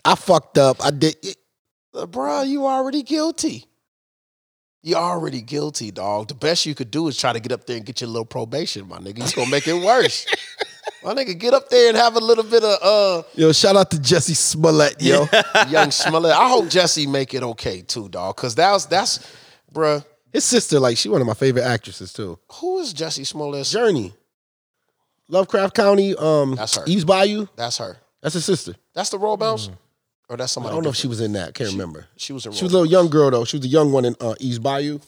[SPEAKER 2] I fucked up. I did.
[SPEAKER 1] Bro, Uh, you already guilty. You already guilty, dog. The best you could do is try to get up there and get your little probation, my nigga. You gonna make it worse. My nigga, get up there and have a little bit of
[SPEAKER 2] Yo, shout out to Jesse Smollett, yo.
[SPEAKER 1] uh, young Smollett. I hope Jesse make it okay too, dog. Cause that's that's, bruh.
[SPEAKER 2] His sister, like, she one of my favorite actresses too.
[SPEAKER 1] Who is Jesse Smollett?
[SPEAKER 2] Journey, Lovecraft County, um,
[SPEAKER 1] That's her.
[SPEAKER 2] East Bayou.
[SPEAKER 1] That's her.
[SPEAKER 2] That's his sister.
[SPEAKER 1] That's the roll bounce, or that's
[SPEAKER 2] Mm-hmm. I
[SPEAKER 1] somebody.
[SPEAKER 2] don't know if she was in that. Can't remember.
[SPEAKER 1] she was in.
[SPEAKER 2] She was a little young girl though. She was a young one in uh, East Bayou.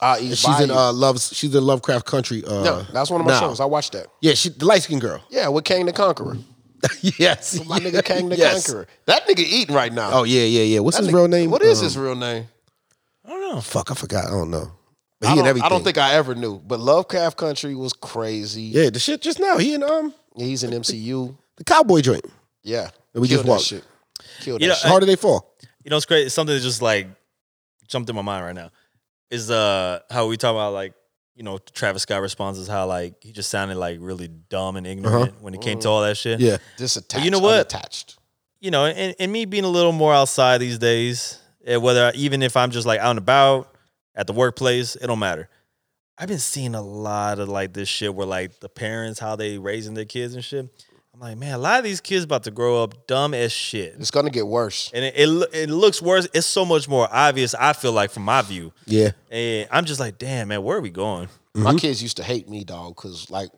[SPEAKER 1] Uh,
[SPEAKER 2] And
[SPEAKER 1] East
[SPEAKER 2] she's in
[SPEAKER 1] Bayou.
[SPEAKER 2] uh, loves. She's in Lovecraft Country. Uh,
[SPEAKER 1] No, that's one of my
[SPEAKER 2] now.
[SPEAKER 1] shows. I watched that.
[SPEAKER 2] Yeah, she the light skinned girl.
[SPEAKER 1] Yeah, with Kang the Conqueror.
[SPEAKER 2] yes,
[SPEAKER 1] My nigga Kang the
[SPEAKER 2] Yes.
[SPEAKER 1] Conqueror. That nigga eating right now.
[SPEAKER 2] Oh yeah, yeah, yeah. What's
[SPEAKER 1] That
[SPEAKER 2] his
[SPEAKER 1] nigga-
[SPEAKER 2] real name?
[SPEAKER 1] What is
[SPEAKER 2] Um,
[SPEAKER 1] his real name?
[SPEAKER 3] I don't know.
[SPEAKER 2] Fuck, I forgot. I don't know. But
[SPEAKER 1] I
[SPEAKER 2] he
[SPEAKER 1] don't,
[SPEAKER 2] and everything.
[SPEAKER 1] I don't think I ever knew. But Lovecraft Country was crazy.
[SPEAKER 2] Yeah, the shit just now. He and um
[SPEAKER 1] He's in MCU.
[SPEAKER 2] the cowboy joint.
[SPEAKER 1] Yeah.
[SPEAKER 2] We
[SPEAKER 1] Kill
[SPEAKER 2] just
[SPEAKER 1] that
[SPEAKER 2] walked.
[SPEAKER 1] shit. Kill that
[SPEAKER 3] You know,
[SPEAKER 1] shit.
[SPEAKER 2] How did they fall?
[SPEAKER 3] You know, it's crazy. It's something that just like jumped in my mind right now. Is uh how we talk about like you know Travis Scott responses how like he just sounded like really dumb and ignorant
[SPEAKER 2] Uh-huh.
[SPEAKER 3] when it came to all that shit.
[SPEAKER 2] Yeah,
[SPEAKER 1] Disattached.
[SPEAKER 3] You know what?
[SPEAKER 1] Attached.
[SPEAKER 3] You know, and, and me being a little more outside these days, eh, whether I, even if I'm just like out and about at the workplace, it don't matter. I've been seeing a lot of like this shit where like the parents how they raising their kids and shit. I'm like, man, a lot of these kids about to grow up dumb as shit.
[SPEAKER 1] It's gonna get worse.
[SPEAKER 3] and it, it loo- it looks worse. It's so much more obvious. I feel like from my view,
[SPEAKER 2] yeah.
[SPEAKER 3] and I'm just like, damn man, where are we going?
[SPEAKER 1] My kids used to hate me, dog, because like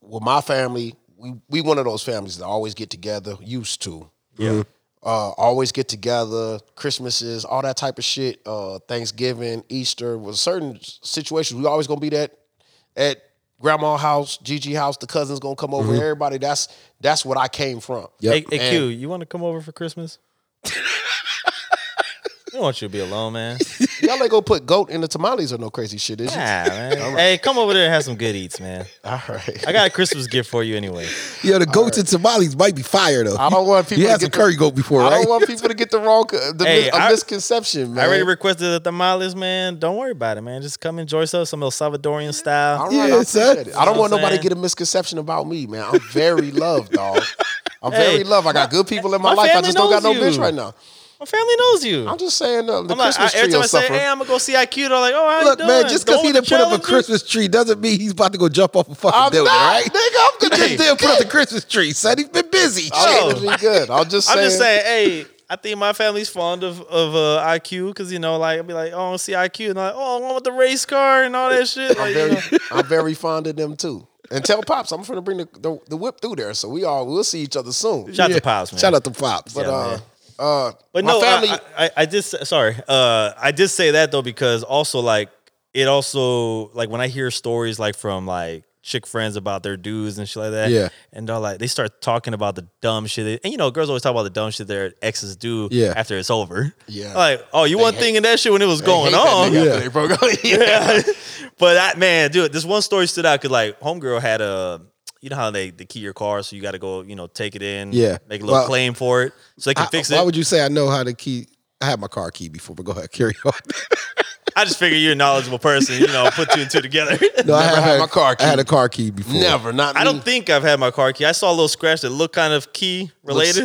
[SPEAKER 1] with my family, we we one of those families that always get together, used to.
[SPEAKER 3] Yeah,
[SPEAKER 1] Uh, always get together, Christmases, all that type of shit, uh, Thanksgiving, Easter, with certain s- situations, we always gonna be that at grandma house, Gigi house, the cousins gonna come
[SPEAKER 3] Mm-hmm.
[SPEAKER 1] over, everybody. That's that's what I came from.
[SPEAKER 2] Yep.
[SPEAKER 3] Hey, hey, Q, you want to come over for Christmas? I don't want you to be alone, man.
[SPEAKER 1] Y'all ain't gonna put goat in the tamales or no crazy shit, is
[SPEAKER 3] Nah,
[SPEAKER 1] you?
[SPEAKER 3] man. Hey, come over there and have some good eats, man.
[SPEAKER 1] All right.
[SPEAKER 3] I got a Christmas gift for you anyway.
[SPEAKER 2] Yeah, the goats and tamales might be fire though.
[SPEAKER 1] I don't want people
[SPEAKER 2] You
[SPEAKER 1] to
[SPEAKER 2] had
[SPEAKER 1] get
[SPEAKER 2] some curry goat before,
[SPEAKER 1] I
[SPEAKER 2] right?
[SPEAKER 1] don't want people to get the wrong co- the
[SPEAKER 3] Hey,
[SPEAKER 1] mis- a
[SPEAKER 3] I-
[SPEAKER 1] misconception, man.
[SPEAKER 3] I already requested the tamales, man. Don't worry about it, man. Just come enjoy yourself, some El Salvadorian
[SPEAKER 1] All
[SPEAKER 3] style.
[SPEAKER 1] right,
[SPEAKER 2] Yeah,
[SPEAKER 1] I
[SPEAKER 2] son.
[SPEAKER 1] appreciate it. I don't
[SPEAKER 3] You know
[SPEAKER 1] want
[SPEAKER 3] what I'm
[SPEAKER 1] nobody to
[SPEAKER 3] saying?
[SPEAKER 1] get a misconception about me, man. I'm very loved, dog. I'm
[SPEAKER 3] Hey,
[SPEAKER 1] very loved. I got good people in my,
[SPEAKER 3] my
[SPEAKER 1] life. I
[SPEAKER 3] family
[SPEAKER 1] just don't got no
[SPEAKER 3] knows
[SPEAKER 1] bitch
[SPEAKER 3] you.
[SPEAKER 1] right now.
[SPEAKER 3] My family knows you.
[SPEAKER 1] I'm
[SPEAKER 3] I'm,
[SPEAKER 1] just saying uh, the
[SPEAKER 3] like, I,
[SPEAKER 1] Christmas
[SPEAKER 3] every
[SPEAKER 1] tree
[SPEAKER 3] time
[SPEAKER 1] will
[SPEAKER 3] I say,
[SPEAKER 1] suffer.
[SPEAKER 3] hey, I'm gonna go see IQ, they're like, oh, how
[SPEAKER 2] Look,
[SPEAKER 3] you doing?
[SPEAKER 2] man, just because
[SPEAKER 3] Going
[SPEAKER 2] he
[SPEAKER 3] with
[SPEAKER 2] didn't put up a
[SPEAKER 3] challenges?
[SPEAKER 2] Christmas tree doesn't mean he's about to go jump off a fucking
[SPEAKER 1] I'm
[SPEAKER 2] building,
[SPEAKER 1] not,
[SPEAKER 2] right?
[SPEAKER 1] nigga. I'm gonna
[SPEAKER 2] He didn't put up the Christmas tree, son. He's been busy.
[SPEAKER 1] I'm
[SPEAKER 2] Shit.
[SPEAKER 1] gonna be good. I'm just
[SPEAKER 3] Oh. I'm
[SPEAKER 1] saying.
[SPEAKER 3] just saying, hey, I think my family's fond of of uh, IQ because you know, like I'll be like, oh, I wanna see IQ, and I'm like, oh, I want the race car and all that shit. Like,
[SPEAKER 1] I'm
[SPEAKER 3] you know.
[SPEAKER 1] very, I'm very fond of them too. And tell pops, I'm finna bring the, the, the whip through there, so we all we'll see each other soon.
[SPEAKER 3] Shout out to Pops, man.
[SPEAKER 2] Shout out to Pops.
[SPEAKER 1] But
[SPEAKER 3] yeah,
[SPEAKER 1] uh,
[SPEAKER 3] man.
[SPEAKER 1] uh,
[SPEAKER 3] But
[SPEAKER 1] my
[SPEAKER 3] no,
[SPEAKER 1] family.
[SPEAKER 3] I, I, I just sorry. Uh, I did say that though because also like it also like when I hear stories like from like chick friends about their dudes and shit like that.
[SPEAKER 2] Yeah.
[SPEAKER 3] and they're like they start talking about the dumb shit. they- And you know, girls always talk about the dumb shit their exes do.
[SPEAKER 2] Yeah.
[SPEAKER 3] after it's over.
[SPEAKER 1] Yeah.
[SPEAKER 3] like oh, you one thing in that shit when it was going
[SPEAKER 1] hate that
[SPEAKER 3] on.
[SPEAKER 1] nigga
[SPEAKER 2] Yeah.
[SPEAKER 1] after they broke up.
[SPEAKER 3] Yeah. but I, man, dude, this one story stood out because like homegirl had a, you know how they, they key your car, so you got to go, you know, take it in,
[SPEAKER 2] Yeah.
[SPEAKER 3] make a little
[SPEAKER 2] Well,
[SPEAKER 3] claim for it, so they can
[SPEAKER 2] I-
[SPEAKER 3] fix
[SPEAKER 2] Why
[SPEAKER 3] it.
[SPEAKER 2] would you say I know how to key? I had my car key before, but go ahead, carry on.
[SPEAKER 3] I just figure you're a knowledgeable person, you know, put two and two together.
[SPEAKER 2] no, I
[SPEAKER 1] Never had my car
[SPEAKER 2] I had
[SPEAKER 1] key.
[SPEAKER 2] a car key before.
[SPEAKER 1] Never, not
[SPEAKER 3] I
[SPEAKER 1] me.
[SPEAKER 3] don't think I've had my car key. I saw a little scratch that looked kind of key related.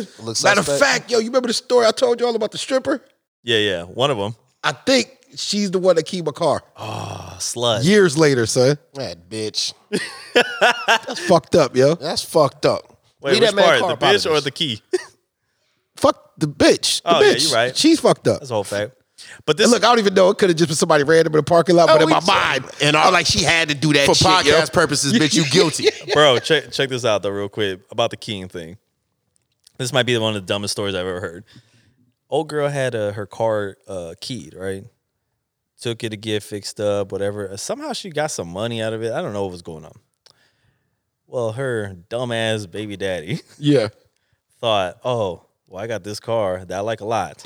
[SPEAKER 1] Mm. Looks, looks
[SPEAKER 2] Matter of
[SPEAKER 1] suspect.
[SPEAKER 2] fact, yo, you remember the story I told you all about the stripper?
[SPEAKER 3] yeah, yeah, one of them.
[SPEAKER 2] I think she's the one that keyed my car
[SPEAKER 3] A slut.
[SPEAKER 2] years later, son.
[SPEAKER 1] That bitch.
[SPEAKER 2] That's fucked up, yo.
[SPEAKER 1] That's fucked up.
[SPEAKER 3] Wait,
[SPEAKER 1] Leave
[SPEAKER 3] which
[SPEAKER 1] that man
[SPEAKER 3] part,
[SPEAKER 1] car
[SPEAKER 3] the
[SPEAKER 1] up out of
[SPEAKER 3] bitch or
[SPEAKER 1] this.
[SPEAKER 3] the key?
[SPEAKER 2] Fuck the bitch. The
[SPEAKER 3] Oh, yeah,
[SPEAKER 2] bitch.
[SPEAKER 3] you right.
[SPEAKER 2] She's fucked up.
[SPEAKER 3] That's a whole fact. But this
[SPEAKER 2] And look, I don't even know. It could have just been somebody random in the parking lot, but in
[SPEAKER 1] Oh, we-
[SPEAKER 2] my mind, and Oh, I'm like, she had to do that
[SPEAKER 1] for
[SPEAKER 2] shit,
[SPEAKER 1] podcast
[SPEAKER 2] yo.
[SPEAKER 1] purposes, bitch, you guilty.
[SPEAKER 3] bro check check this out though real quick about the keying thing this might be one of the dumbest stories i've ever heard old girl had uh, her car uh, keyed right took it to get fixed up whatever Uh, somehow she got some money out of it i don't know what was going on well her dumbass baby daddy
[SPEAKER 2] Yeah.
[SPEAKER 3] thought oh well i got this car that i like a lot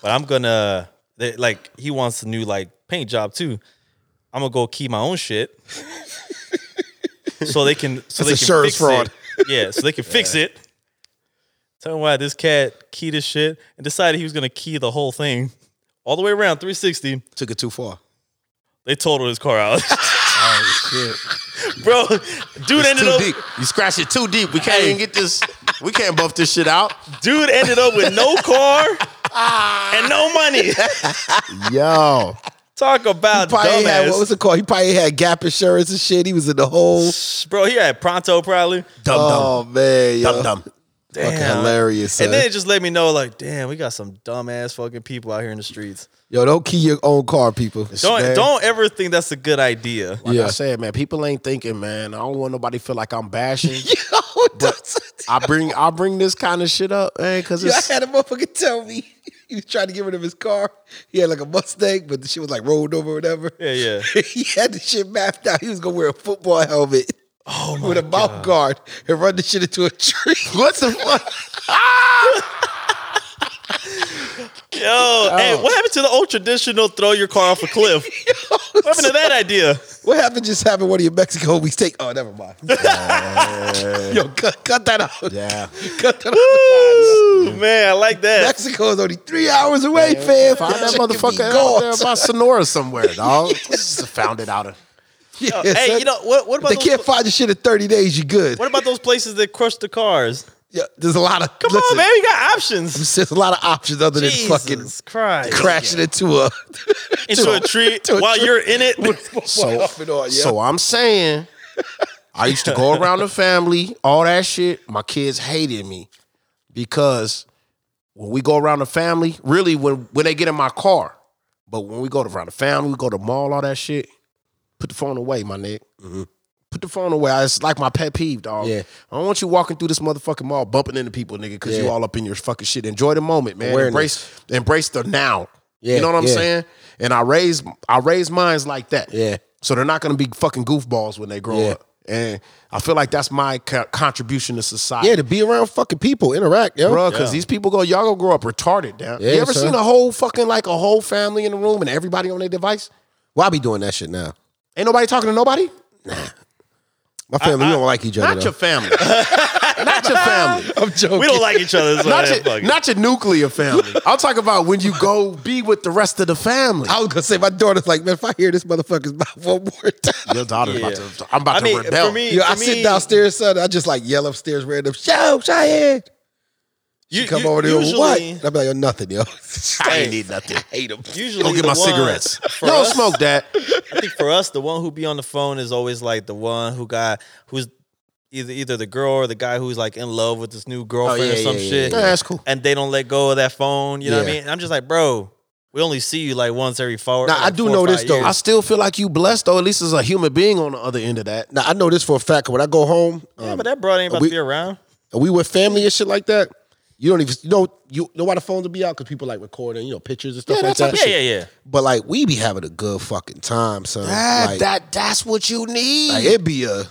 [SPEAKER 3] but i'm gonna they, like he wants a new like paint job too i'm gonna go key my own shit so they can so they
[SPEAKER 2] That's
[SPEAKER 3] can
[SPEAKER 2] insurance
[SPEAKER 3] fix
[SPEAKER 2] fraud.
[SPEAKER 3] it. yeah so they can fix it tell me why this cat keyed his shit and decided he was gonna key the whole thing all the way around 360
[SPEAKER 2] Took it too far.
[SPEAKER 3] they totaled his car out bro dude ended up
[SPEAKER 1] You scratch it too deep. We can't
[SPEAKER 3] Hey.
[SPEAKER 1] even get this. We can't buff this shit out.
[SPEAKER 3] dude
[SPEAKER 2] Ah.
[SPEAKER 3] ended up with no car and no money
[SPEAKER 1] Yo,
[SPEAKER 3] Talk about
[SPEAKER 2] Probably had, what
[SPEAKER 3] dumbass.
[SPEAKER 2] was it called? He probably had gap insurance and shit. He was in the hole.
[SPEAKER 3] Bro, he had pronto probably.
[SPEAKER 2] oh man, yo.
[SPEAKER 1] Dumb dumb.
[SPEAKER 2] fucking
[SPEAKER 3] Damn.
[SPEAKER 2] hilarious. Son.
[SPEAKER 3] And then it just let me know, like, damn, we got some dumbass fucking people out here in the streets.
[SPEAKER 2] yo, don't key your own car, people.
[SPEAKER 3] Don't
[SPEAKER 2] Man.
[SPEAKER 3] don't ever think that's a good idea.
[SPEAKER 1] Like
[SPEAKER 2] Yeah.
[SPEAKER 1] I said, man, people ain't thinking, man. I don't want nobody to feel like I'm bashing.
[SPEAKER 2] Yo, that's,
[SPEAKER 1] I bring I bring this kind of shit up, man, because
[SPEAKER 2] yo, I
[SPEAKER 1] it's
[SPEAKER 2] had a motherfucker tell me he was trying to get rid of his car. He had like a Mustang, but the shit was like rolled over or whatever.
[SPEAKER 3] Yeah, yeah.
[SPEAKER 2] he had the shit mapped out. He was gonna wear a football helmet. Oh with a mouth guard and run the shit into a tree. What the fuck?
[SPEAKER 3] Yo, hey, what happened to the old traditional throw your car off a cliff? what happened to that idea?
[SPEAKER 2] What happened just having one of your Mexico homies take? Oh, never mind. Yo, cut, cut that out.
[SPEAKER 1] yeah.
[SPEAKER 2] Cut that out.
[SPEAKER 3] Ooh, man, I like that.
[SPEAKER 2] Mexico is only three hours away, fam.
[SPEAKER 1] Find that
[SPEAKER 2] Shit could be
[SPEAKER 1] motherfucker out
[SPEAKER 2] gone.
[SPEAKER 1] there by Sonora somewhere, dog. Found it out of
[SPEAKER 2] Yeah,
[SPEAKER 3] hey,
[SPEAKER 2] son.
[SPEAKER 3] you know what? What
[SPEAKER 2] If
[SPEAKER 3] about
[SPEAKER 2] they
[SPEAKER 3] those,
[SPEAKER 2] can't find the shit in 30 days, you good.
[SPEAKER 3] what about those places that crush the cars?
[SPEAKER 2] Yeah, there's a lot of
[SPEAKER 3] Come on,
[SPEAKER 2] listen,
[SPEAKER 3] man, you got options.
[SPEAKER 2] There's a lot of options other
[SPEAKER 3] Jesus
[SPEAKER 2] than fucking
[SPEAKER 3] Christ.
[SPEAKER 2] crashing into a
[SPEAKER 3] into a tree
[SPEAKER 2] to a
[SPEAKER 3] while
[SPEAKER 2] tree.
[SPEAKER 3] you're in it.
[SPEAKER 2] so, off and on. Yeah.
[SPEAKER 1] So I'm saying, I used to go around the family, all that shit. My kids hated me because when we go around the family, really when when they get in my car, but when we go around the family, we go to the mall, all that shit. Put the phone away, my nigga. Put the phone away. I- It's like my pet peeve, dog.
[SPEAKER 2] Mm-hmm. Yeah.
[SPEAKER 1] I don't want you walking through this motherfucking mall bumping into people, nigga, because you
[SPEAKER 2] Yeah.
[SPEAKER 1] all up in your fucking shit. Enjoy the moment, man.
[SPEAKER 2] Awareness.
[SPEAKER 1] Embrace, embrace the now.
[SPEAKER 2] Yeah,
[SPEAKER 1] you know what I'm
[SPEAKER 2] yeah.
[SPEAKER 1] saying? And I raise, I raise minds like that.
[SPEAKER 2] Yeah.
[SPEAKER 1] So they're not going to be fucking goofballs when they grow
[SPEAKER 2] Yeah.
[SPEAKER 1] up. And I feel like that's my co- contribution to society.
[SPEAKER 2] yeah, to be around fucking people, interact, yo.
[SPEAKER 1] Bro, because these people go, y'all gonna grow up retarded, damn.
[SPEAKER 2] Yeah,
[SPEAKER 1] you ever
[SPEAKER 2] son.
[SPEAKER 1] seen a whole fucking like a whole family in the room and everybody on their device?
[SPEAKER 2] Why be doing that shit now?
[SPEAKER 1] Ain't nobody talking to nobody?
[SPEAKER 2] My family, we don't like each other.
[SPEAKER 1] Not your
[SPEAKER 2] Though.
[SPEAKER 1] family. not your family.
[SPEAKER 2] I'm joking.
[SPEAKER 3] We don't like each other. So
[SPEAKER 1] Not
[SPEAKER 3] that
[SPEAKER 1] your,
[SPEAKER 3] fucking-
[SPEAKER 1] not your nuclear family. I'm talking about when you go be with the rest of the family.
[SPEAKER 2] I was gonna say my daughter's like, man, if I hear this motherfucker's mouth one more time.
[SPEAKER 1] Your daughter's
[SPEAKER 3] Yeah.
[SPEAKER 1] about to, I'm about
[SPEAKER 3] I mean,
[SPEAKER 1] to rebel.
[SPEAKER 3] for me,
[SPEAKER 2] Yo,
[SPEAKER 3] for
[SPEAKER 2] I sit
[SPEAKER 3] me,
[SPEAKER 2] downstairs, son. I just like yell upstairs random, yo, Cheyenne.
[SPEAKER 3] You,
[SPEAKER 2] She come
[SPEAKER 3] you-
[SPEAKER 2] over there,
[SPEAKER 3] usually-
[SPEAKER 2] what? And I'm like, oh, nothing, yo.
[SPEAKER 1] I
[SPEAKER 3] Hey.
[SPEAKER 1] ain't need nothing.
[SPEAKER 2] hate him.
[SPEAKER 3] Usually,
[SPEAKER 1] Go get my
[SPEAKER 3] the one-
[SPEAKER 1] cigarettes.
[SPEAKER 3] for
[SPEAKER 1] Don't
[SPEAKER 3] us-
[SPEAKER 1] smoke that.
[SPEAKER 3] I think for us, the one who be on the phone is always like the one who got who's either either the girl or the guy who's like in love with this new girlfriend
[SPEAKER 2] Oh, yeah,
[SPEAKER 3] or some
[SPEAKER 2] yeah, yeah,
[SPEAKER 3] shit,
[SPEAKER 2] yeah.
[SPEAKER 1] Yeah, that's cool.
[SPEAKER 3] and they don't let go of that phone. You know what I
[SPEAKER 2] Yeah.
[SPEAKER 3] mean? And I'm just like, bro, we only see you like once every four.
[SPEAKER 2] Now,
[SPEAKER 3] like,
[SPEAKER 2] I do
[SPEAKER 3] four or
[SPEAKER 2] know
[SPEAKER 3] five
[SPEAKER 2] this, though.
[SPEAKER 3] years.
[SPEAKER 1] I still feel like you blessed, though. At least as a human being on the other end of that.
[SPEAKER 2] Now I know this for a fact. 'cause When I go home,
[SPEAKER 3] yeah,
[SPEAKER 2] um,
[SPEAKER 3] but that broad ain't about
[SPEAKER 2] we-
[SPEAKER 3] to be around.
[SPEAKER 2] and we with family and shit like that. You don't even you know you know why the phones will be out because people like recording, you know, pictures and stuff
[SPEAKER 1] Yeah,
[SPEAKER 2] like
[SPEAKER 1] that
[SPEAKER 2] that.
[SPEAKER 1] type
[SPEAKER 3] Yeah, yeah, yeah.
[SPEAKER 2] But like we be having a good fucking time, son.
[SPEAKER 1] That,
[SPEAKER 2] like,
[SPEAKER 1] that that's what you need.
[SPEAKER 2] like, it be a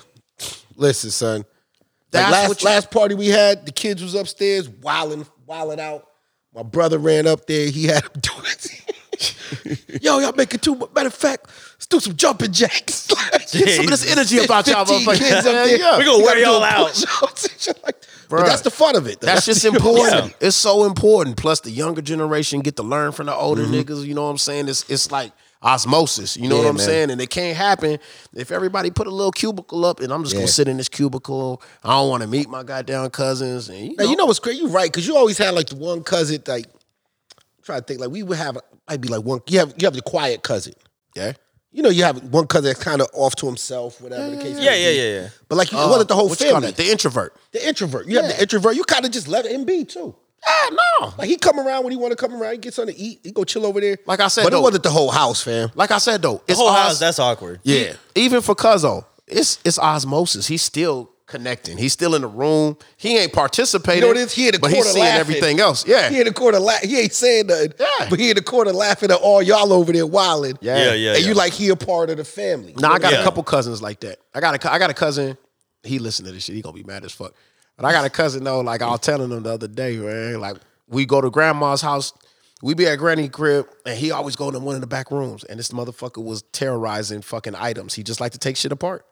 [SPEAKER 2] listen, son. Like
[SPEAKER 1] That's
[SPEAKER 2] last
[SPEAKER 1] what you-
[SPEAKER 2] last party we had, the kids was upstairs wilding wilding out. My brother ran up there. He had him do it. Yo, y'all making too much. Matter of fact, let's do some jumping jacks.
[SPEAKER 1] Some of this energy about y'all
[SPEAKER 2] 15
[SPEAKER 1] motherfuckers.
[SPEAKER 2] kids up there.
[SPEAKER 1] Yeah.
[SPEAKER 3] We gonna
[SPEAKER 2] You gotta
[SPEAKER 3] wear
[SPEAKER 2] do
[SPEAKER 3] y'all
[SPEAKER 2] a
[SPEAKER 3] out.
[SPEAKER 2] push-ups and shit like that. But
[SPEAKER 1] Bruh.
[SPEAKER 2] that's the fun of it. though.
[SPEAKER 1] That's just
[SPEAKER 2] the-
[SPEAKER 1] important. It's so important. Plus, the younger generation get to learn from the older niggas. You know what I'm saying? It's it's like osmosis. You know
[SPEAKER 2] Yeah,
[SPEAKER 1] what I'm
[SPEAKER 2] man.
[SPEAKER 1] saying? And it can't happen if everybody put a little cubicle up, and I'm just
[SPEAKER 2] Yeah.
[SPEAKER 1] gonna sit in this cubicle. I don't want to meet my goddamn cousins. And you
[SPEAKER 2] Now,
[SPEAKER 1] know,
[SPEAKER 2] you know what's crazy? You're right, because you always had like the one cousin, like, I'm trying to think, like, we would have, I'd be like one, you have you have the quiet cousin.
[SPEAKER 1] yeah.
[SPEAKER 2] You know, you have one cousin that's kind of off to himself, whatever the case
[SPEAKER 3] Yeah,
[SPEAKER 2] may
[SPEAKER 3] yeah,
[SPEAKER 2] be.
[SPEAKER 3] yeah, yeah.
[SPEAKER 2] But like, you wasn't the whole
[SPEAKER 1] Uh, What you call
[SPEAKER 2] family.
[SPEAKER 1] that?
[SPEAKER 2] The,
[SPEAKER 1] The introvert.
[SPEAKER 2] introvert. You have the introvert, you kind of just let him be, too.
[SPEAKER 1] Ah, no.
[SPEAKER 2] Like, he come around when he want to come around, he gets something to eat, he go chill over there.
[SPEAKER 1] Like I said,
[SPEAKER 2] But it
[SPEAKER 1] though-
[SPEAKER 2] wasn't the whole house, fam.
[SPEAKER 1] Like I said though,
[SPEAKER 3] The
[SPEAKER 1] it's
[SPEAKER 3] whole
[SPEAKER 1] os-
[SPEAKER 3] house, that's awkward.
[SPEAKER 1] Yeah. Even for Cuzzo, it's it's osmosis. He's still connecting. He's still in the room. He ain't participating.
[SPEAKER 2] You know what it is? He in the
[SPEAKER 1] but
[SPEAKER 2] corner
[SPEAKER 1] he's seeing
[SPEAKER 2] laughing.
[SPEAKER 1] everything else. Yeah.
[SPEAKER 2] He in the corner, la- he ain't saying nothing.
[SPEAKER 1] Yeah.
[SPEAKER 2] But he in the corner laughing at all y'all over there wilding.
[SPEAKER 3] Yeah, yeah,
[SPEAKER 2] And
[SPEAKER 3] yeah.
[SPEAKER 2] you like he a part of the family.
[SPEAKER 1] Now I got
[SPEAKER 3] Yeah.
[SPEAKER 1] a couple cousins like that. I got a cou- I got a cousin. He listen to this shit. He gonna be mad as fuck. But I got a cousin though. Like I was telling him the other day, man. Like we go to grandma's house. We be at granny crib, and he always go to one of the back rooms. And this motherfucker was terrorizing fucking items. He just like to take shit apart.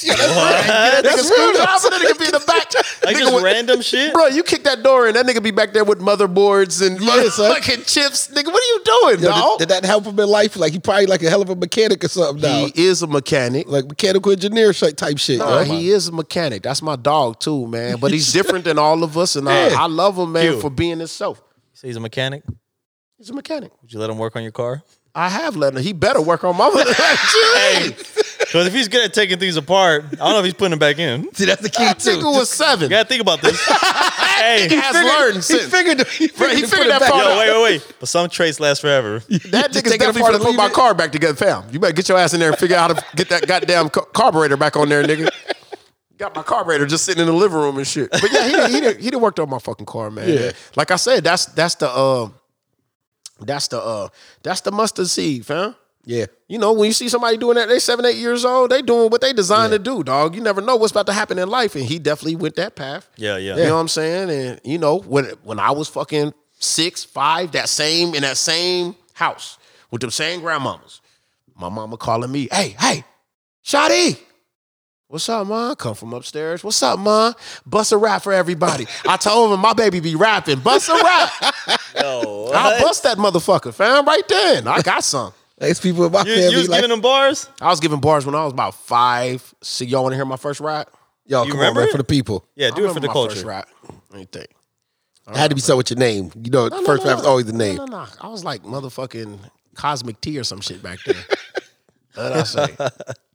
[SPEAKER 2] Yeah, that's right.
[SPEAKER 1] Nigga
[SPEAKER 2] That's real.
[SPEAKER 1] screwdriver, that nigga be in the back.
[SPEAKER 3] Like
[SPEAKER 1] Nigga
[SPEAKER 3] just
[SPEAKER 1] with-
[SPEAKER 3] random shit.
[SPEAKER 1] Bro, you kick that door in, that nigga be back there with motherboards and
[SPEAKER 2] son.
[SPEAKER 1] fucking chips. Nigga, what are you doing,
[SPEAKER 2] Yo, did-
[SPEAKER 1] dog?
[SPEAKER 2] did, that help him in life? Like he probably like a hell of a mechanic or something now.
[SPEAKER 1] he is a mechanic.
[SPEAKER 2] like mechanical engineer sh- type shit.
[SPEAKER 1] Nah,
[SPEAKER 2] yo.
[SPEAKER 1] he is a mechanic. That's my dog too, man. But he's different than all of us, and
[SPEAKER 2] Yeah.
[SPEAKER 1] I, I love him, man,
[SPEAKER 3] Cute.
[SPEAKER 1] for being himself.
[SPEAKER 3] So he's a mechanic.
[SPEAKER 1] He's a mechanic.
[SPEAKER 3] Would you let him work on your car?
[SPEAKER 1] I have let him. He better work on my relationship.
[SPEAKER 3] Because if he's good at taking things apart, I don't know if he's putting them back in. You
[SPEAKER 2] See, that's the key too.
[SPEAKER 1] Nigga was seven.
[SPEAKER 3] gotta think about this. hey,
[SPEAKER 1] He has learned
[SPEAKER 2] He
[SPEAKER 1] since.
[SPEAKER 2] figured. He figured,
[SPEAKER 1] he
[SPEAKER 2] to
[SPEAKER 1] figured
[SPEAKER 2] put it
[SPEAKER 1] that
[SPEAKER 2] back.
[SPEAKER 1] part
[SPEAKER 3] yo, wait, wait, wait. But some traits last forever.
[SPEAKER 1] That
[SPEAKER 2] Just
[SPEAKER 1] nigga's
[SPEAKER 2] take it
[SPEAKER 1] definitely
[SPEAKER 2] apart
[SPEAKER 1] finna
[SPEAKER 2] and
[SPEAKER 1] put
[SPEAKER 2] leave
[SPEAKER 1] my
[SPEAKER 2] it.
[SPEAKER 1] car back together, fam. You better get your ass in there and figure out how to get that goddamn ca- carburetor back on there, nigga. Got my carburetor just sitting in the living room and shit. But yeah, he done- he done- he done worked on my fucking car, man.
[SPEAKER 2] Yeah.
[SPEAKER 1] Like I said, that's that's the uh, that's the uh, that's the mustard seed, fam.
[SPEAKER 2] Yeah.
[SPEAKER 1] You know, when you see somebody doing that, they seven, eight years old, they doing what they designed to do, dog. You never know what's about to happen in life. And he definitely went that path.
[SPEAKER 3] Yeah, yeah.
[SPEAKER 1] You know what I'm saying? And you know, when when I was fucking six, five, that same in that same house with them same grandmamas, my mama calling me, hey, hey, Shotty. What's up, ma? Come from upstairs. What's up, ma? Bust a rap for everybody. I told him my baby be rapping. Bust a rap.
[SPEAKER 3] Yo,
[SPEAKER 1] I'll bust that motherfucker, fam, right then. I got some.
[SPEAKER 2] Like people in my
[SPEAKER 3] You, you
[SPEAKER 2] family
[SPEAKER 3] was
[SPEAKER 2] like,
[SPEAKER 3] giving them bars?
[SPEAKER 1] I was giving bars when I was about five. So y'all want to hear my first rap?
[SPEAKER 2] yo,
[SPEAKER 3] You
[SPEAKER 2] come on,
[SPEAKER 3] remember
[SPEAKER 2] man,
[SPEAKER 3] it?
[SPEAKER 2] for the people.
[SPEAKER 3] Yeah,
[SPEAKER 1] I
[SPEAKER 3] do it for
[SPEAKER 1] remember
[SPEAKER 3] the
[SPEAKER 1] my
[SPEAKER 3] culture.
[SPEAKER 1] First rap. Let me think.
[SPEAKER 2] It had to be something with your name. You know,
[SPEAKER 1] No, no,
[SPEAKER 2] first
[SPEAKER 1] no,
[SPEAKER 2] rap is
[SPEAKER 1] no.
[SPEAKER 2] always the name.
[SPEAKER 1] No, no, no. I was like motherfucking Cosmic T or some shit back then. what I say?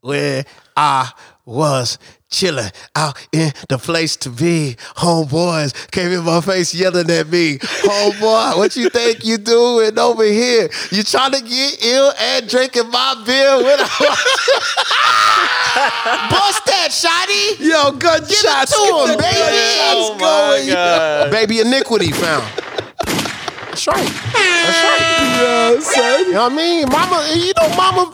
[SPEAKER 1] Where I was chilling out in the place to be, homeboys came in my face yelling at me, homeboy, what you think you doing over here? You trying to get ill and drinking my beer with Bust that, shotty.
[SPEAKER 2] Yo, gunshots.
[SPEAKER 1] to
[SPEAKER 2] get
[SPEAKER 1] him,
[SPEAKER 2] the
[SPEAKER 1] baby.
[SPEAKER 2] gunshots
[SPEAKER 3] Oh my
[SPEAKER 2] going,
[SPEAKER 3] god.
[SPEAKER 1] Baby iniquity found. That's right. That's right.
[SPEAKER 2] Yo, son.
[SPEAKER 1] You know what I mean? Mama, you know, mama,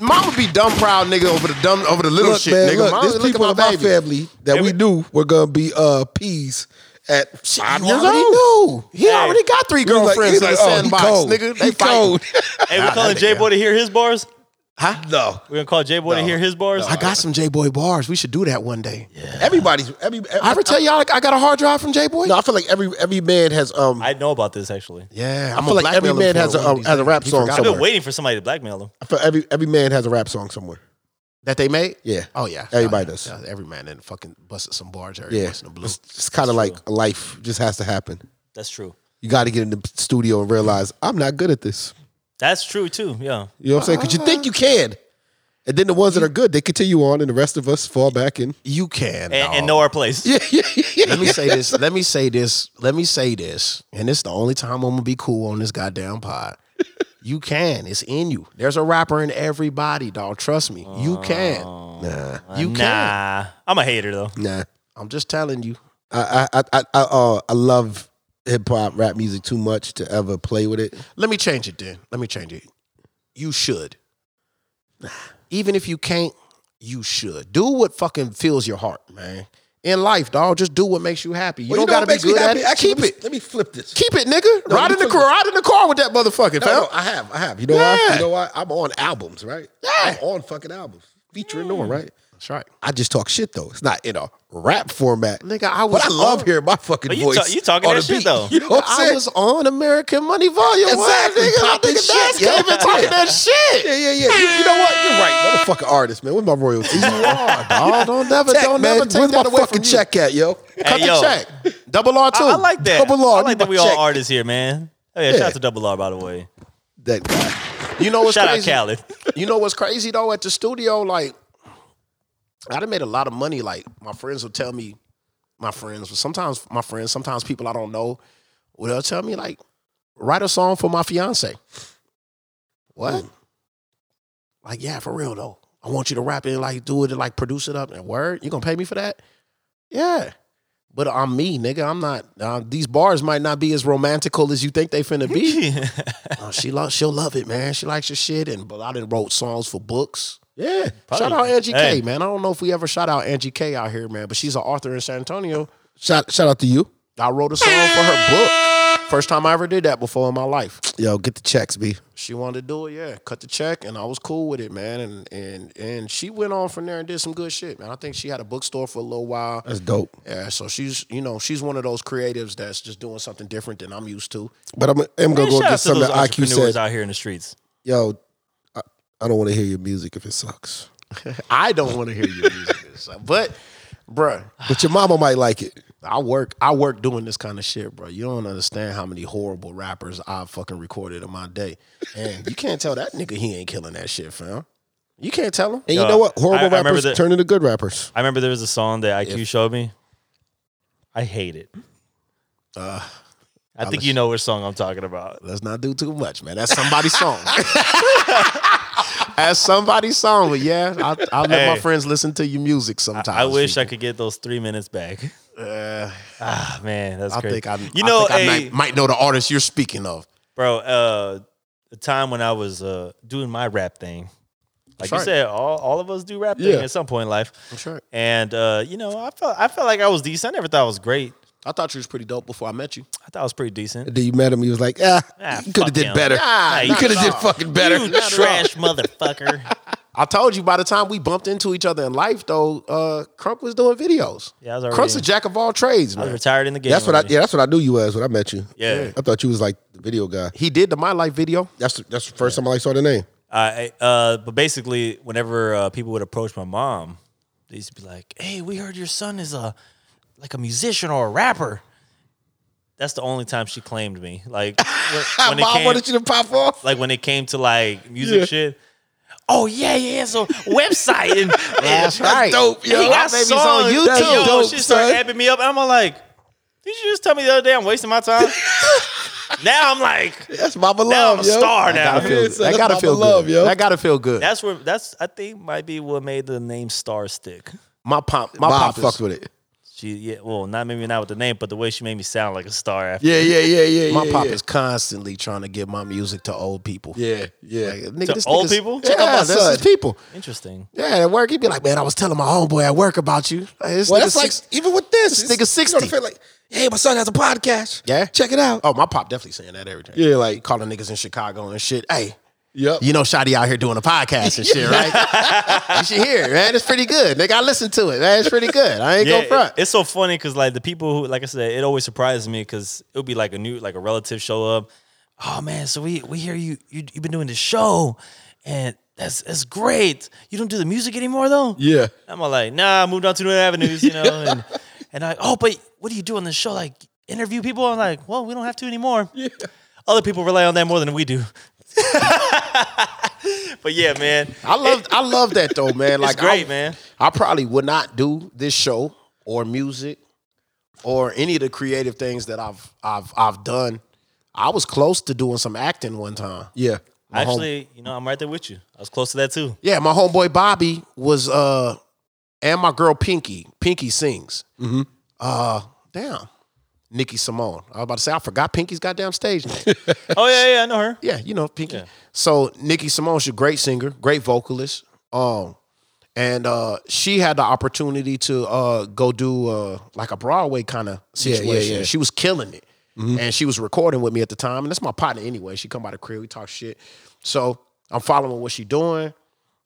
[SPEAKER 1] mama be dumb proud nigga over the dumb over the little
[SPEAKER 2] Look,
[SPEAKER 1] shit,
[SPEAKER 2] man,
[SPEAKER 1] nigga.
[SPEAKER 2] look,
[SPEAKER 1] mama,
[SPEAKER 2] there's people in my family that we knew were gonna be uh peas at
[SPEAKER 1] Shit,
[SPEAKER 2] five
[SPEAKER 1] you
[SPEAKER 2] years
[SPEAKER 1] already
[SPEAKER 2] old.
[SPEAKER 1] knew. He already got three
[SPEAKER 2] We was like-
[SPEAKER 1] girlfriends
[SPEAKER 2] we was like,
[SPEAKER 1] in the
[SPEAKER 2] oh, he
[SPEAKER 1] sandbox,
[SPEAKER 2] cold.
[SPEAKER 1] nigga.
[SPEAKER 2] He
[SPEAKER 1] They fighting.
[SPEAKER 2] cold.
[SPEAKER 3] Hey, we're
[SPEAKER 1] Nah,
[SPEAKER 3] calling
[SPEAKER 1] that nigga-
[SPEAKER 3] J Boy to hear his bars.
[SPEAKER 2] Huh? No.
[SPEAKER 3] We're gonna call J Boy to hear his bars.
[SPEAKER 1] I got some J Boy bars. We should do that one day.
[SPEAKER 2] Everybody's every.
[SPEAKER 1] I ever tell y'all I got a hard drive from J Boy?
[SPEAKER 2] no, I feel like every every man has um.
[SPEAKER 3] I know about this actually.
[SPEAKER 1] Yeah,
[SPEAKER 2] I feel like every man has a, a has a rap song
[SPEAKER 3] I've been
[SPEAKER 2] somewhere.
[SPEAKER 3] waiting for somebody to blackmail him.
[SPEAKER 2] I feel every every man has a rap song somewhere.
[SPEAKER 1] that they made.
[SPEAKER 2] Yeah.
[SPEAKER 1] Oh yeah,
[SPEAKER 2] Everybody
[SPEAKER 1] Yeah,
[SPEAKER 2] does.
[SPEAKER 1] yeah, Every man then fucking busted some bars every
[SPEAKER 2] Yeah,
[SPEAKER 1] once in the blue.
[SPEAKER 2] it's, it's kind of like life just has to happen.
[SPEAKER 3] That's true.
[SPEAKER 2] You got to get in the studio and realize I'm not good at this.
[SPEAKER 3] That's true too. Yeah.
[SPEAKER 2] You know what I'm saying? Because you think you can, and then the ones that are good they continue on, and the rest of us fall back in.
[SPEAKER 1] You can
[SPEAKER 3] And,
[SPEAKER 1] dog.
[SPEAKER 3] and know our place.
[SPEAKER 2] Yeah, yeah, yeah.
[SPEAKER 1] Let me say this. Let me say this. Let me say this. And it's the only time I'm gonna be cool on this goddamn pod. You can. It's in you. There's a rapper in everybody, dog. Trust me. You can. Nah. You can.
[SPEAKER 3] Nah. I'm a hater though.
[SPEAKER 2] Nah,
[SPEAKER 1] I'm just telling you.
[SPEAKER 2] I I I I, I, uh, I love hip hop rap music too much to ever play with it.
[SPEAKER 1] Let me change it then. Let me change it. You should. Even if you can't, you should. Do what fucking fills your heart, man. In life, dog, just do what makes you happy. You don't gotta be good at it. Keep
[SPEAKER 2] let me,
[SPEAKER 1] it.
[SPEAKER 2] Let me flip this.
[SPEAKER 1] Keep it, nigga.
[SPEAKER 2] No,
[SPEAKER 1] ride
[SPEAKER 2] you
[SPEAKER 1] in the
[SPEAKER 2] took-
[SPEAKER 1] car. Ride in the car with that motherfucker,
[SPEAKER 2] No,
[SPEAKER 1] fam.
[SPEAKER 2] no, I have, I have. You know why?
[SPEAKER 1] Yeah.
[SPEAKER 2] You know why? I'm on albums, right?
[SPEAKER 1] Yeah.
[SPEAKER 2] I'm on fucking albums, featuring on, right?
[SPEAKER 1] That's right.
[SPEAKER 2] I just talk shit though. It's not in a rap format,
[SPEAKER 1] Nigga, I was
[SPEAKER 2] But I love
[SPEAKER 1] on-
[SPEAKER 2] hearing my fucking
[SPEAKER 3] But you
[SPEAKER 2] voice.
[SPEAKER 3] ta- you talking
[SPEAKER 2] on
[SPEAKER 3] that
[SPEAKER 2] the
[SPEAKER 3] shit,
[SPEAKER 2] beat.
[SPEAKER 3] though.
[SPEAKER 2] You know what I'm
[SPEAKER 1] I
[SPEAKER 2] saying?
[SPEAKER 1] was on American Money Volume
[SPEAKER 2] Exactly,
[SPEAKER 1] One, nigga. My
[SPEAKER 2] popping
[SPEAKER 1] nigga
[SPEAKER 2] shit,
[SPEAKER 1] Nas
[SPEAKER 2] yeah.
[SPEAKER 1] came and talking that shit.
[SPEAKER 2] yeah, yeah, yeah. You, you know what? You're right. I'm a fucking artist, man. Where's my royalties?
[SPEAKER 1] Dog, don't never,
[SPEAKER 2] Tech,
[SPEAKER 1] don't
[SPEAKER 2] man.
[SPEAKER 1] never take
[SPEAKER 2] Where's
[SPEAKER 1] that
[SPEAKER 2] my
[SPEAKER 1] away
[SPEAKER 2] fucking
[SPEAKER 1] from you.
[SPEAKER 2] check at, yo?
[SPEAKER 1] Cut
[SPEAKER 3] Hey,
[SPEAKER 1] the
[SPEAKER 3] yo.
[SPEAKER 1] check. Double R two.
[SPEAKER 3] I, I like that.
[SPEAKER 2] Double R,
[SPEAKER 3] I like
[SPEAKER 2] you
[SPEAKER 3] that
[SPEAKER 2] my
[SPEAKER 3] we all
[SPEAKER 2] check.
[SPEAKER 3] artists here, man. Oh yeah, shout out to Double R by the way.
[SPEAKER 2] That guy.
[SPEAKER 1] You know what's
[SPEAKER 3] shout
[SPEAKER 1] crazy?
[SPEAKER 3] out Khaled.
[SPEAKER 1] You know what's crazy though? At the studio, like I done made a lot of money. Like my friends will tell me, my friends, but sometimes my friends, sometimes people I don't know, will they'll tell me like, write a song for my fiance. What? Like yeah, for real though. I want you to rap it, and, like do it, and, like produce it up. And word, you gonna pay me for that? Yeah. But I'm me, nigga. I'm not. Uh, these bars might not be as romantical as you think they finna be. Uh, she lo- she'll love it, man. She likes your shit, and but I done wrote songs for books.
[SPEAKER 2] Yeah.
[SPEAKER 1] Shout out Angie
[SPEAKER 3] Hey.
[SPEAKER 1] K, man. I don't know if we ever shout out Angie K out here, man, but she's an author in San Antonio.
[SPEAKER 2] Shout shout out to you.
[SPEAKER 1] I wrote a song for her book. First time I ever did that before in my life.
[SPEAKER 2] Yo, get the checks, B.
[SPEAKER 1] She wanted to do it, yeah. Cut the check, and I was cool with it, man. And and and she went on from there and did some good shit, man. I think she had a bookstore for a little while.
[SPEAKER 2] That's dope.
[SPEAKER 1] Yeah, so she's you know she's one of those creatives that's just doing something different than I'm used to.
[SPEAKER 2] But I'm, I'm
[SPEAKER 3] Man,
[SPEAKER 2] gonna go
[SPEAKER 3] shout out
[SPEAKER 2] get
[SPEAKER 3] to
[SPEAKER 2] something
[SPEAKER 3] those
[SPEAKER 2] that IQ
[SPEAKER 3] entrepreneurs
[SPEAKER 2] said.
[SPEAKER 3] out here in the streets.
[SPEAKER 2] Yo, I, I don't want to hear your music if it sucks.
[SPEAKER 1] I don't want to hear your music, but bruh,
[SPEAKER 2] But your mama might like it.
[SPEAKER 1] I work I work doing this kind of shit, bro. You don't understand how many horrible rappers I fucking recorded in my day. And you can't tell that nigga he ain't killing that shit, fam. You can't tell him.
[SPEAKER 2] And you
[SPEAKER 3] Yo,
[SPEAKER 2] know what? Horrible
[SPEAKER 3] I- I remember
[SPEAKER 2] rappers
[SPEAKER 3] that-
[SPEAKER 2] turn into good rappers.
[SPEAKER 3] I remember there was a song that IQ showed me. I hate it.
[SPEAKER 1] Uh,
[SPEAKER 3] I think you know which song I'm talking about.
[SPEAKER 1] let's not do too much, man. That's somebody's song. That's somebody's song, but yeah, I, I let my
[SPEAKER 3] Hey.
[SPEAKER 1] friends listen to your music sometimes.
[SPEAKER 3] I wish I could get those three minutes back.
[SPEAKER 1] Uh,
[SPEAKER 3] Ah, man, that's
[SPEAKER 1] I
[SPEAKER 3] crazy.
[SPEAKER 1] think I,
[SPEAKER 3] you
[SPEAKER 1] I
[SPEAKER 3] know,
[SPEAKER 1] think I
[SPEAKER 3] hey,
[SPEAKER 1] might, might know the artist you're speaking of.
[SPEAKER 3] bro. Uh, the time when I was uh doing my rap thing, like
[SPEAKER 1] That's
[SPEAKER 3] you
[SPEAKER 1] right.
[SPEAKER 3] said, all, all of us do rap
[SPEAKER 2] Yeah.
[SPEAKER 3] thing at some point in life,
[SPEAKER 1] That's right.
[SPEAKER 3] and uh, you know, I felt I felt like I was decent. I never thought I was great.
[SPEAKER 1] I thought you was pretty dope before I met you.
[SPEAKER 3] I thought I was pretty decent.
[SPEAKER 2] Then you met him, he was like, ah,
[SPEAKER 3] Ah,
[SPEAKER 2] you could
[SPEAKER 3] fuck
[SPEAKER 2] have did
[SPEAKER 3] him.
[SPEAKER 2] better.
[SPEAKER 1] Nah,
[SPEAKER 2] you
[SPEAKER 1] not
[SPEAKER 2] could have
[SPEAKER 1] at
[SPEAKER 2] did
[SPEAKER 1] all.
[SPEAKER 2] fucking better.
[SPEAKER 3] You trash motherfucker.
[SPEAKER 1] I told you by the time we bumped into each other in life, though, uh, Crump was doing videos.
[SPEAKER 3] Yeah, I was already-
[SPEAKER 1] Crump's a jack of all trades,
[SPEAKER 3] I was
[SPEAKER 1] man.
[SPEAKER 3] retired in the game.
[SPEAKER 2] That's what I
[SPEAKER 3] already.
[SPEAKER 2] yeah, that's what I knew you as when I met you.
[SPEAKER 3] Yeah.
[SPEAKER 2] I thought you was like the video guy.
[SPEAKER 1] He did the My Life video.
[SPEAKER 2] That's that's the first time I like saw the name.
[SPEAKER 3] I, uh, but basically, whenever uh, people would approach my mom, they used to be like, "Hey, we heard your son is a like a musician or a rapper." That's the only time she claimed me. Like when, when it
[SPEAKER 2] Mom
[SPEAKER 3] came,
[SPEAKER 2] wanted you to pop off.
[SPEAKER 3] like when it came to like music
[SPEAKER 2] Yeah.
[SPEAKER 3] shit. Oh yeah, yeah. yeah, So website and
[SPEAKER 1] That's right.
[SPEAKER 2] dope, yo.
[SPEAKER 3] He got
[SPEAKER 1] My baby's
[SPEAKER 3] songs,
[SPEAKER 1] on
[SPEAKER 3] yo,
[SPEAKER 1] YouTube.
[SPEAKER 3] Yo,
[SPEAKER 2] Dope,
[SPEAKER 3] she started
[SPEAKER 2] son.
[SPEAKER 3] apping me up. I'm all like, did you just tell me the other day I'm wasting my time? now I'm like,
[SPEAKER 2] That's Mama
[SPEAKER 3] now I'm
[SPEAKER 2] Love,
[SPEAKER 3] a
[SPEAKER 2] yo.
[SPEAKER 3] star now.
[SPEAKER 1] Gotta feel-
[SPEAKER 2] Yeah, son,
[SPEAKER 1] that
[SPEAKER 2] that's
[SPEAKER 1] gotta
[SPEAKER 2] Mama
[SPEAKER 1] feel
[SPEAKER 2] Love,
[SPEAKER 1] good.
[SPEAKER 2] yo.
[SPEAKER 1] That gotta feel good.
[SPEAKER 3] That's where that's I think might be what made the name Star stick.
[SPEAKER 1] my pop. My
[SPEAKER 2] Mom
[SPEAKER 1] pop
[SPEAKER 2] fucked
[SPEAKER 1] is,
[SPEAKER 2] with it.
[SPEAKER 3] She yeah, well, not maybe not with the name, but the way she made me sound like a star after
[SPEAKER 2] Yeah, yeah, yeah, yeah.
[SPEAKER 1] My
[SPEAKER 2] yeah,
[SPEAKER 1] pop
[SPEAKER 2] yeah.
[SPEAKER 1] is constantly trying to give my music to old people.
[SPEAKER 2] Yeah, yeah.
[SPEAKER 1] Like, nigga,
[SPEAKER 3] To
[SPEAKER 1] this
[SPEAKER 3] old
[SPEAKER 1] nigga's-
[SPEAKER 3] people?
[SPEAKER 1] Yeah,
[SPEAKER 3] Check
[SPEAKER 2] out my
[SPEAKER 1] that's
[SPEAKER 2] son.
[SPEAKER 1] his people.
[SPEAKER 3] interesting.
[SPEAKER 1] Yeah, at work, he'd be like, "Man, I was telling my homeboy at work about you." Like, this
[SPEAKER 2] well,
[SPEAKER 1] nigga's
[SPEAKER 2] that's like
[SPEAKER 1] six-
[SPEAKER 2] even with this,
[SPEAKER 1] this nigga
[SPEAKER 2] it's- You know what
[SPEAKER 1] 60.
[SPEAKER 2] I feel like, hey, my son has a podcast.
[SPEAKER 1] Yeah?
[SPEAKER 2] check it out.
[SPEAKER 1] oh, my pop definitely saying that every day.
[SPEAKER 2] Yeah, like-
[SPEAKER 1] calling niggas in Chicago and shit. Hey,
[SPEAKER 2] Yep.
[SPEAKER 1] you know, Shotty out here doing a podcast and shit, right? you should hear, it, man. It's pretty good. Nigga, I listen to it, man. It's pretty good. I ain't
[SPEAKER 3] Yeah,
[SPEAKER 1] go front.
[SPEAKER 3] it- it's so funny because like the people who, like I said, it always surprises me because it'll be like a new, like a relative show up. Oh man, so we we hear you you you've been doing this show, and that's that's great. You don't do the music anymore though.
[SPEAKER 2] yeah.
[SPEAKER 3] I'm all like, nah, I moved on to new avenues, you know. And and I, oh, but what do you do on the show? Like interview people? I'm like, well, we don't have to anymore. Other people rely on that more than we do. but yeah, man,
[SPEAKER 1] I love, I love that though, man. Like,
[SPEAKER 3] it's great,
[SPEAKER 1] I,
[SPEAKER 3] man.
[SPEAKER 1] I probably would not do this show or music or any of the creative things that I've, I've, I've done. I was close to doing some acting one time.
[SPEAKER 2] Yeah.
[SPEAKER 1] home-
[SPEAKER 3] Actually, you know, I'm right there with you. I was close to that too.
[SPEAKER 1] Yeah, my homeboy Bobby was uh and my girl Pinky. Pinky sings. Mm-hmm. Uh damn. Nikki Simone. I was about to say I forgot Pinky's goddamn stage name.
[SPEAKER 3] Oh yeah, yeah, I know her.
[SPEAKER 1] yeah, you know Pinky. So Nikki Simone, she's a great singer, great vocalist. Um and uh she had the opportunity to uh go do uh like a Broadway kind of
[SPEAKER 2] yeah,
[SPEAKER 1] situation.
[SPEAKER 2] yeah. Mm-hmm.
[SPEAKER 1] She was killing it. And she was recording with me at the time. And that's my partner anyway. She come by the crib, we talk shit. So I'm following what she doing.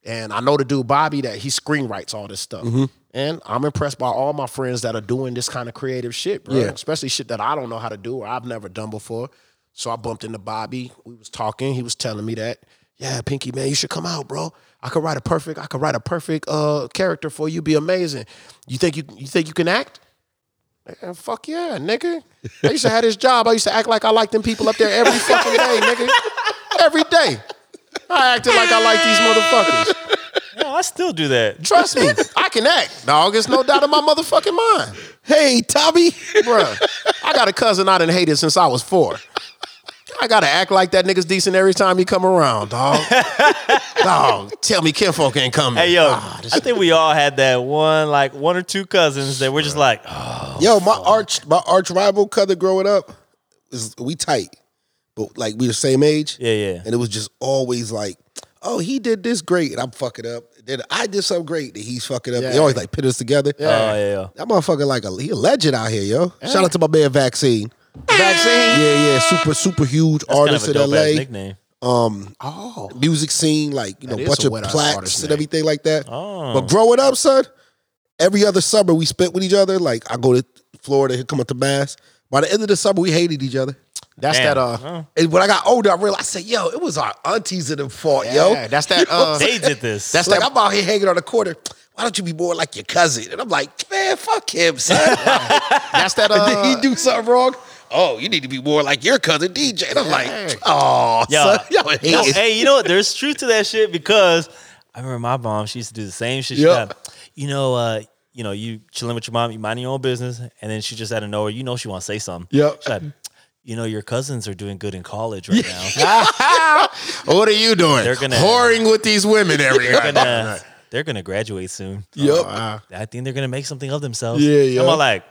[SPEAKER 1] And I know the dude Bobby that he screenwrites all this stuff.
[SPEAKER 2] Mm-hmm.
[SPEAKER 1] And I'm impressed by all my friends that are doing this kind of creative shit, bro.
[SPEAKER 2] Yeah.
[SPEAKER 1] Especially shit that I don't know how to do or I've never done before. So I bumped into Bobby. We was talking. He was telling me that, yeah, Pinky man, you should come out, bro. I could write a perfect, I could write a perfect uh character for you. Be amazing. You think you you think you can act? Man, fuck yeah, nigga. I used to have this job. I used to act like I liked them people up there every fucking day, nigga. Every day. I acted like I liked these motherfuckers.
[SPEAKER 3] No, I still do that.
[SPEAKER 1] Trust me, I can act, dog. It's no doubt in my motherfucking mind.
[SPEAKER 2] Hey, Tommy.
[SPEAKER 1] Bruh, I got a cousin I done hated since I was four. I gotta act like that nigga's decent every time he come around, dog. dog, tell me kinfolk ain't coming.
[SPEAKER 3] Hey yo,
[SPEAKER 1] Ah, this-
[SPEAKER 3] I think we all had that one, like one or two cousins that we're just like, oh,
[SPEAKER 2] Yo, my arch my arch rival cousin growing up is we tight, but like we the same age.
[SPEAKER 3] Yeah, yeah.
[SPEAKER 2] And it was just always like, oh, he did this great, and I'm fucking up. Then I did something great that he's fucking up. They
[SPEAKER 1] Yeah.
[SPEAKER 2] always like pit us together.
[SPEAKER 3] oh yeah, yeah.
[SPEAKER 2] That motherfucker like a he a legend out here, yo. Shout out to my man Vaccine.
[SPEAKER 1] vaccine.
[SPEAKER 2] Yeah, yeah, super super huge
[SPEAKER 3] That's kind
[SPEAKER 2] artist
[SPEAKER 3] of a dope ass
[SPEAKER 2] in LA.
[SPEAKER 3] nickname.
[SPEAKER 1] Oh,
[SPEAKER 2] music scene, like you know,
[SPEAKER 1] That is
[SPEAKER 2] bunch
[SPEAKER 1] a
[SPEAKER 2] of
[SPEAKER 1] wet-ass
[SPEAKER 2] plaques
[SPEAKER 1] artist
[SPEAKER 2] and
[SPEAKER 1] name.
[SPEAKER 2] everything like that.
[SPEAKER 3] Oh.
[SPEAKER 2] But growing up, son, every other summer we spent with each other. Like I go to Florida, he come up to Mass. By the end of the summer, we hated each other.
[SPEAKER 1] that's
[SPEAKER 3] Damn.
[SPEAKER 1] that. Uh,
[SPEAKER 3] Oh.
[SPEAKER 2] And when I got older, I realized, I said, "Yo, it was our aunties that them fought,
[SPEAKER 1] yeah,
[SPEAKER 2] yo."
[SPEAKER 1] that's that. Uh,
[SPEAKER 3] they did this.
[SPEAKER 1] that's
[SPEAKER 2] like
[SPEAKER 1] that-
[SPEAKER 2] I'm out here hanging on the corner. why don't you be more like your cousin? And I'm like, man, fuck him, son.
[SPEAKER 1] That's that.
[SPEAKER 2] and
[SPEAKER 1] Uh,
[SPEAKER 2] then he do something wrong. Oh, you need to be more like your cousin DJ. And I'm like, oh,
[SPEAKER 3] Yeah.
[SPEAKER 2] son, y'all hate
[SPEAKER 3] No,
[SPEAKER 2] it.
[SPEAKER 3] hey, you know what? There's truth to that shit because I remember my mom. She used to do the same shit. She
[SPEAKER 2] Yeah.
[SPEAKER 3] got, you know, uh, you know, you chilling with your mom, you minding your own business, and then she just out of nowhere, you know, she wants to say something.
[SPEAKER 2] Yeah.
[SPEAKER 3] She's like, you know, your cousins are doing good in college right now.
[SPEAKER 5] What are you doing?
[SPEAKER 3] They're gonna-
[SPEAKER 5] whoring with these women every
[SPEAKER 3] They're
[SPEAKER 5] night.
[SPEAKER 3] gonna, they're gonna graduate soon.
[SPEAKER 2] Yep.
[SPEAKER 5] Wow.
[SPEAKER 3] I think they're gonna make something of themselves.
[SPEAKER 2] Yeah, yeah.
[SPEAKER 3] I'm all like,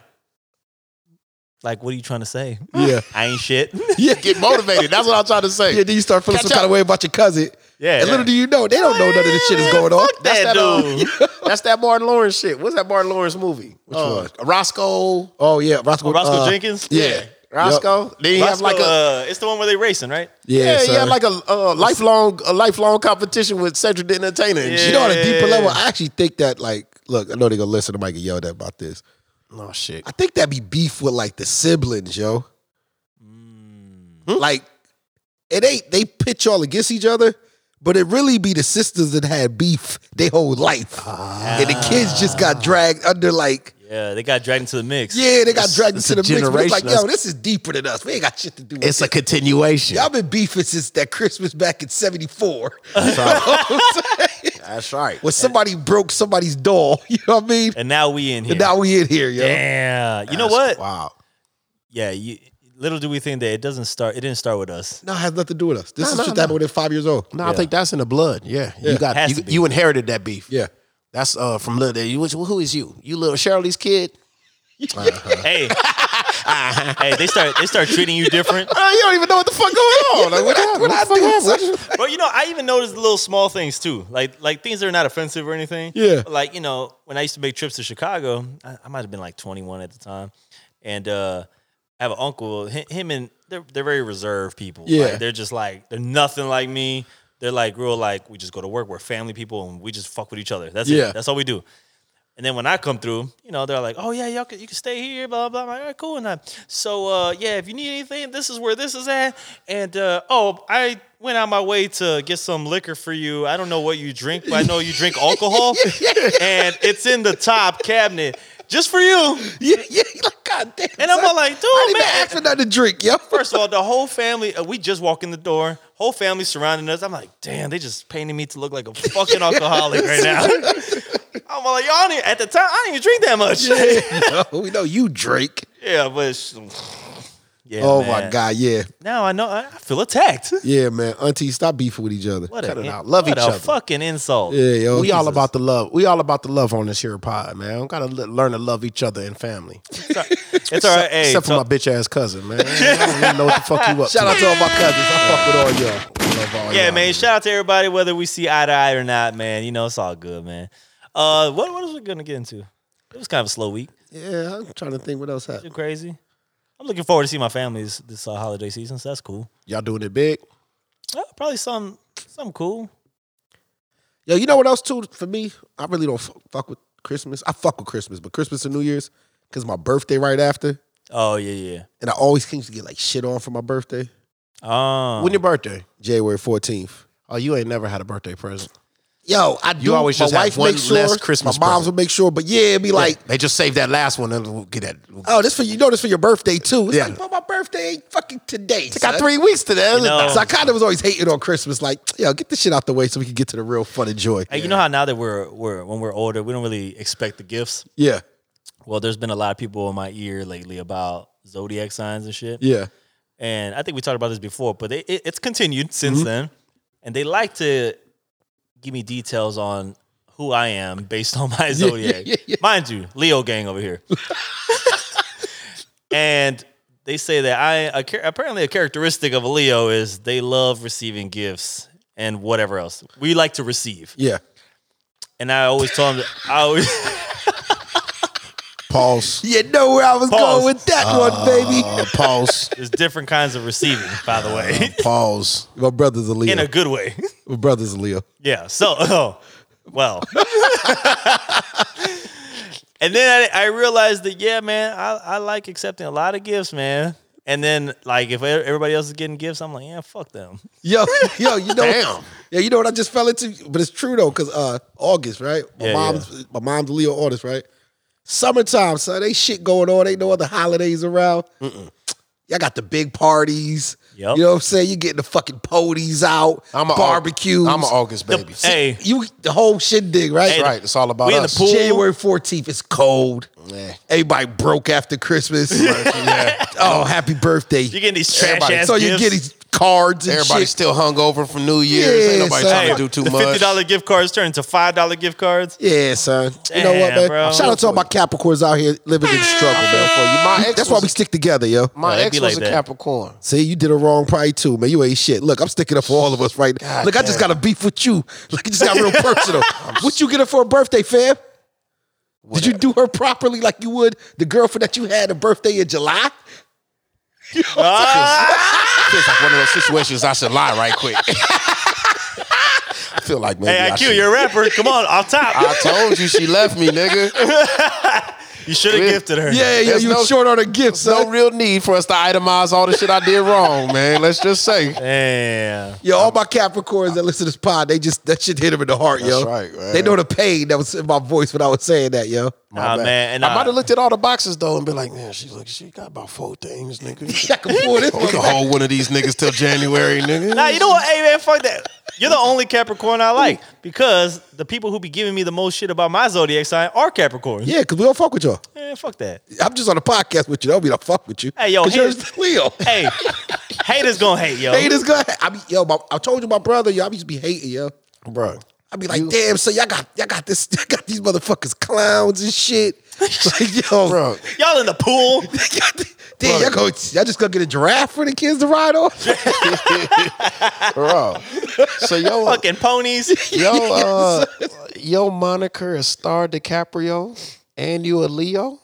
[SPEAKER 3] like, what are you trying to say?
[SPEAKER 2] Yeah.
[SPEAKER 3] I ain't shit.
[SPEAKER 5] Get motivated. That's what I'm trying to say.
[SPEAKER 2] Yeah, then you start feeling
[SPEAKER 5] Catch
[SPEAKER 2] some kind
[SPEAKER 5] up.
[SPEAKER 2] of way about your cousin.
[SPEAKER 3] yeah.
[SPEAKER 2] And little do you know, they don't know none of this shit is going on.
[SPEAKER 3] That's that,
[SPEAKER 1] that, uh,
[SPEAKER 3] dude.
[SPEAKER 1] that's that Martin Lawrence shit. What's that Martin Lawrence movie? Which one? Roscoe.
[SPEAKER 2] Oh yeah, Roscoe,
[SPEAKER 3] Oh, Roscoe
[SPEAKER 2] uh,
[SPEAKER 3] Jenkins.
[SPEAKER 2] Yeah,
[SPEAKER 1] Roscoe. Then he has like
[SPEAKER 3] Roscoe,
[SPEAKER 1] a.
[SPEAKER 3] uh, it's the one where they racing, right?
[SPEAKER 2] yeah,
[SPEAKER 1] yeah,
[SPEAKER 2] son.
[SPEAKER 1] he had like a, uh lifelong a lifelong competition with Cedric the Entertainer. And
[SPEAKER 2] you
[SPEAKER 1] shit.
[SPEAKER 2] know, on a deeper
[SPEAKER 3] Yeah.
[SPEAKER 2] level, I actually think that like, look, I know they gonna listen to Mike and yell at about this.
[SPEAKER 1] Oh shit.
[SPEAKER 2] I think that be beef with like the siblings, yo.
[SPEAKER 1] Hmm?
[SPEAKER 2] Like it ain't they pitch all against each other, but it really be the sisters that had beef their whole life,
[SPEAKER 1] Ah.
[SPEAKER 2] and the kids just got dragged under like.
[SPEAKER 3] Yeah, they got dragged into the mix.
[SPEAKER 2] Yeah, they got dragged
[SPEAKER 1] it's
[SPEAKER 2] into the
[SPEAKER 1] a
[SPEAKER 2] mix. but It's like,
[SPEAKER 1] generation.
[SPEAKER 2] yo, this is deeper than us. We ain't got shit to do with
[SPEAKER 1] It's
[SPEAKER 2] this.
[SPEAKER 1] a continuation.
[SPEAKER 2] Y'all been beefing since that Christmas back in '74.
[SPEAKER 1] That's right.
[SPEAKER 2] when somebody broke somebody's doll. You know what I mean?
[SPEAKER 3] And now we in here.
[SPEAKER 2] And now we in here, yo.
[SPEAKER 3] yeah. You know what?
[SPEAKER 1] Wow.
[SPEAKER 3] Yeah. You, little do we think that it doesn't start. It didn't start with us.
[SPEAKER 2] No, it has nothing to do with us. This
[SPEAKER 1] No,
[SPEAKER 2] is
[SPEAKER 1] no,
[SPEAKER 2] shit
[SPEAKER 1] no.
[SPEAKER 2] that happened when they're five years old.
[SPEAKER 1] No, I think that's in the blood. Yeah, you got
[SPEAKER 3] Has
[SPEAKER 1] you,
[SPEAKER 3] to be.
[SPEAKER 1] you inherited that beef.
[SPEAKER 2] Yeah.
[SPEAKER 1] that's uh from little. You, which, who is you? You little Shirley's kid?
[SPEAKER 3] Hey. hey, they start they start treating you different.
[SPEAKER 1] Uh, you don't even know what the fuck going on. Like, what,
[SPEAKER 2] What, I
[SPEAKER 1] the fuck happened?
[SPEAKER 2] do? son?
[SPEAKER 3] But you know, I even noticed little small things too, like like things that are not offensive or anything.
[SPEAKER 2] Yeah.
[SPEAKER 3] But, like you know, when I used to make trips to Chicago, I, I might have been like 21 at the time, and uh, I have an uncle. hi- Him and they're they're very reserved people. Like,
[SPEAKER 2] Yeah.
[SPEAKER 3] they're just like they're nothing like me. They're like real like we just go to work. We're family people, and we just fuck with each other. That's
[SPEAKER 2] Yeah.
[SPEAKER 3] it. That's all we do. And then when I come through, you know, they're like, "Oh yeah, y'all can, you can stay here, blah blah." blah. I'm like, "All right, cool." And I, so uh, yeah, if you need anything, this is where this is at. And uh, oh, I went out my way to get some liquor for you. I don't know what you drink, but I know you drink alcohol, and it's in the top cabinet just for you.
[SPEAKER 2] Yeah, yeah. Like, God damn.
[SPEAKER 3] And I'm
[SPEAKER 2] son.
[SPEAKER 3] all like,
[SPEAKER 1] oh,
[SPEAKER 3] dude,
[SPEAKER 2] I didn't even
[SPEAKER 3] man.
[SPEAKER 2] ask for nothing to drink, yo.
[SPEAKER 3] First of all, the whole family, uh, we just walk in the door, whole family surrounding us. I'm like, damn, they just painted me to look like a fucking alcoholic right now. I'm like, y'all didn't, at the time, I didn't even drink that much. Yeah,
[SPEAKER 2] No, we know you drink.
[SPEAKER 3] but it's- yeah.
[SPEAKER 2] oh my
[SPEAKER 3] man.
[SPEAKER 2] God, yeah.
[SPEAKER 3] Now I know I I feel attacked.
[SPEAKER 2] Yeah, man. Auntie, stop beefing with each other.
[SPEAKER 3] What
[SPEAKER 1] Cut
[SPEAKER 3] a,
[SPEAKER 1] it out. Love
[SPEAKER 3] what
[SPEAKER 1] each
[SPEAKER 3] a
[SPEAKER 1] other.
[SPEAKER 3] fucking insult.
[SPEAKER 2] Yeah, yo.
[SPEAKER 1] We all about the love. We all about the love on this here pod, man. We gotta le- learn to love each other and family.
[SPEAKER 3] It's all right. Hey,
[SPEAKER 1] Except for
[SPEAKER 3] so-
[SPEAKER 1] my bitch ass cousin, man. I don't even know what the fuck you up
[SPEAKER 2] Shout
[SPEAKER 1] to.
[SPEAKER 2] out to all my cousins. I fuck with all y'all. Love all
[SPEAKER 3] yeah,
[SPEAKER 2] y'all.
[SPEAKER 3] man. Shout out to everybody, whether we see eye to eye or not, man. You know, it's all good, man. Uh, what what was we gonna get into? It was kind of a slow week.
[SPEAKER 2] Yeah, I'm trying to think what else happened.
[SPEAKER 3] Too crazy. I'm looking forward to see my family this, this uh, holiday season, so that's cool.
[SPEAKER 1] Y'all doing it big?
[SPEAKER 3] Uh, probably some some cool.
[SPEAKER 2] Yo, you know what else too? For me, I really don't f- fuck with Christmas. I fuck with Christmas, but Christmas and New Year's because my birthday right after,
[SPEAKER 3] Oh yeah,
[SPEAKER 2] and I always seem to get like shit on for my birthday,
[SPEAKER 3] yeah. Um,
[SPEAKER 1] When your birthday?
[SPEAKER 2] January fourteenth.
[SPEAKER 1] Oh, you ain't never had a birthday present.
[SPEAKER 2] Yo, I do.
[SPEAKER 1] always
[SPEAKER 2] my
[SPEAKER 1] just have
[SPEAKER 2] wife
[SPEAKER 1] one
[SPEAKER 2] makes sure.
[SPEAKER 1] less Christmas
[SPEAKER 2] My mom's
[SPEAKER 1] present.
[SPEAKER 2] will make sure, but yeah, it'd be like,
[SPEAKER 1] they just saved that last one and we'll get that.
[SPEAKER 2] oh, this for you know this for your birthday too. It's
[SPEAKER 1] Yeah.
[SPEAKER 2] like, but my birthday ain't fucking today.
[SPEAKER 1] I got
[SPEAKER 2] son.
[SPEAKER 1] three weeks to that.
[SPEAKER 3] You know-
[SPEAKER 2] So I kind of was always hating on Christmas, like, yo, get this shit out the way so we can get to the real fun and joy.
[SPEAKER 3] hey, you know how now that we're we're when we're older, we don't really expect the gifts.
[SPEAKER 2] Yeah,
[SPEAKER 3] Well, there's been a lot of people in my ear lately about zodiac signs and shit.
[SPEAKER 2] yeah,
[SPEAKER 3] and I think we talked about this before, but it, it, it's continued
[SPEAKER 2] Mm-hmm.
[SPEAKER 3] since then. And they like to give me details on who I am based on my zodiac.
[SPEAKER 2] yeah, yeah.
[SPEAKER 3] Mind you, Leo gang over here. and they say that I a, char- apparently a characteristic of a Leo is they love receiving gifts and whatever else. We like to receive.
[SPEAKER 2] yeah.
[SPEAKER 3] And I always tell them I always
[SPEAKER 1] Pause.
[SPEAKER 2] You know where I was
[SPEAKER 3] Pause.
[SPEAKER 2] going with that one, baby.
[SPEAKER 1] Uh, pause.
[SPEAKER 3] there's different kinds of receiving, by the
[SPEAKER 2] Uh-huh.
[SPEAKER 3] way.
[SPEAKER 1] Pause.
[SPEAKER 2] My brother's a Leo.
[SPEAKER 3] In a good way.
[SPEAKER 2] My brother's a Leo.
[SPEAKER 3] Yeah. So, oh, well. and then I, I realized that, yeah, man, I, I like accepting a lot of gifts, man. And then like if e- everybody else is getting gifts, I'm like, yeah, fuck them.
[SPEAKER 2] Yo, yo, you know,
[SPEAKER 5] Damn.
[SPEAKER 2] yeah, you know what I just fell into, but it's true though, cause uh, August, right? My
[SPEAKER 3] Yeah,
[SPEAKER 2] mom's my mom's Leo August, right? Summertime, son, they shit going on. Ain't no other holidays around. Y'all got the big parties.
[SPEAKER 3] Yup.
[SPEAKER 2] You know what I'm saying? You getting the fucking podies out,
[SPEAKER 1] I'm a
[SPEAKER 2] barbecues.
[SPEAKER 1] I'm an August baby.
[SPEAKER 3] The- hey,
[SPEAKER 2] you the whole shit dig, right?
[SPEAKER 3] Hey,
[SPEAKER 1] right. It's all about
[SPEAKER 3] we in the
[SPEAKER 1] us.
[SPEAKER 3] pool.
[SPEAKER 2] January 14th, it's cold.
[SPEAKER 1] Yeah.
[SPEAKER 2] Everybody broke after Christmas. Oh, happy birthday.
[SPEAKER 3] you getting these trash
[SPEAKER 1] Everybody-
[SPEAKER 3] ass
[SPEAKER 2] so you
[SPEAKER 3] gifts.
[SPEAKER 2] get these cards and
[SPEAKER 1] Everybody's
[SPEAKER 2] shit.
[SPEAKER 1] still hung over from New Year's.
[SPEAKER 2] Yeah,
[SPEAKER 1] Ain't nobody
[SPEAKER 2] son.
[SPEAKER 1] trying
[SPEAKER 2] Hey,
[SPEAKER 1] to do too
[SPEAKER 3] the
[SPEAKER 1] much.
[SPEAKER 3] fifty dollar gift cards turn into five dollar gift cards.
[SPEAKER 2] Yeah, son. you know what,
[SPEAKER 3] Damn,
[SPEAKER 2] man?
[SPEAKER 3] bro.
[SPEAKER 2] Shout out to all my Capricorns out here living in struggle, man.
[SPEAKER 1] My ex
[SPEAKER 2] That's why
[SPEAKER 1] was-
[SPEAKER 2] we stick together, yo.
[SPEAKER 1] My
[SPEAKER 3] Yeah, it
[SPEAKER 1] ex
[SPEAKER 3] be
[SPEAKER 1] was
[SPEAKER 3] like
[SPEAKER 1] a
[SPEAKER 3] that.
[SPEAKER 1] Capricorn.
[SPEAKER 2] See, you did it wrong probably too, man. You ain't shit. Look, I'm sticking up for all of us right now.
[SPEAKER 1] God
[SPEAKER 2] Look, I just
[SPEAKER 1] damn.
[SPEAKER 2] got a beef with you. Look, it just got real personal. what you get her for a birthday, fam? Did you do her properly like you would the girlfriend that you had a birthday in July?
[SPEAKER 1] It's like one of those situations I should lie right quick. I feel like maybe
[SPEAKER 3] Hey,
[SPEAKER 1] I
[SPEAKER 3] IQ,
[SPEAKER 1] should.
[SPEAKER 3] you're a rapper. Come on, off top.
[SPEAKER 1] I told you she left me, nigga.
[SPEAKER 3] You should have
[SPEAKER 1] Yeah.
[SPEAKER 3] gifted her.
[SPEAKER 2] Yeah, yo,
[SPEAKER 1] There's
[SPEAKER 2] you
[SPEAKER 1] no-
[SPEAKER 2] short on a gift, son.
[SPEAKER 1] No real need for us to itemize all the shit I did wrong, man. Let's just say.
[SPEAKER 3] Damn.
[SPEAKER 2] Yo, all my Capricorns that listen to this pod, they just that shit hit them in the heart, yo.
[SPEAKER 1] right, man.
[SPEAKER 2] They know the pain that was in my voice when I was saying that, yo.
[SPEAKER 3] Nah,
[SPEAKER 1] bad.
[SPEAKER 3] man. And
[SPEAKER 1] I might
[SPEAKER 3] uh,
[SPEAKER 1] have looked at all the boxes though and been like, man, she's like, she got about four things, nigga.
[SPEAKER 2] I can pull this
[SPEAKER 1] We can
[SPEAKER 2] one.
[SPEAKER 1] hold one of these niggas till January, nigga.
[SPEAKER 3] Nah, you know what? Hey, man, fuck that. You're the only Capricorn I like because the people who be giving me the most shit about my zodiac sign are Capricorns.
[SPEAKER 2] Yeah, because we don't fuck with y'all.
[SPEAKER 3] Man, fuck that.
[SPEAKER 2] I'm just on a podcast with you. Don't be the fuck with you.
[SPEAKER 3] Hey, yo,
[SPEAKER 2] 'Cause you're
[SPEAKER 3] haters-
[SPEAKER 2] Leo.
[SPEAKER 3] Hey, haters gonna hate, yo.
[SPEAKER 2] Haters gonna. I be yo. My, I told you, my brother. Yo, I used to be hating, yo.
[SPEAKER 1] bro.
[SPEAKER 2] I be like, damn. So y'all got y'all got this. Y'all got these motherfuckers clowns and shit. like yo,
[SPEAKER 1] Bro,
[SPEAKER 3] Y'all in the pool.
[SPEAKER 2] Damn, y'all, go, y'all just gonna get a giraffe for the kids to ride on?
[SPEAKER 1] bro. So yo, uh,
[SPEAKER 3] Fucking ponies.
[SPEAKER 1] yo, uh, yo, moniker is Star DiCaprio, and you a Leo.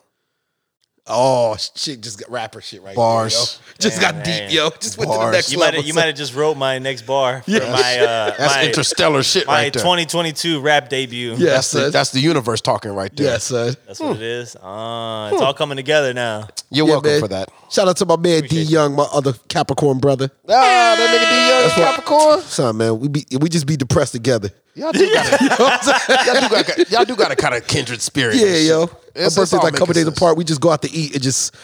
[SPEAKER 2] oh shit, just got rapper shit right
[SPEAKER 1] Bars.
[SPEAKER 2] there, yo. Just
[SPEAKER 3] Damn,
[SPEAKER 2] got
[SPEAKER 3] man.
[SPEAKER 2] deep, yo. Just went to the
[SPEAKER 1] Bars.
[SPEAKER 2] next
[SPEAKER 3] You might
[SPEAKER 2] level.
[SPEAKER 3] have you might have just wrote my next bar for my uh
[SPEAKER 1] That's
[SPEAKER 3] my,
[SPEAKER 1] interstellar shit
[SPEAKER 3] my
[SPEAKER 1] right there.
[SPEAKER 3] 2022 rap debut.
[SPEAKER 2] Yeah,
[SPEAKER 1] that's the
[SPEAKER 2] son.
[SPEAKER 1] that's the universe talking right there.
[SPEAKER 2] yeah, son.
[SPEAKER 3] That's what it is. Uh, it's all coming together now.
[SPEAKER 1] You're
[SPEAKER 2] Yeah,
[SPEAKER 1] welcome
[SPEAKER 2] man.
[SPEAKER 1] for that.
[SPEAKER 2] Shout out to my man D Young, my other Capricorn brother.
[SPEAKER 1] Ah, that nigga D Young is Capricorn.
[SPEAKER 2] Son, man, we be we just be depressed together.
[SPEAKER 1] Y'all do got y'all do got y'all do got a kind of kindred spirit.
[SPEAKER 2] Yeah, yo. My
[SPEAKER 1] It's- it's all
[SPEAKER 2] birthday's like a couple
[SPEAKER 1] making
[SPEAKER 2] days
[SPEAKER 1] sense.
[SPEAKER 2] apart. We just go out to eat and just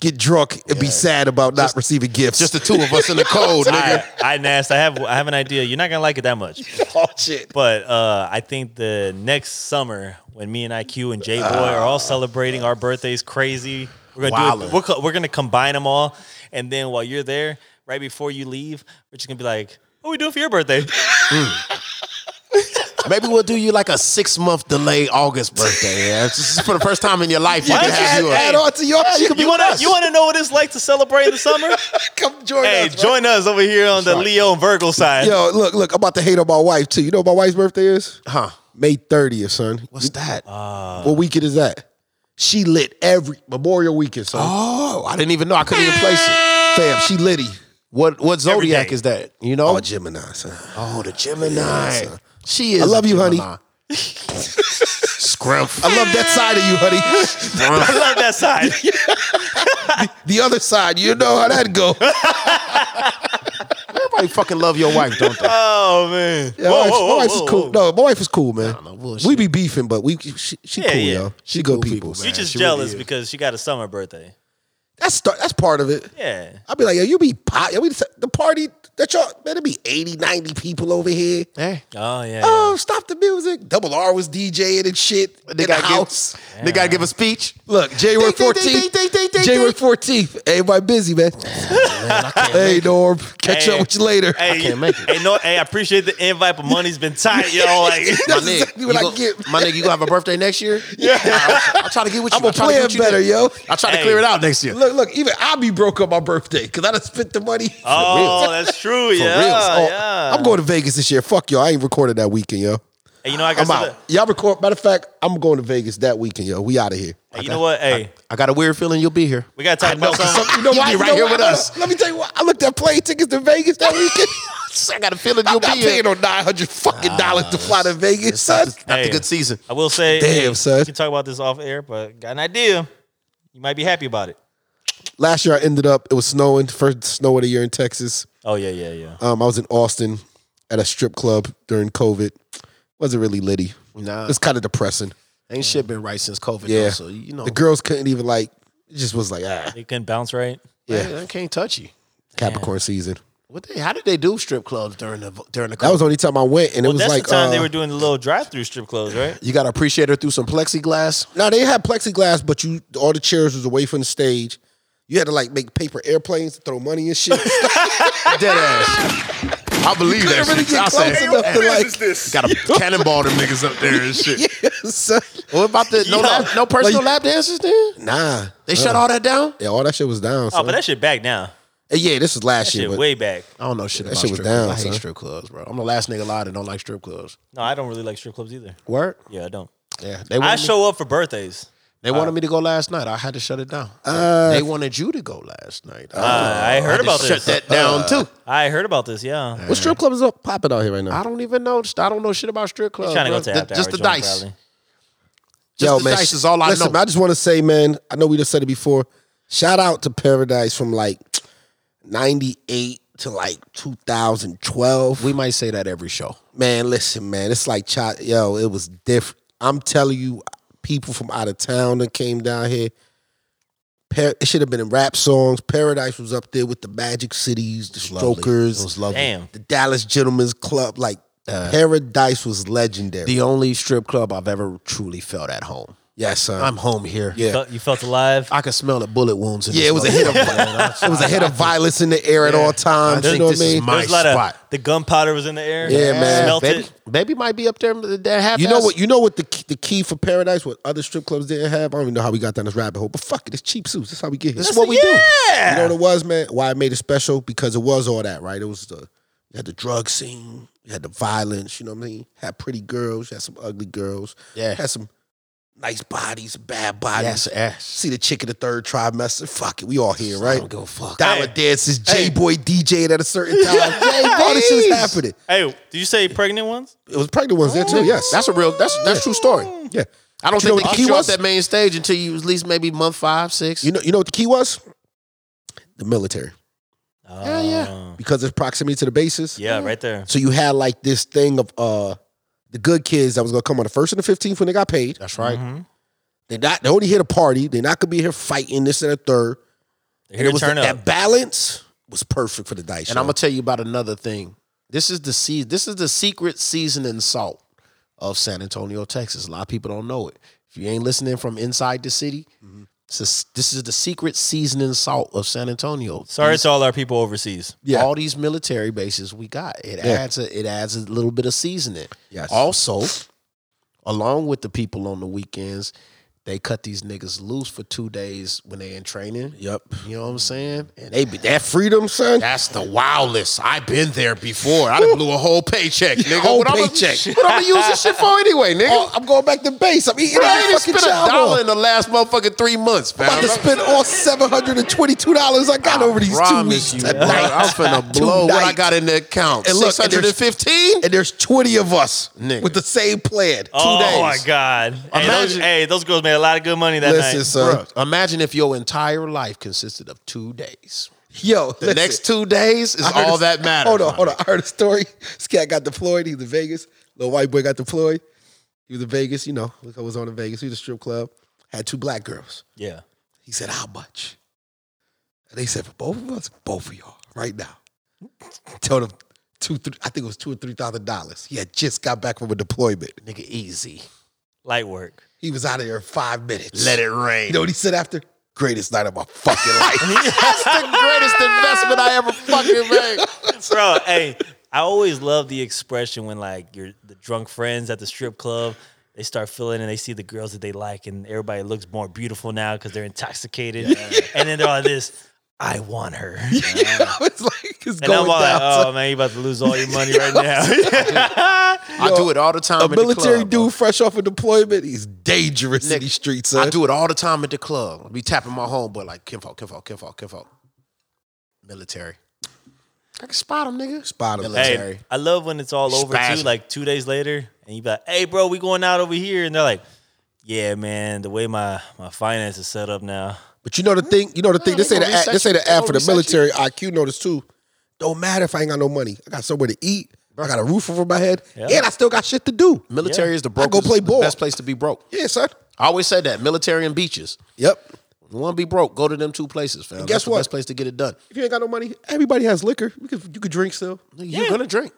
[SPEAKER 2] get drunk and be sad about not receiving gifts.
[SPEAKER 1] Just the two of us in the cold,
[SPEAKER 3] I,
[SPEAKER 1] nigga.
[SPEAKER 3] I Nast, I have I have an idea. You're not gonna like it that much.
[SPEAKER 2] oh shit.
[SPEAKER 3] But uh, I think the next summer, when me and IQ and J Boy are all celebrating our birthdays, crazy. We're gonna do it.
[SPEAKER 1] Wildin'.
[SPEAKER 3] We're, co- we're gonna combine them all, and then while you're there, right before you leave, we're just gonna be like, "What we doing for your birthday?"
[SPEAKER 1] Maybe we'll do you like a six month delay August birthday. Yeah, It's just for the first time in your life you
[SPEAKER 3] Why
[SPEAKER 1] can
[SPEAKER 3] don't you
[SPEAKER 1] have
[SPEAKER 3] add-
[SPEAKER 1] you a-
[SPEAKER 2] Add on to your shit.
[SPEAKER 3] You wanna you wanna know what it's like to celebrate in the summer?
[SPEAKER 2] come join
[SPEAKER 3] hey,
[SPEAKER 2] us.
[SPEAKER 3] join us over here on the
[SPEAKER 1] right.
[SPEAKER 3] Leo and Virgo side.
[SPEAKER 2] Yo, look, look, I'm about to hate on my wife too. You know what my wife's birthday is?
[SPEAKER 1] huh?
[SPEAKER 2] May 30th, son.
[SPEAKER 1] What's that?
[SPEAKER 3] Uh,
[SPEAKER 2] what weekend is that? She lit every Memorial weekend, son.
[SPEAKER 1] oh, I didn't even know. I couldn't even place it.
[SPEAKER 2] Fam, she litty.
[SPEAKER 1] What what zodiac
[SPEAKER 3] day.
[SPEAKER 1] is that? You know?
[SPEAKER 2] Oh, Gemini, son.
[SPEAKER 1] Oh, the Gemini. she is.
[SPEAKER 2] I love
[SPEAKER 1] a
[SPEAKER 2] you, honey.
[SPEAKER 1] Gemini. Scrumph.
[SPEAKER 2] I love that side of you, honey.
[SPEAKER 3] I love that side.
[SPEAKER 2] The other side, you know how that go.
[SPEAKER 1] Everybody fucking love your wife, don't they?
[SPEAKER 3] Oh man.
[SPEAKER 2] Yeah, my
[SPEAKER 3] Whoa,
[SPEAKER 2] wife- my
[SPEAKER 3] whoa, whoa,
[SPEAKER 2] wife
[SPEAKER 3] whoa,
[SPEAKER 2] is cool.
[SPEAKER 3] whoa.
[SPEAKER 2] No, my wife is cool, man.
[SPEAKER 1] no, bullshit.
[SPEAKER 2] we be beefing, but we she, she
[SPEAKER 3] Yeah,
[SPEAKER 2] cool,
[SPEAKER 3] yeah.
[SPEAKER 2] yo. She, good
[SPEAKER 1] cool
[SPEAKER 2] people.
[SPEAKER 1] people,
[SPEAKER 2] man.
[SPEAKER 3] You're just
[SPEAKER 1] she really
[SPEAKER 3] jealous
[SPEAKER 1] is.
[SPEAKER 3] because she got a summer birthday.
[SPEAKER 2] That's start, that's part of it.
[SPEAKER 3] Yeah.
[SPEAKER 2] I'll be like, yo, you be pot. Yo, we just- the party that y'all man, it be 80, 90 people over here.
[SPEAKER 1] Hey.
[SPEAKER 3] Oh yeah.
[SPEAKER 2] Oh, stop the music. Double R was DJing and shit. in
[SPEAKER 1] They
[SPEAKER 2] the
[SPEAKER 1] gotta,
[SPEAKER 2] house.
[SPEAKER 1] give, they gotta give a speech.
[SPEAKER 2] Look, January
[SPEAKER 1] Ding, ding, ding, ding, ding,
[SPEAKER 2] 14th.
[SPEAKER 1] ding,
[SPEAKER 2] January
[SPEAKER 1] ding.
[SPEAKER 2] 14th. Everybody busy, man.
[SPEAKER 1] Oh,
[SPEAKER 2] hey, Norm. Catch
[SPEAKER 3] Hey.
[SPEAKER 2] up with you later.
[SPEAKER 3] Hey,
[SPEAKER 1] can't make it.
[SPEAKER 3] Hey, no, hey, I appreciate the invite, but money's been tight, yo. Like,
[SPEAKER 1] My
[SPEAKER 2] That's
[SPEAKER 1] nigga,
[SPEAKER 2] exactly what
[SPEAKER 1] you
[SPEAKER 2] I
[SPEAKER 1] gon-
[SPEAKER 2] get.
[SPEAKER 1] My nigga, you gonna have a birthday next year? Yeah. I'll, I'll try to get with you.
[SPEAKER 2] I'm a
[SPEAKER 1] I'll try to get
[SPEAKER 2] player
[SPEAKER 1] with you
[SPEAKER 2] better,
[SPEAKER 1] next-
[SPEAKER 2] yo.
[SPEAKER 1] I'll try
[SPEAKER 3] Hey.
[SPEAKER 1] to clear it out next year.
[SPEAKER 2] Look, look, even I be broke on my birthday because I done spent the money.
[SPEAKER 3] oh, that's true. yeah,
[SPEAKER 2] real. Oh,
[SPEAKER 3] yeah.
[SPEAKER 2] I'm going to Vegas this year. Fuck y'all. I ain't recorded that weekend, yo.
[SPEAKER 3] Hey, you know, I got
[SPEAKER 2] I'm out.
[SPEAKER 3] something-
[SPEAKER 2] Y'all record. Matter of fact, I'm going to Vegas that weekend, yo. We out of here.
[SPEAKER 3] Hey, you know what? Hey,
[SPEAKER 1] I got a weird feeling you'll be here.
[SPEAKER 3] we gotta talk about
[SPEAKER 2] So,
[SPEAKER 3] something.
[SPEAKER 2] you know
[SPEAKER 1] You
[SPEAKER 2] why?
[SPEAKER 1] be
[SPEAKER 2] you
[SPEAKER 1] right
[SPEAKER 2] know
[SPEAKER 1] here
[SPEAKER 2] why?
[SPEAKER 1] with
[SPEAKER 2] No, no,
[SPEAKER 1] us.
[SPEAKER 2] Let me tell you what. I looked at plane tickets to Vegas that weekend.
[SPEAKER 1] I got a feeling
[SPEAKER 2] I'm
[SPEAKER 1] you'll
[SPEAKER 2] not
[SPEAKER 1] be here.
[SPEAKER 2] paying no nine hundred fucking dollars to fly to Vegas, son.
[SPEAKER 1] Not
[SPEAKER 3] Hey.
[SPEAKER 1] the good season.
[SPEAKER 3] I will say,
[SPEAKER 2] Damn,
[SPEAKER 3] hey,
[SPEAKER 2] son.
[SPEAKER 3] we can talk about this off air, but got an idea. You might be happy about it.
[SPEAKER 2] Last year I ended up. It was snowing. First snow of the year in Texas.
[SPEAKER 3] Oh yeah, yeah, yeah.
[SPEAKER 2] Um, I was in Austin at a strip club during COVID. Wasn't really litty.
[SPEAKER 1] Nah,
[SPEAKER 2] It's kind of depressing.
[SPEAKER 1] ain't shit been right since COVID.
[SPEAKER 2] Yeah.
[SPEAKER 1] though, so you know,
[SPEAKER 2] The girls couldn't even like. It just was like ah,
[SPEAKER 3] They can bounce right.
[SPEAKER 2] yeah.
[SPEAKER 1] man, I can't touch you.
[SPEAKER 2] Capricorn season.
[SPEAKER 1] What they? How did they do strip clubs during the during the?
[SPEAKER 2] That was
[SPEAKER 1] COVID?
[SPEAKER 2] the only time I went, and it
[SPEAKER 3] Well,
[SPEAKER 2] was
[SPEAKER 3] that's
[SPEAKER 2] like
[SPEAKER 3] the time
[SPEAKER 2] uh,
[SPEAKER 3] they were doing the little drive-through strip clothes, right?
[SPEAKER 1] you got to appreciate her through some plexiglass.
[SPEAKER 2] No, they had plexiglass, but you all the chairs was away from the stage. You had to like make paper airplanes to throw money and shit.
[SPEAKER 5] Dead ass. I believe that
[SPEAKER 2] really
[SPEAKER 5] shit.
[SPEAKER 2] get
[SPEAKER 5] I
[SPEAKER 2] close
[SPEAKER 5] said,
[SPEAKER 2] enough to like.
[SPEAKER 5] got to cannonball them niggas up there and shit.
[SPEAKER 2] son.
[SPEAKER 5] What about the no,
[SPEAKER 3] Yo.
[SPEAKER 5] lap, no personal
[SPEAKER 2] Like-
[SPEAKER 5] lap dances then?
[SPEAKER 2] Nah,
[SPEAKER 5] They shut all that down?
[SPEAKER 2] yeah, all that shit was down.
[SPEAKER 3] Oh,
[SPEAKER 2] son.
[SPEAKER 3] but that shit back now.
[SPEAKER 2] Uh, yeah, this was last
[SPEAKER 3] That
[SPEAKER 2] year.
[SPEAKER 3] shit
[SPEAKER 2] But
[SPEAKER 3] way back.
[SPEAKER 1] I don't know shit about
[SPEAKER 2] shit was
[SPEAKER 1] strip
[SPEAKER 2] down,
[SPEAKER 1] clubs. I hate
[SPEAKER 2] son.
[SPEAKER 1] strip clubs, bro. I'm the last nigga alive that don't like strip clubs.
[SPEAKER 3] No, I don't really like strip clubs either.
[SPEAKER 1] Word?
[SPEAKER 3] Yeah, I don't.
[SPEAKER 1] Yeah. They
[SPEAKER 3] I
[SPEAKER 1] wanted, me,
[SPEAKER 3] show up for birthdays.
[SPEAKER 1] they wanted me to go last night. I had to shut it down.
[SPEAKER 2] Uh,
[SPEAKER 1] they wanted you to go last night.
[SPEAKER 2] Oh,
[SPEAKER 3] Uh, I heard about
[SPEAKER 5] Shut
[SPEAKER 3] this.
[SPEAKER 2] uh,
[SPEAKER 5] that down too.
[SPEAKER 3] I heard about this. Yeah,
[SPEAKER 2] what strip club is up popping out here right
[SPEAKER 1] I
[SPEAKER 2] now?
[SPEAKER 1] don't even know. I don't know shit about strip clubs.
[SPEAKER 3] trying to go
[SPEAKER 1] bro.
[SPEAKER 3] to
[SPEAKER 5] the-
[SPEAKER 3] after
[SPEAKER 5] just
[SPEAKER 3] hour
[SPEAKER 5] the
[SPEAKER 3] joint,
[SPEAKER 5] dice.
[SPEAKER 3] probably.
[SPEAKER 5] Just the dice is all I
[SPEAKER 2] listen,
[SPEAKER 5] know.
[SPEAKER 2] I just want to say, man, I know we just said it before. Shout out to Paradise from like '98 to like 2012.
[SPEAKER 1] we might say that every show.
[SPEAKER 2] Man, listen, man, it's like child. Yo, it was different. I'm telling you, people from out of town that came down here. Par- it should have been in rap songs. Paradise was up there with the Magic Cities, the Strokers,
[SPEAKER 1] It was lovely. Uh,
[SPEAKER 3] Damn.
[SPEAKER 2] the Dallas Gentlemen's Club. Like Paradise was legendary.
[SPEAKER 1] The only strip club I've ever truly felt at home.
[SPEAKER 2] yes, son.
[SPEAKER 1] I'm home here.
[SPEAKER 2] Yeah.
[SPEAKER 3] Felt- You felt alive.
[SPEAKER 1] I could smell the bullet wounds. In
[SPEAKER 2] yeah,
[SPEAKER 1] this
[SPEAKER 2] it was a hit of
[SPEAKER 1] motherfucker,
[SPEAKER 2] it was a hit of violence in the air at all times. You
[SPEAKER 1] I think
[SPEAKER 2] know what
[SPEAKER 1] this
[SPEAKER 2] I
[SPEAKER 1] is
[SPEAKER 2] mean?
[SPEAKER 1] my
[SPEAKER 3] There's a lot
[SPEAKER 1] spot.
[SPEAKER 3] of the gunpowder was in the air.
[SPEAKER 2] Yeah, man.
[SPEAKER 3] Smelt
[SPEAKER 1] baby,
[SPEAKER 3] it.
[SPEAKER 1] baby might be up there. That half.
[SPEAKER 2] You know what? You know what the key, the key for Paradise, what other strip clubs didn't have. I don't even know how we got down this rabbit hole, but fuck it, it's cheap suits. That's how we get here.
[SPEAKER 1] This is what we do.
[SPEAKER 2] You know what it was, man? Why I made it special? Because it was all that, right? It was the you had the drug scene, you had the violence, you know what I mean? Had pretty girls, you had some ugly girls,
[SPEAKER 1] Yeah.
[SPEAKER 2] had some nice bodies, bad bodies.
[SPEAKER 1] Yes, yes.
[SPEAKER 2] See the chick in the third trimester. Fuck it, we all here, right?
[SPEAKER 1] I don't give a fuck.
[SPEAKER 2] Dollar
[SPEAKER 3] Hey.
[SPEAKER 2] dances, J Boy DJing at a certain time. all this shit is happening.
[SPEAKER 3] Hey, did you say pregnant ones?
[SPEAKER 2] It was pregnant ones there too. Yes,
[SPEAKER 5] That's a real that's that's true story.
[SPEAKER 2] yeah.
[SPEAKER 5] I don't
[SPEAKER 2] You
[SPEAKER 5] think they
[SPEAKER 2] know what the key
[SPEAKER 5] kicked you off
[SPEAKER 2] was?
[SPEAKER 5] that main stage until you was at least maybe month five, six.
[SPEAKER 2] You know, you know what the key was? The military,
[SPEAKER 3] Yeah, yeah,
[SPEAKER 2] because it's proximity to the bases.
[SPEAKER 3] yeah. Right there.
[SPEAKER 2] So you had like this thing of uh the good kids that was gonna come on the first and the fifteenth when they got paid.
[SPEAKER 1] That's right.
[SPEAKER 2] Mm-hmm. They not they only here to party. They not gonna be here fighting this and a third.
[SPEAKER 3] They're
[SPEAKER 2] And
[SPEAKER 3] here
[SPEAKER 2] it
[SPEAKER 3] to
[SPEAKER 2] was
[SPEAKER 3] turn
[SPEAKER 2] that,
[SPEAKER 3] up.
[SPEAKER 2] that balance was perfect for the dice.
[SPEAKER 1] And I'm gonna tell you about another thing. This is the sea. This is the secret seasoning salt of San Antonio, Texas. A lot of people don't know it. If you ain't listening from inside the city,
[SPEAKER 2] Mm-hmm.
[SPEAKER 1] it's a- this is the secret seasoning salt of San Antonio.
[SPEAKER 3] Sorry to all our people overseas.
[SPEAKER 2] Yeah.
[SPEAKER 1] all these military bases we got. It adds a it adds a little bit of seasoning.
[SPEAKER 2] Yes.
[SPEAKER 1] Also, along with the people on the weekends, they cut these niggas loose for two days when they in training.
[SPEAKER 2] Yep.
[SPEAKER 1] You know what I'm saying? And
[SPEAKER 2] They be that freedom, son.
[SPEAKER 5] That's the wildest. I've been there before. I done blew a whole paycheck, nigga.
[SPEAKER 2] Whole
[SPEAKER 5] what
[SPEAKER 2] paycheck.
[SPEAKER 5] I'm gonna, what I'm gonna use this shit for anyway, nigga?
[SPEAKER 2] Oh, I'm going back to base. I'm eating
[SPEAKER 5] I
[SPEAKER 2] every
[SPEAKER 5] ain't
[SPEAKER 2] fucking
[SPEAKER 5] spent a
[SPEAKER 2] child.
[SPEAKER 5] dollar
[SPEAKER 2] on.
[SPEAKER 5] in the last motherfucking three months, fam.
[SPEAKER 2] I'm about to spend all seven hundred and twenty-two dollars I got over these two weeks.
[SPEAKER 5] Promise you, bro,
[SPEAKER 2] tonight.
[SPEAKER 5] I'm finna blow what I
[SPEAKER 2] Tonight.
[SPEAKER 5] got in the account.
[SPEAKER 2] And look, and there's-
[SPEAKER 5] 615?
[SPEAKER 2] And there's twenty of us
[SPEAKER 5] Nigga.
[SPEAKER 2] with the same plan.
[SPEAKER 3] oh
[SPEAKER 5] days.
[SPEAKER 3] my God! Hey those,
[SPEAKER 5] Imagine-
[SPEAKER 3] hey, those girls made a lot of good money that
[SPEAKER 2] Listen,
[SPEAKER 3] night.
[SPEAKER 2] son.
[SPEAKER 1] Bruh, imagine if your entire life consisted of two days.
[SPEAKER 2] Yo,
[SPEAKER 5] The next two days is all that matters.
[SPEAKER 2] Hold on, hold on. I heard a story. This cat got deployed. He was in Vegas. Little white boy got deployed. He was in Vegas. You know, look, I was on in Vegas. He was a strip club. Had two black girls.
[SPEAKER 3] Yeah.
[SPEAKER 2] He said, "How much?" And they said, "For both of us, both of y'all, right now." Told him two, three, I think it was two or three thousand dollars. He had just got back from a deployment.
[SPEAKER 1] Nigga, easy.
[SPEAKER 3] Light work.
[SPEAKER 2] He was out of there in five minutes.
[SPEAKER 5] Let it rain.
[SPEAKER 2] You know what he said after? Greatest night of my fucking life.
[SPEAKER 5] That's the greatest investment I ever fucking made.
[SPEAKER 3] Bro, hey, I always love the expression when like your the drunk friends at the strip club, they start feeling and they see the girls that they like and everybody looks more beautiful now because they're intoxicated. And then they're all this, I want her.
[SPEAKER 2] it's like it's
[SPEAKER 3] And
[SPEAKER 2] going
[SPEAKER 3] I'm all
[SPEAKER 2] down.
[SPEAKER 3] like,
[SPEAKER 5] uh,
[SPEAKER 3] oh man, you about to lose all your money right now.
[SPEAKER 5] I do it all the time.
[SPEAKER 2] a
[SPEAKER 5] in the club,
[SPEAKER 2] military
[SPEAKER 5] bro.
[SPEAKER 2] dude fresh off a deployment, he's dangerous in
[SPEAKER 5] Nick,
[SPEAKER 2] these streets.
[SPEAKER 5] I
[SPEAKER 2] Son.
[SPEAKER 5] do it all the time at the club. I be tapping my homeboy like Kimfo, Kimfo, Kimfo, Kimfo. Military. I can spot him, nigga.
[SPEAKER 2] Spot him.
[SPEAKER 3] hey, I love when it's all over too,
[SPEAKER 5] Spasm.
[SPEAKER 3] like two days later, and you be like, hey bro, we going out over here. And they're like, Yeah, man, the way my my finance is set up now.
[SPEAKER 2] But you know the thing, you know the thing. They say the
[SPEAKER 1] gonna
[SPEAKER 2] ad, they say the
[SPEAKER 1] reset you.
[SPEAKER 2] ad for
[SPEAKER 1] They
[SPEAKER 2] the
[SPEAKER 1] gonna reset
[SPEAKER 2] military IQ notice too. Don't matter if I ain't got no money. I got somewhere to eat. I got a roof over my head, and I still got shit to do.
[SPEAKER 1] Military
[SPEAKER 2] Yeah.
[SPEAKER 1] is the
[SPEAKER 2] I
[SPEAKER 1] broke.
[SPEAKER 2] go play ball.
[SPEAKER 1] Best place to be broke.
[SPEAKER 2] Yeah, son.
[SPEAKER 1] I always said that. Military and beaches.
[SPEAKER 2] Yep.
[SPEAKER 1] You want to be broke? Go to them two places, fam.
[SPEAKER 2] guess
[SPEAKER 1] That's
[SPEAKER 2] what?
[SPEAKER 1] The best place to get it done.
[SPEAKER 2] If you ain't got no money, everybody has liquor. You could you could drink still.
[SPEAKER 1] You're gonna drink.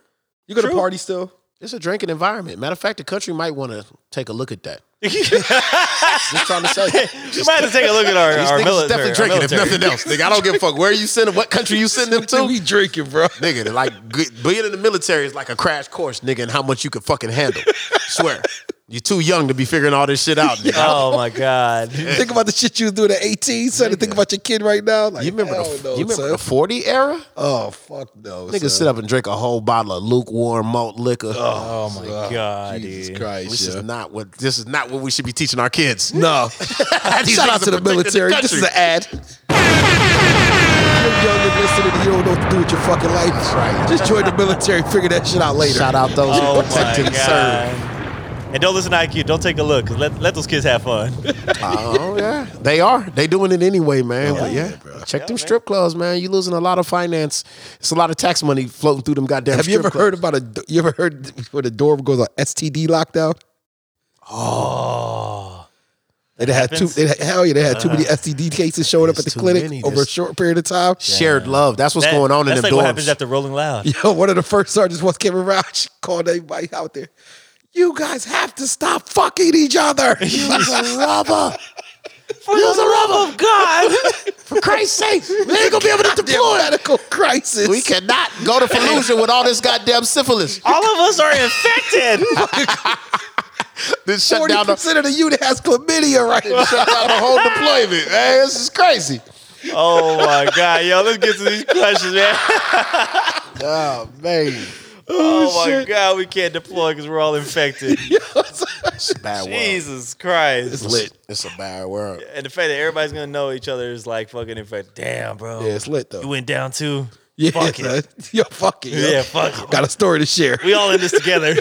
[SPEAKER 2] You could party still.
[SPEAKER 1] It's a drinking environment. Matter of fact, the country might want to take a look at that. Just trying to say.
[SPEAKER 3] You might have to take a look at our, our
[SPEAKER 5] niggas
[SPEAKER 3] military.
[SPEAKER 5] is definitely
[SPEAKER 3] our
[SPEAKER 5] drinking, if
[SPEAKER 3] military.
[SPEAKER 5] nothing else. Nigga, I don't give a fuck where you send them, what country you send them to.
[SPEAKER 2] We drinking, bro.
[SPEAKER 5] nigga, they're like good- being in the military is like a crash course, nigga, and how much you can fucking handle. Swear. You're too young to be figuring all this shit out, nigga.
[SPEAKER 3] Oh my god!
[SPEAKER 2] think about the shit you was doing at 18, son. And think about your kid right now. Like,
[SPEAKER 5] You remember,
[SPEAKER 2] hell
[SPEAKER 5] the,
[SPEAKER 2] no,
[SPEAKER 5] you remember
[SPEAKER 2] son.
[SPEAKER 5] the 40 era?
[SPEAKER 2] Oh fuck no,
[SPEAKER 5] Niggas sit up and drink a whole bottle of lukewarm malt liquor.
[SPEAKER 3] Oh my god!
[SPEAKER 2] Jesus
[SPEAKER 3] dude.
[SPEAKER 2] Christ,
[SPEAKER 5] This
[SPEAKER 2] yeah.
[SPEAKER 5] is not what this is not what we should be teaching our kids.
[SPEAKER 2] no.
[SPEAKER 5] These
[SPEAKER 2] Shout
[SPEAKER 5] niggas
[SPEAKER 2] out to
[SPEAKER 5] are protecting
[SPEAKER 2] the military. this is
[SPEAKER 5] country.
[SPEAKER 2] an ad. You're young and listening, and you don't know what to do with your fucking life. right. Just join the military. Figure that shit out later.
[SPEAKER 5] Shout out those
[SPEAKER 3] Oh
[SPEAKER 5] who
[SPEAKER 3] my
[SPEAKER 5] protect and serve.
[SPEAKER 3] god! And don't listen to IQ. Don't take a look. 'cause Let let those kids have fun.
[SPEAKER 5] Oh yeah, they are. They doing it anyway, man. but yeah, check them strip clubs, man. You losing a lot of finance. It's a lot of tax money floating through them goddamn.
[SPEAKER 2] Have you
[SPEAKER 5] strip
[SPEAKER 2] ever heard
[SPEAKER 5] clubs.
[SPEAKER 2] about a? You ever heard where the door goes on STD lockdown?
[SPEAKER 3] Oh,
[SPEAKER 2] They had too.
[SPEAKER 3] happens?
[SPEAKER 2] They had, hell yeah, they had too many STD cases showing up at
[SPEAKER 5] Uh-huh. There's
[SPEAKER 2] the
[SPEAKER 5] too
[SPEAKER 2] clinic
[SPEAKER 5] many.
[SPEAKER 2] over a
[SPEAKER 5] There's-
[SPEAKER 2] short period of time.
[SPEAKER 5] shared love? That's what's
[SPEAKER 3] That-
[SPEAKER 5] going on in them
[SPEAKER 3] that's like
[SPEAKER 5] dorms.
[SPEAKER 3] what happens after Rolling Loud.
[SPEAKER 2] Yo, one of the first sergeants once came around. She called everybody out there. You guys have to stop fucking each other.
[SPEAKER 5] Use a rubber.
[SPEAKER 3] For the love of God!
[SPEAKER 5] For Christ's sake, we ain't gonna be able to
[SPEAKER 2] Damn
[SPEAKER 5] deploy.
[SPEAKER 2] medical crisis.
[SPEAKER 5] We cannot go to Fallujah with all this goddamn syphilis.
[SPEAKER 3] All of us are infected.
[SPEAKER 5] This shut
[SPEAKER 2] Forty
[SPEAKER 5] down the
[SPEAKER 2] percent of the unit has chlamydia right now.
[SPEAKER 5] shut down the whole deployment. Man, this is crazy.
[SPEAKER 3] oh my god, yo! Let's get to these questions, man.
[SPEAKER 5] Oh man,
[SPEAKER 3] Oh my god, we can't deploy because we're all infected.
[SPEAKER 5] bad
[SPEAKER 3] Jesus Christ!
[SPEAKER 2] lit.
[SPEAKER 5] It's a bad world.
[SPEAKER 3] And the fact that everybody's gonna know each other is like fucking infected. Damn, bro.
[SPEAKER 2] Yeah, it's lit
[SPEAKER 3] You
[SPEAKER 2] though.
[SPEAKER 3] went down too.
[SPEAKER 2] Yeah,
[SPEAKER 3] fuck it.
[SPEAKER 2] son. Yo, fuck it. yo.
[SPEAKER 3] Yeah, fuck it.
[SPEAKER 2] Got a story to share.
[SPEAKER 3] We all in this together.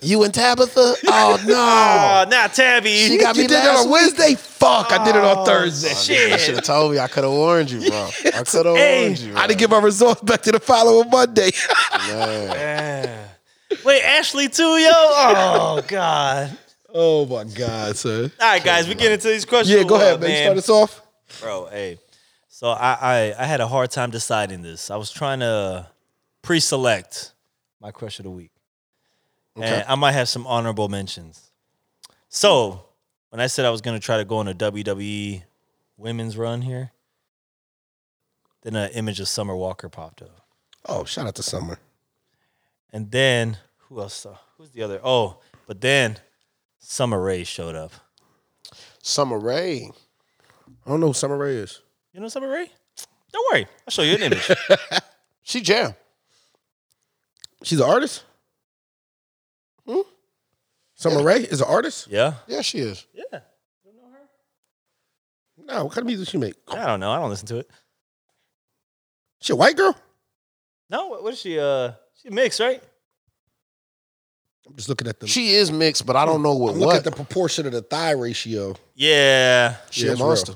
[SPEAKER 5] You and Tabitha? Oh no.
[SPEAKER 3] Oh, now Tabby.
[SPEAKER 5] She got
[SPEAKER 2] You
[SPEAKER 5] me
[SPEAKER 2] did that
[SPEAKER 5] last
[SPEAKER 2] on Wednesday. Fuck, I did it on Thursday.
[SPEAKER 5] I should have
[SPEAKER 3] shit.
[SPEAKER 5] told you. I could have warned you, bro. I could have
[SPEAKER 3] Hey.
[SPEAKER 5] warned you.
[SPEAKER 2] I didn't get my results back to the following Monday.
[SPEAKER 3] Wait, Ashley too, yo. Oh God.
[SPEAKER 2] oh my god, sir.
[SPEAKER 3] All right, guys, we get into these questions.
[SPEAKER 2] Yeah, go
[SPEAKER 3] What
[SPEAKER 2] ahead,
[SPEAKER 3] up,
[SPEAKER 2] man. Start us off.
[SPEAKER 3] Bro, hey. So I, I I had a hard time deciding this. I was trying to pre-select my crush of the week, and I might have some honorable mentions. So when I said I was going to try to go on a WWE women's run here, then an image of Summer Walker popped up.
[SPEAKER 2] Oh, shout out to Summer.
[SPEAKER 3] And then who else? Saw? Who's the other? Oh, but then Summer Rae showed up.
[SPEAKER 1] Summer Rae.
[SPEAKER 2] I don't know who Summer Rae is.
[SPEAKER 3] You know Summer Rae? Don't worry, I'll show you an image.
[SPEAKER 1] She jam.
[SPEAKER 2] She's an artist. Summer Rae is an artist.
[SPEAKER 3] yeah,
[SPEAKER 1] Yeah, she is.
[SPEAKER 3] yeah.
[SPEAKER 2] No, what kind of music she make?
[SPEAKER 3] I don't know. I don't listen to it.
[SPEAKER 2] She a white girl?
[SPEAKER 3] No, what, what is she? Uh, she mixed, right?
[SPEAKER 2] I'm just looking at the.
[SPEAKER 1] She is mixed, but I don't know what
[SPEAKER 2] I'm looking
[SPEAKER 1] what.
[SPEAKER 2] at the proportion of the thigh ratio.
[SPEAKER 3] Yeah,
[SPEAKER 1] she
[SPEAKER 2] Yeah,
[SPEAKER 1] a
[SPEAKER 2] it's real.
[SPEAKER 1] monster.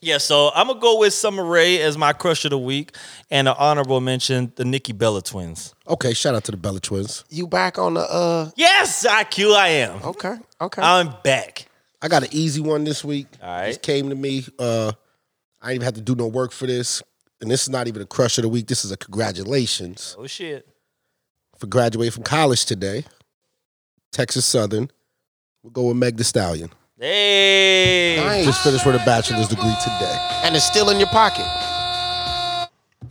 [SPEAKER 3] yeah. So I'm gonna go with Summer Rae as my crush of the week, and an honorable mention: the Nikki Bella twins.
[SPEAKER 2] Okay, shout out to the Bella Twins.
[SPEAKER 1] You back on the uh?
[SPEAKER 3] Yes, IQ, I am.
[SPEAKER 1] Okay, okay.
[SPEAKER 3] I'm back.
[SPEAKER 2] I got an easy one this week.
[SPEAKER 3] All right.
[SPEAKER 2] This came to me. Uh, I didn't even have to do no work for this. And this is not even a crush of the week. This is a congratulations
[SPEAKER 3] Oh shit!
[SPEAKER 2] for graduating from college today. Texas Southern. We'll go with Meg The Stallion.
[SPEAKER 3] Hey,
[SPEAKER 2] Just finished with a bachelor's degree today.
[SPEAKER 1] and it's still in your pocket.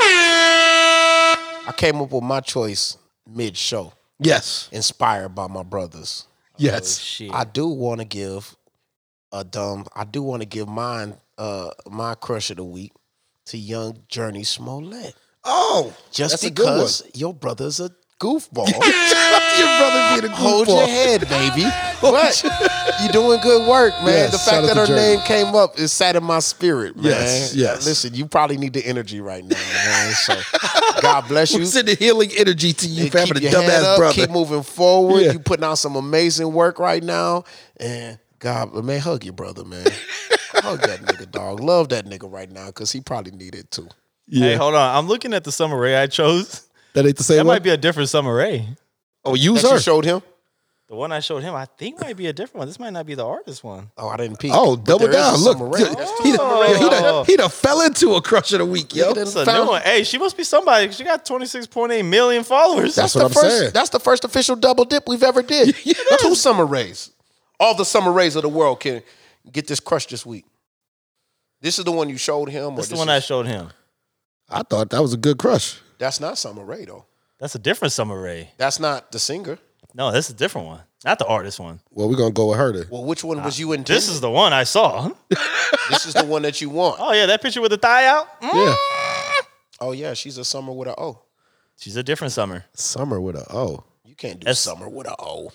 [SPEAKER 1] I came up with my choice mid show,
[SPEAKER 2] Yes.
[SPEAKER 1] inspired by my brothers.
[SPEAKER 2] Yes.
[SPEAKER 3] shit.
[SPEAKER 1] I do want to give a dumb. I do want to give mine uh my crush of the week to young Journey Smollett.
[SPEAKER 2] Oh,
[SPEAKER 1] Just
[SPEAKER 2] that's a good one.
[SPEAKER 1] because your brother's a goofball.
[SPEAKER 2] your brother being a
[SPEAKER 1] Hold your
[SPEAKER 2] goofball.
[SPEAKER 1] head, baby. But you're doing good work,
[SPEAKER 2] Yes,
[SPEAKER 1] man. the
[SPEAKER 2] shout
[SPEAKER 1] fact
[SPEAKER 2] out
[SPEAKER 1] that
[SPEAKER 2] to
[SPEAKER 1] her
[SPEAKER 2] Journey.
[SPEAKER 1] name came up, it sat in my spirit, man.
[SPEAKER 2] Yes, yes.
[SPEAKER 1] Listen, you probably need the energy right now, man. So God bless you.
[SPEAKER 2] We're sending healing energy to you
[SPEAKER 1] And
[SPEAKER 2] for having a
[SPEAKER 1] keep your head
[SPEAKER 2] dumbass
[SPEAKER 1] up,
[SPEAKER 2] brother.
[SPEAKER 1] Keep moving forward.
[SPEAKER 2] Yeah.
[SPEAKER 1] You putting out some amazing work right now, and God, man, hug your brother, man. Hug that nigga, dog. Love that nigga right now because he probably need it too.
[SPEAKER 3] Hey, hold on. I'm looking at the summary I chose.
[SPEAKER 2] That ain't the same
[SPEAKER 3] That
[SPEAKER 2] one.
[SPEAKER 3] might be a different summary.
[SPEAKER 2] oh, use
[SPEAKER 1] That you
[SPEAKER 2] her.
[SPEAKER 1] showed him.
[SPEAKER 3] The one I showed him, I think might be a different one. This might not be the artist one.
[SPEAKER 1] Oh, I didn't peek.
[SPEAKER 2] Oh,
[SPEAKER 1] But
[SPEAKER 2] double
[SPEAKER 1] there is a
[SPEAKER 2] down. Look,
[SPEAKER 1] summary.
[SPEAKER 2] yeah,
[SPEAKER 1] That's two
[SPEAKER 2] he,
[SPEAKER 3] Oh.
[SPEAKER 2] done, yeah, he, done, he done fell into a crush of the week, yo.
[SPEAKER 1] Look at
[SPEAKER 3] It's a
[SPEAKER 1] Found-
[SPEAKER 3] new one. Hey, she must be somebody. She got 26.8 million followers.
[SPEAKER 2] That's what
[SPEAKER 1] the
[SPEAKER 2] I'm
[SPEAKER 1] first,
[SPEAKER 2] saying.
[SPEAKER 1] That's the first official double dip we've ever did. Two summer rays. All the summer rays of the world can get this crush this week. This is the one you showed him. Or
[SPEAKER 3] That's the
[SPEAKER 1] this
[SPEAKER 3] one
[SPEAKER 1] is-
[SPEAKER 3] I showed him.
[SPEAKER 2] I thought that was a good crush.
[SPEAKER 1] That's not summer ray though.
[SPEAKER 3] That's a different summary.
[SPEAKER 1] That's not the singer.
[SPEAKER 3] No, that's a different one. Not the artist one.
[SPEAKER 2] Well, we're gonna go with her then.
[SPEAKER 1] Well, which one was you intending?
[SPEAKER 3] This is the one I saw.
[SPEAKER 1] this is the one that you want.
[SPEAKER 3] Oh yeah, that picture with the thigh out. Mm.
[SPEAKER 2] Yeah,
[SPEAKER 1] Oh yeah, she's a summer with a O.
[SPEAKER 3] She's a different summer.
[SPEAKER 2] summer with a O.
[SPEAKER 1] You can't do
[SPEAKER 3] That's-
[SPEAKER 1] summer with a O.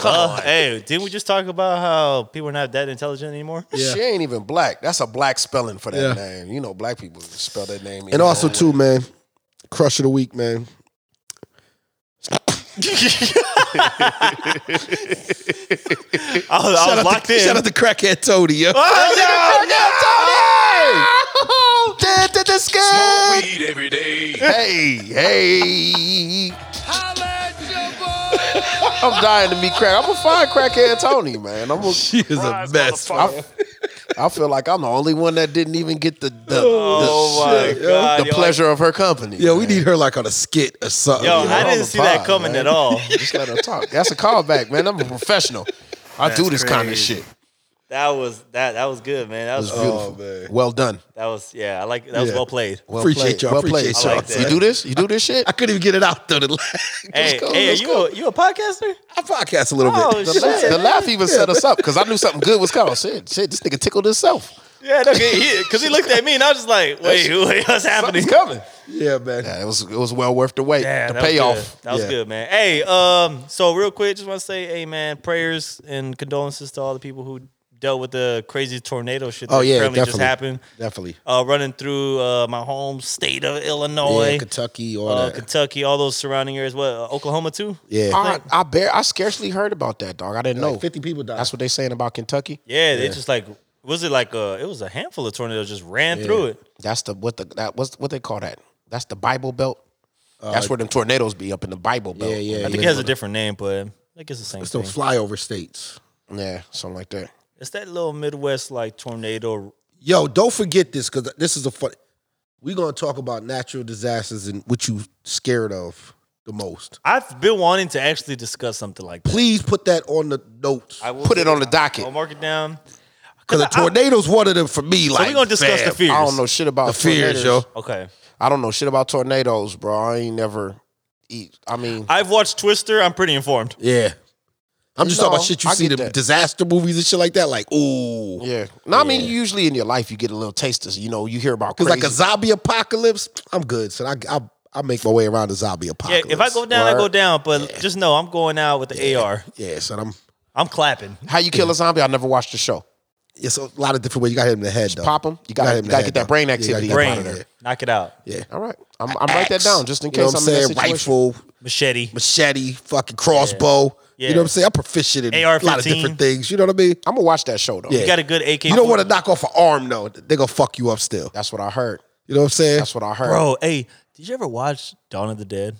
[SPEAKER 3] Uh, hey, didn't we just talk about how people are not that intelligent anymore?
[SPEAKER 2] Yeah.
[SPEAKER 1] She ain't even black. That's a black spelling for that
[SPEAKER 2] Yeah.
[SPEAKER 1] name. You know, black people spell that name.
[SPEAKER 2] And also too, man, crush of the week, man.
[SPEAKER 3] I was, I was locked in. Oh,
[SPEAKER 2] Shout out to crackhead Toady, yo.
[SPEAKER 1] Dead to the skin.
[SPEAKER 4] Weed every day.
[SPEAKER 1] Hey, hey. I'm dying to meet crack. I'm gonna find crackhead Tony, man. I'm gonna,
[SPEAKER 2] She is a mess.
[SPEAKER 1] I, I feel like I'm the only one that didn't even get the the, the-
[SPEAKER 3] Oh my
[SPEAKER 1] the,
[SPEAKER 3] God, yo.
[SPEAKER 1] pleasure of her company.
[SPEAKER 2] Yeah, we
[SPEAKER 1] man.
[SPEAKER 2] need her like on a skit or something.
[SPEAKER 3] Yo,
[SPEAKER 2] yo.
[SPEAKER 3] I
[SPEAKER 1] on
[SPEAKER 3] didn't
[SPEAKER 1] the
[SPEAKER 3] see that
[SPEAKER 1] pod,
[SPEAKER 3] coming
[SPEAKER 1] man.
[SPEAKER 3] at all.
[SPEAKER 1] just let her talk. That's a callback, man. I'm a professional. I do this kind of
[SPEAKER 3] crazy.
[SPEAKER 1] shit.
[SPEAKER 3] That was that. That was good, man. That was,
[SPEAKER 1] Beautiful. Well done.
[SPEAKER 3] that was yeah. I like that was
[SPEAKER 2] Yeah.
[SPEAKER 3] well played.
[SPEAKER 1] Well
[SPEAKER 2] Appreciate
[SPEAKER 1] played.
[SPEAKER 2] y'all,
[SPEAKER 1] Well
[SPEAKER 2] appreciate
[SPEAKER 1] played.
[SPEAKER 2] y'all.
[SPEAKER 3] I like that.
[SPEAKER 1] You do this? You do this shit?
[SPEAKER 2] I couldn't even get it out though. The
[SPEAKER 3] Hey,
[SPEAKER 1] go,
[SPEAKER 3] hey,
[SPEAKER 1] let's
[SPEAKER 3] you
[SPEAKER 1] go.
[SPEAKER 3] a, you a podcaster?
[SPEAKER 2] I podcast a little
[SPEAKER 3] Oh
[SPEAKER 2] bit.
[SPEAKER 1] The,
[SPEAKER 3] shit!
[SPEAKER 1] laugh, the laugh even set us up because I knew something good was coming. Shit, shit, this nigga tickled himself.
[SPEAKER 3] Yeah, no, because he, looked at me and I was just like, wait, wait what's happening?
[SPEAKER 1] Something's coming.
[SPEAKER 2] Yeah, man.
[SPEAKER 1] Yeah, it was it was well worth the wait.
[SPEAKER 3] Yeah,
[SPEAKER 1] the
[SPEAKER 3] that was
[SPEAKER 1] payoff.
[SPEAKER 3] good. That was
[SPEAKER 2] Yeah.
[SPEAKER 3] good, man. Hey, um, so real quick, just want to say, hey, man, prayers and condolences to all the people who dealt with the crazy tornado shit that
[SPEAKER 2] Oh, yeah,
[SPEAKER 3] apparently just
[SPEAKER 2] definitely.
[SPEAKER 3] happened.
[SPEAKER 2] Definitely.
[SPEAKER 3] Uh, running through uh, my home state of Illinois,
[SPEAKER 2] Yeah, Kentucky, all
[SPEAKER 3] uh,
[SPEAKER 2] that.
[SPEAKER 3] Kentucky, all those surrounding areas. What uh, Oklahoma too?
[SPEAKER 2] yeah.
[SPEAKER 1] I, I bear I scarcely heard about that dog. I didn't know.
[SPEAKER 2] Like 50 people died.
[SPEAKER 1] That's what they saying about Kentucky.
[SPEAKER 3] Yeah, they just like was it like uh it was a handful of tornadoes just ran through it.
[SPEAKER 1] That's the what the that what's what they call that. That's the Bible Belt. That's where them tornadoes be up in the Bible Belt.
[SPEAKER 2] Yeah, yeah.
[SPEAKER 3] I think it has a different name, but I guess it's the same
[SPEAKER 2] It's
[SPEAKER 3] thing.
[SPEAKER 2] those flyover states.
[SPEAKER 1] yeah, something like that.
[SPEAKER 3] it's that little Midwest like tornado.
[SPEAKER 2] Yo, don't forget this because this is a fun. We're gonna talk about natural disasters and what you scared of the most.
[SPEAKER 3] I've been wanting to actually discuss something like that.
[SPEAKER 2] Please put that on the notes
[SPEAKER 3] I will
[SPEAKER 1] Put it
[SPEAKER 3] do
[SPEAKER 1] on the docket.
[SPEAKER 3] I'll mark it down.
[SPEAKER 2] because a tornado's one of them for me. Like
[SPEAKER 3] we're gonna discuss
[SPEAKER 2] fam.
[SPEAKER 3] the fears.
[SPEAKER 1] I don't know shit about
[SPEAKER 2] The fears, yo.
[SPEAKER 1] tornadoes.
[SPEAKER 3] Okay.
[SPEAKER 1] I don't know shit about tornadoes, bro. I ain't never eat. I mean,
[SPEAKER 3] I've watched Twister. I'm pretty informed.
[SPEAKER 2] Yeah, I'm just talking about
[SPEAKER 1] No,
[SPEAKER 2] shit you
[SPEAKER 1] I
[SPEAKER 2] see the
[SPEAKER 1] get that.
[SPEAKER 2] disaster movies and shit like that. Like ooh,
[SPEAKER 1] yeah. No, I mean, usually in your life you get a little taste of, you know, you hear about
[SPEAKER 2] because
[SPEAKER 1] crazy.
[SPEAKER 2] like a zombie apocalypse, I'm good. So I I I make my way around the zombie
[SPEAKER 3] Yeah,
[SPEAKER 2] apocalypse.
[SPEAKER 3] if I go down, I go down. But just know I'm going out with the AR.
[SPEAKER 2] yeah, so I'm.
[SPEAKER 3] I'm clapping.
[SPEAKER 1] How you kill a zombie? I never watched the show.
[SPEAKER 2] It's a lot of different ways. You got to hit him in the head though.
[SPEAKER 1] Pop 'em. You gotta-
[SPEAKER 2] hit 'em in
[SPEAKER 1] you
[SPEAKER 2] the
[SPEAKER 1] gotta
[SPEAKER 2] head,
[SPEAKER 1] get that
[SPEAKER 2] though.
[SPEAKER 1] brain
[SPEAKER 2] Yeah, you gotta
[SPEAKER 1] activity
[SPEAKER 2] get
[SPEAKER 1] up
[SPEAKER 2] that
[SPEAKER 1] out
[SPEAKER 3] Brain,
[SPEAKER 1] of there.
[SPEAKER 3] knock it out.
[SPEAKER 1] All right, I'm, I'm write that
[SPEAKER 2] axe.
[SPEAKER 1] down just in
[SPEAKER 2] You know
[SPEAKER 1] case
[SPEAKER 2] what
[SPEAKER 1] I'm in that
[SPEAKER 2] saying?
[SPEAKER 1] situation.
[SPEAKER 2] Rifle,
[SPEAKER 3] Machete.
[SPEAKER 2] machete, fucking crossbow.
[SPEAKER 3] Yeah.
[SPEAKER 2] You know what I'm saying? I'm proficient in a lot of
[SPEAKER 3] AR-15.
[SPEAKER 2] different things. You know what I mean?
[SPEAKER 1] I'm gonna watch that show though.
[SPEAKER 2] Yeah.
[SPEAKER 3] You got a good AK.
[SPEAKER 2] You don't want to knock off an arm though. They're gonna fuck you up still.
[SPEAKER 1] That's what I heard.
[SPEAKER 2] You know what I'm saying?
[SPEAKER 1] That's what I heard.
[SPEAKER 3] Bro, hey, did you ever watch Dawn of the Dead?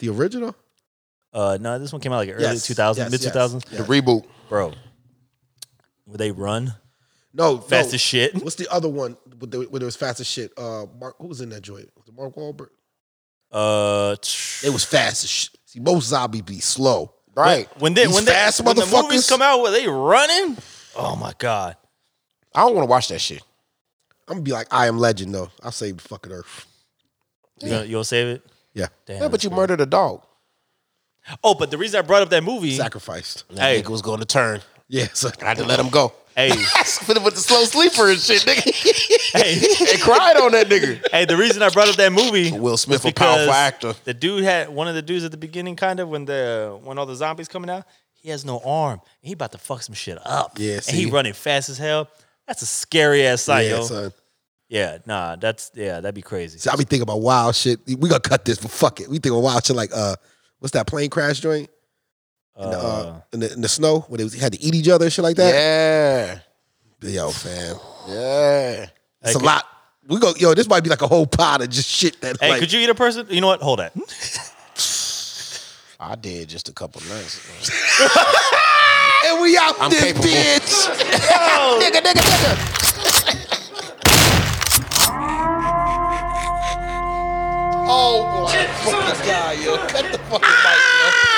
[SPEAKER 2] the original?
[SPEAKER 3] Uh, no, this one came out like early
[SPEAKER 2] Yes,
[SPEAKER 3] 2000s,
[SPEAKER 2] yes,
[SPEAKER 3] mid 2000s.
[SPEAKER 2] yes, yes.
[SPEAKER 1] Reboot.
[SPEAKER 3] Bro, would they run
[SPEAKER 2] No,
[SPEAKER 3] fast
[SPEAKER 2] no.
[SPEAKER 3] as shit?
[SPEAKER 2] What's the other one with the, where it was fast as shit? Uh, Mark, who was in that joint? Was it Mark Wahlberg?
[SPEAKER 3] Uh,
[SPEAKER 2] It was fast as shit. See, most zombie be slow.
[SPEAKER 1] Right.
[SPEAKER 3] when they,
[SPEAKER 2] These
[SPEAKER 3] when, they,
[SPEAKER 2] fast
[SPEAKER 3] when the movies
[SPEAKER 2] motherfuckers.
[SPEAKER 3] come out, were they running? Oh my god!
[SPEAKER 1] I don't want to watch that shit.
[SPEAKER 2] I'm gonna be like, I am legend though. I'll save the fucking earth.
[SPEAKER 3] You gonna, you gonna save it?
[SPEAKER 2] Yeah,
[SPEAKER 3] Damn.
[SPEAKER 1] Yeah, but you murdered a dog.
[SPEAKER 3] oh, but the reason I brought up that movie,
[SPEAKER 2] sacrificed.
[SPEAKER 3] Hey.
[SPEAKER 1] That nigga was going to turn.
[SPEAKER 2] Yeah, so
[SPEAKER 1] I had to let him go.
[SPEAKER 3] hey,
[SPEAKER 1] Fit him with the slow sleeper and shit, nigga.
[SPEAKER 3] hey,
[SPEAKER 1] they cried on that nigga.
[SPEAKER 3] hey, the reason I brought up that movie,
[SPEAKER 1] Will Smith,
[SPEAKER 3] was
[SPEAKER 1] a powerful
[SPEAKER 3] because
[SPEAKER 1] actor.
[SPEAKER 3] The dude had one of the dudes at the beginning, kind of when the when all the zombies coming out, he has no arm. He about to fuck some shit up.
[SPEAKER 2] Yeah,
[SPEAKER 3] and he
[SPEAKER 2] see?
[SPEAKER 3] running fast as hell. That's a scary ass sight,
[SPEAKER 2] yeah,
[SPEAKER 3] yo.
[SPEAKER 2] son.
[SPEAKER 3] Yeah, nah, that's yeah, that'd be crazy.
[SPEAKER 2] See, I be thinking about wild shit. We gonna cut this, but fuck it. We think of wild shit like uh, what's that plane crash joint? in the, uh, in the, in the snow where they was- had to eat each other and shit like that.
[SPEAKER 1] Yeah.
[SPEAKER 2] Yo, fam,
[SPEAKER 1] Yeah.
[SPEAKER 2] it's a lot. We go, yo, this might be like a whole pot of just shit that.
[SPEAKER 3] Hey,
[SPEAKER 2] like,
[SPEAKER 3] could you eat a person? You know what? Hold that.
[SPEAKER 1] I did just a couple nights.
[SPEAKER 2] and we out
[SPEAKER 1] I'm
[SPEAKER 2] this
[SPEAKER 1] capable.
[SPEAKER 2] bitch.
[SPEAKER 1] nigga, nigga, nigga.
[SPEAKER 2] Oh boy, fuck this guy, yo, cut the fucking mic, yo.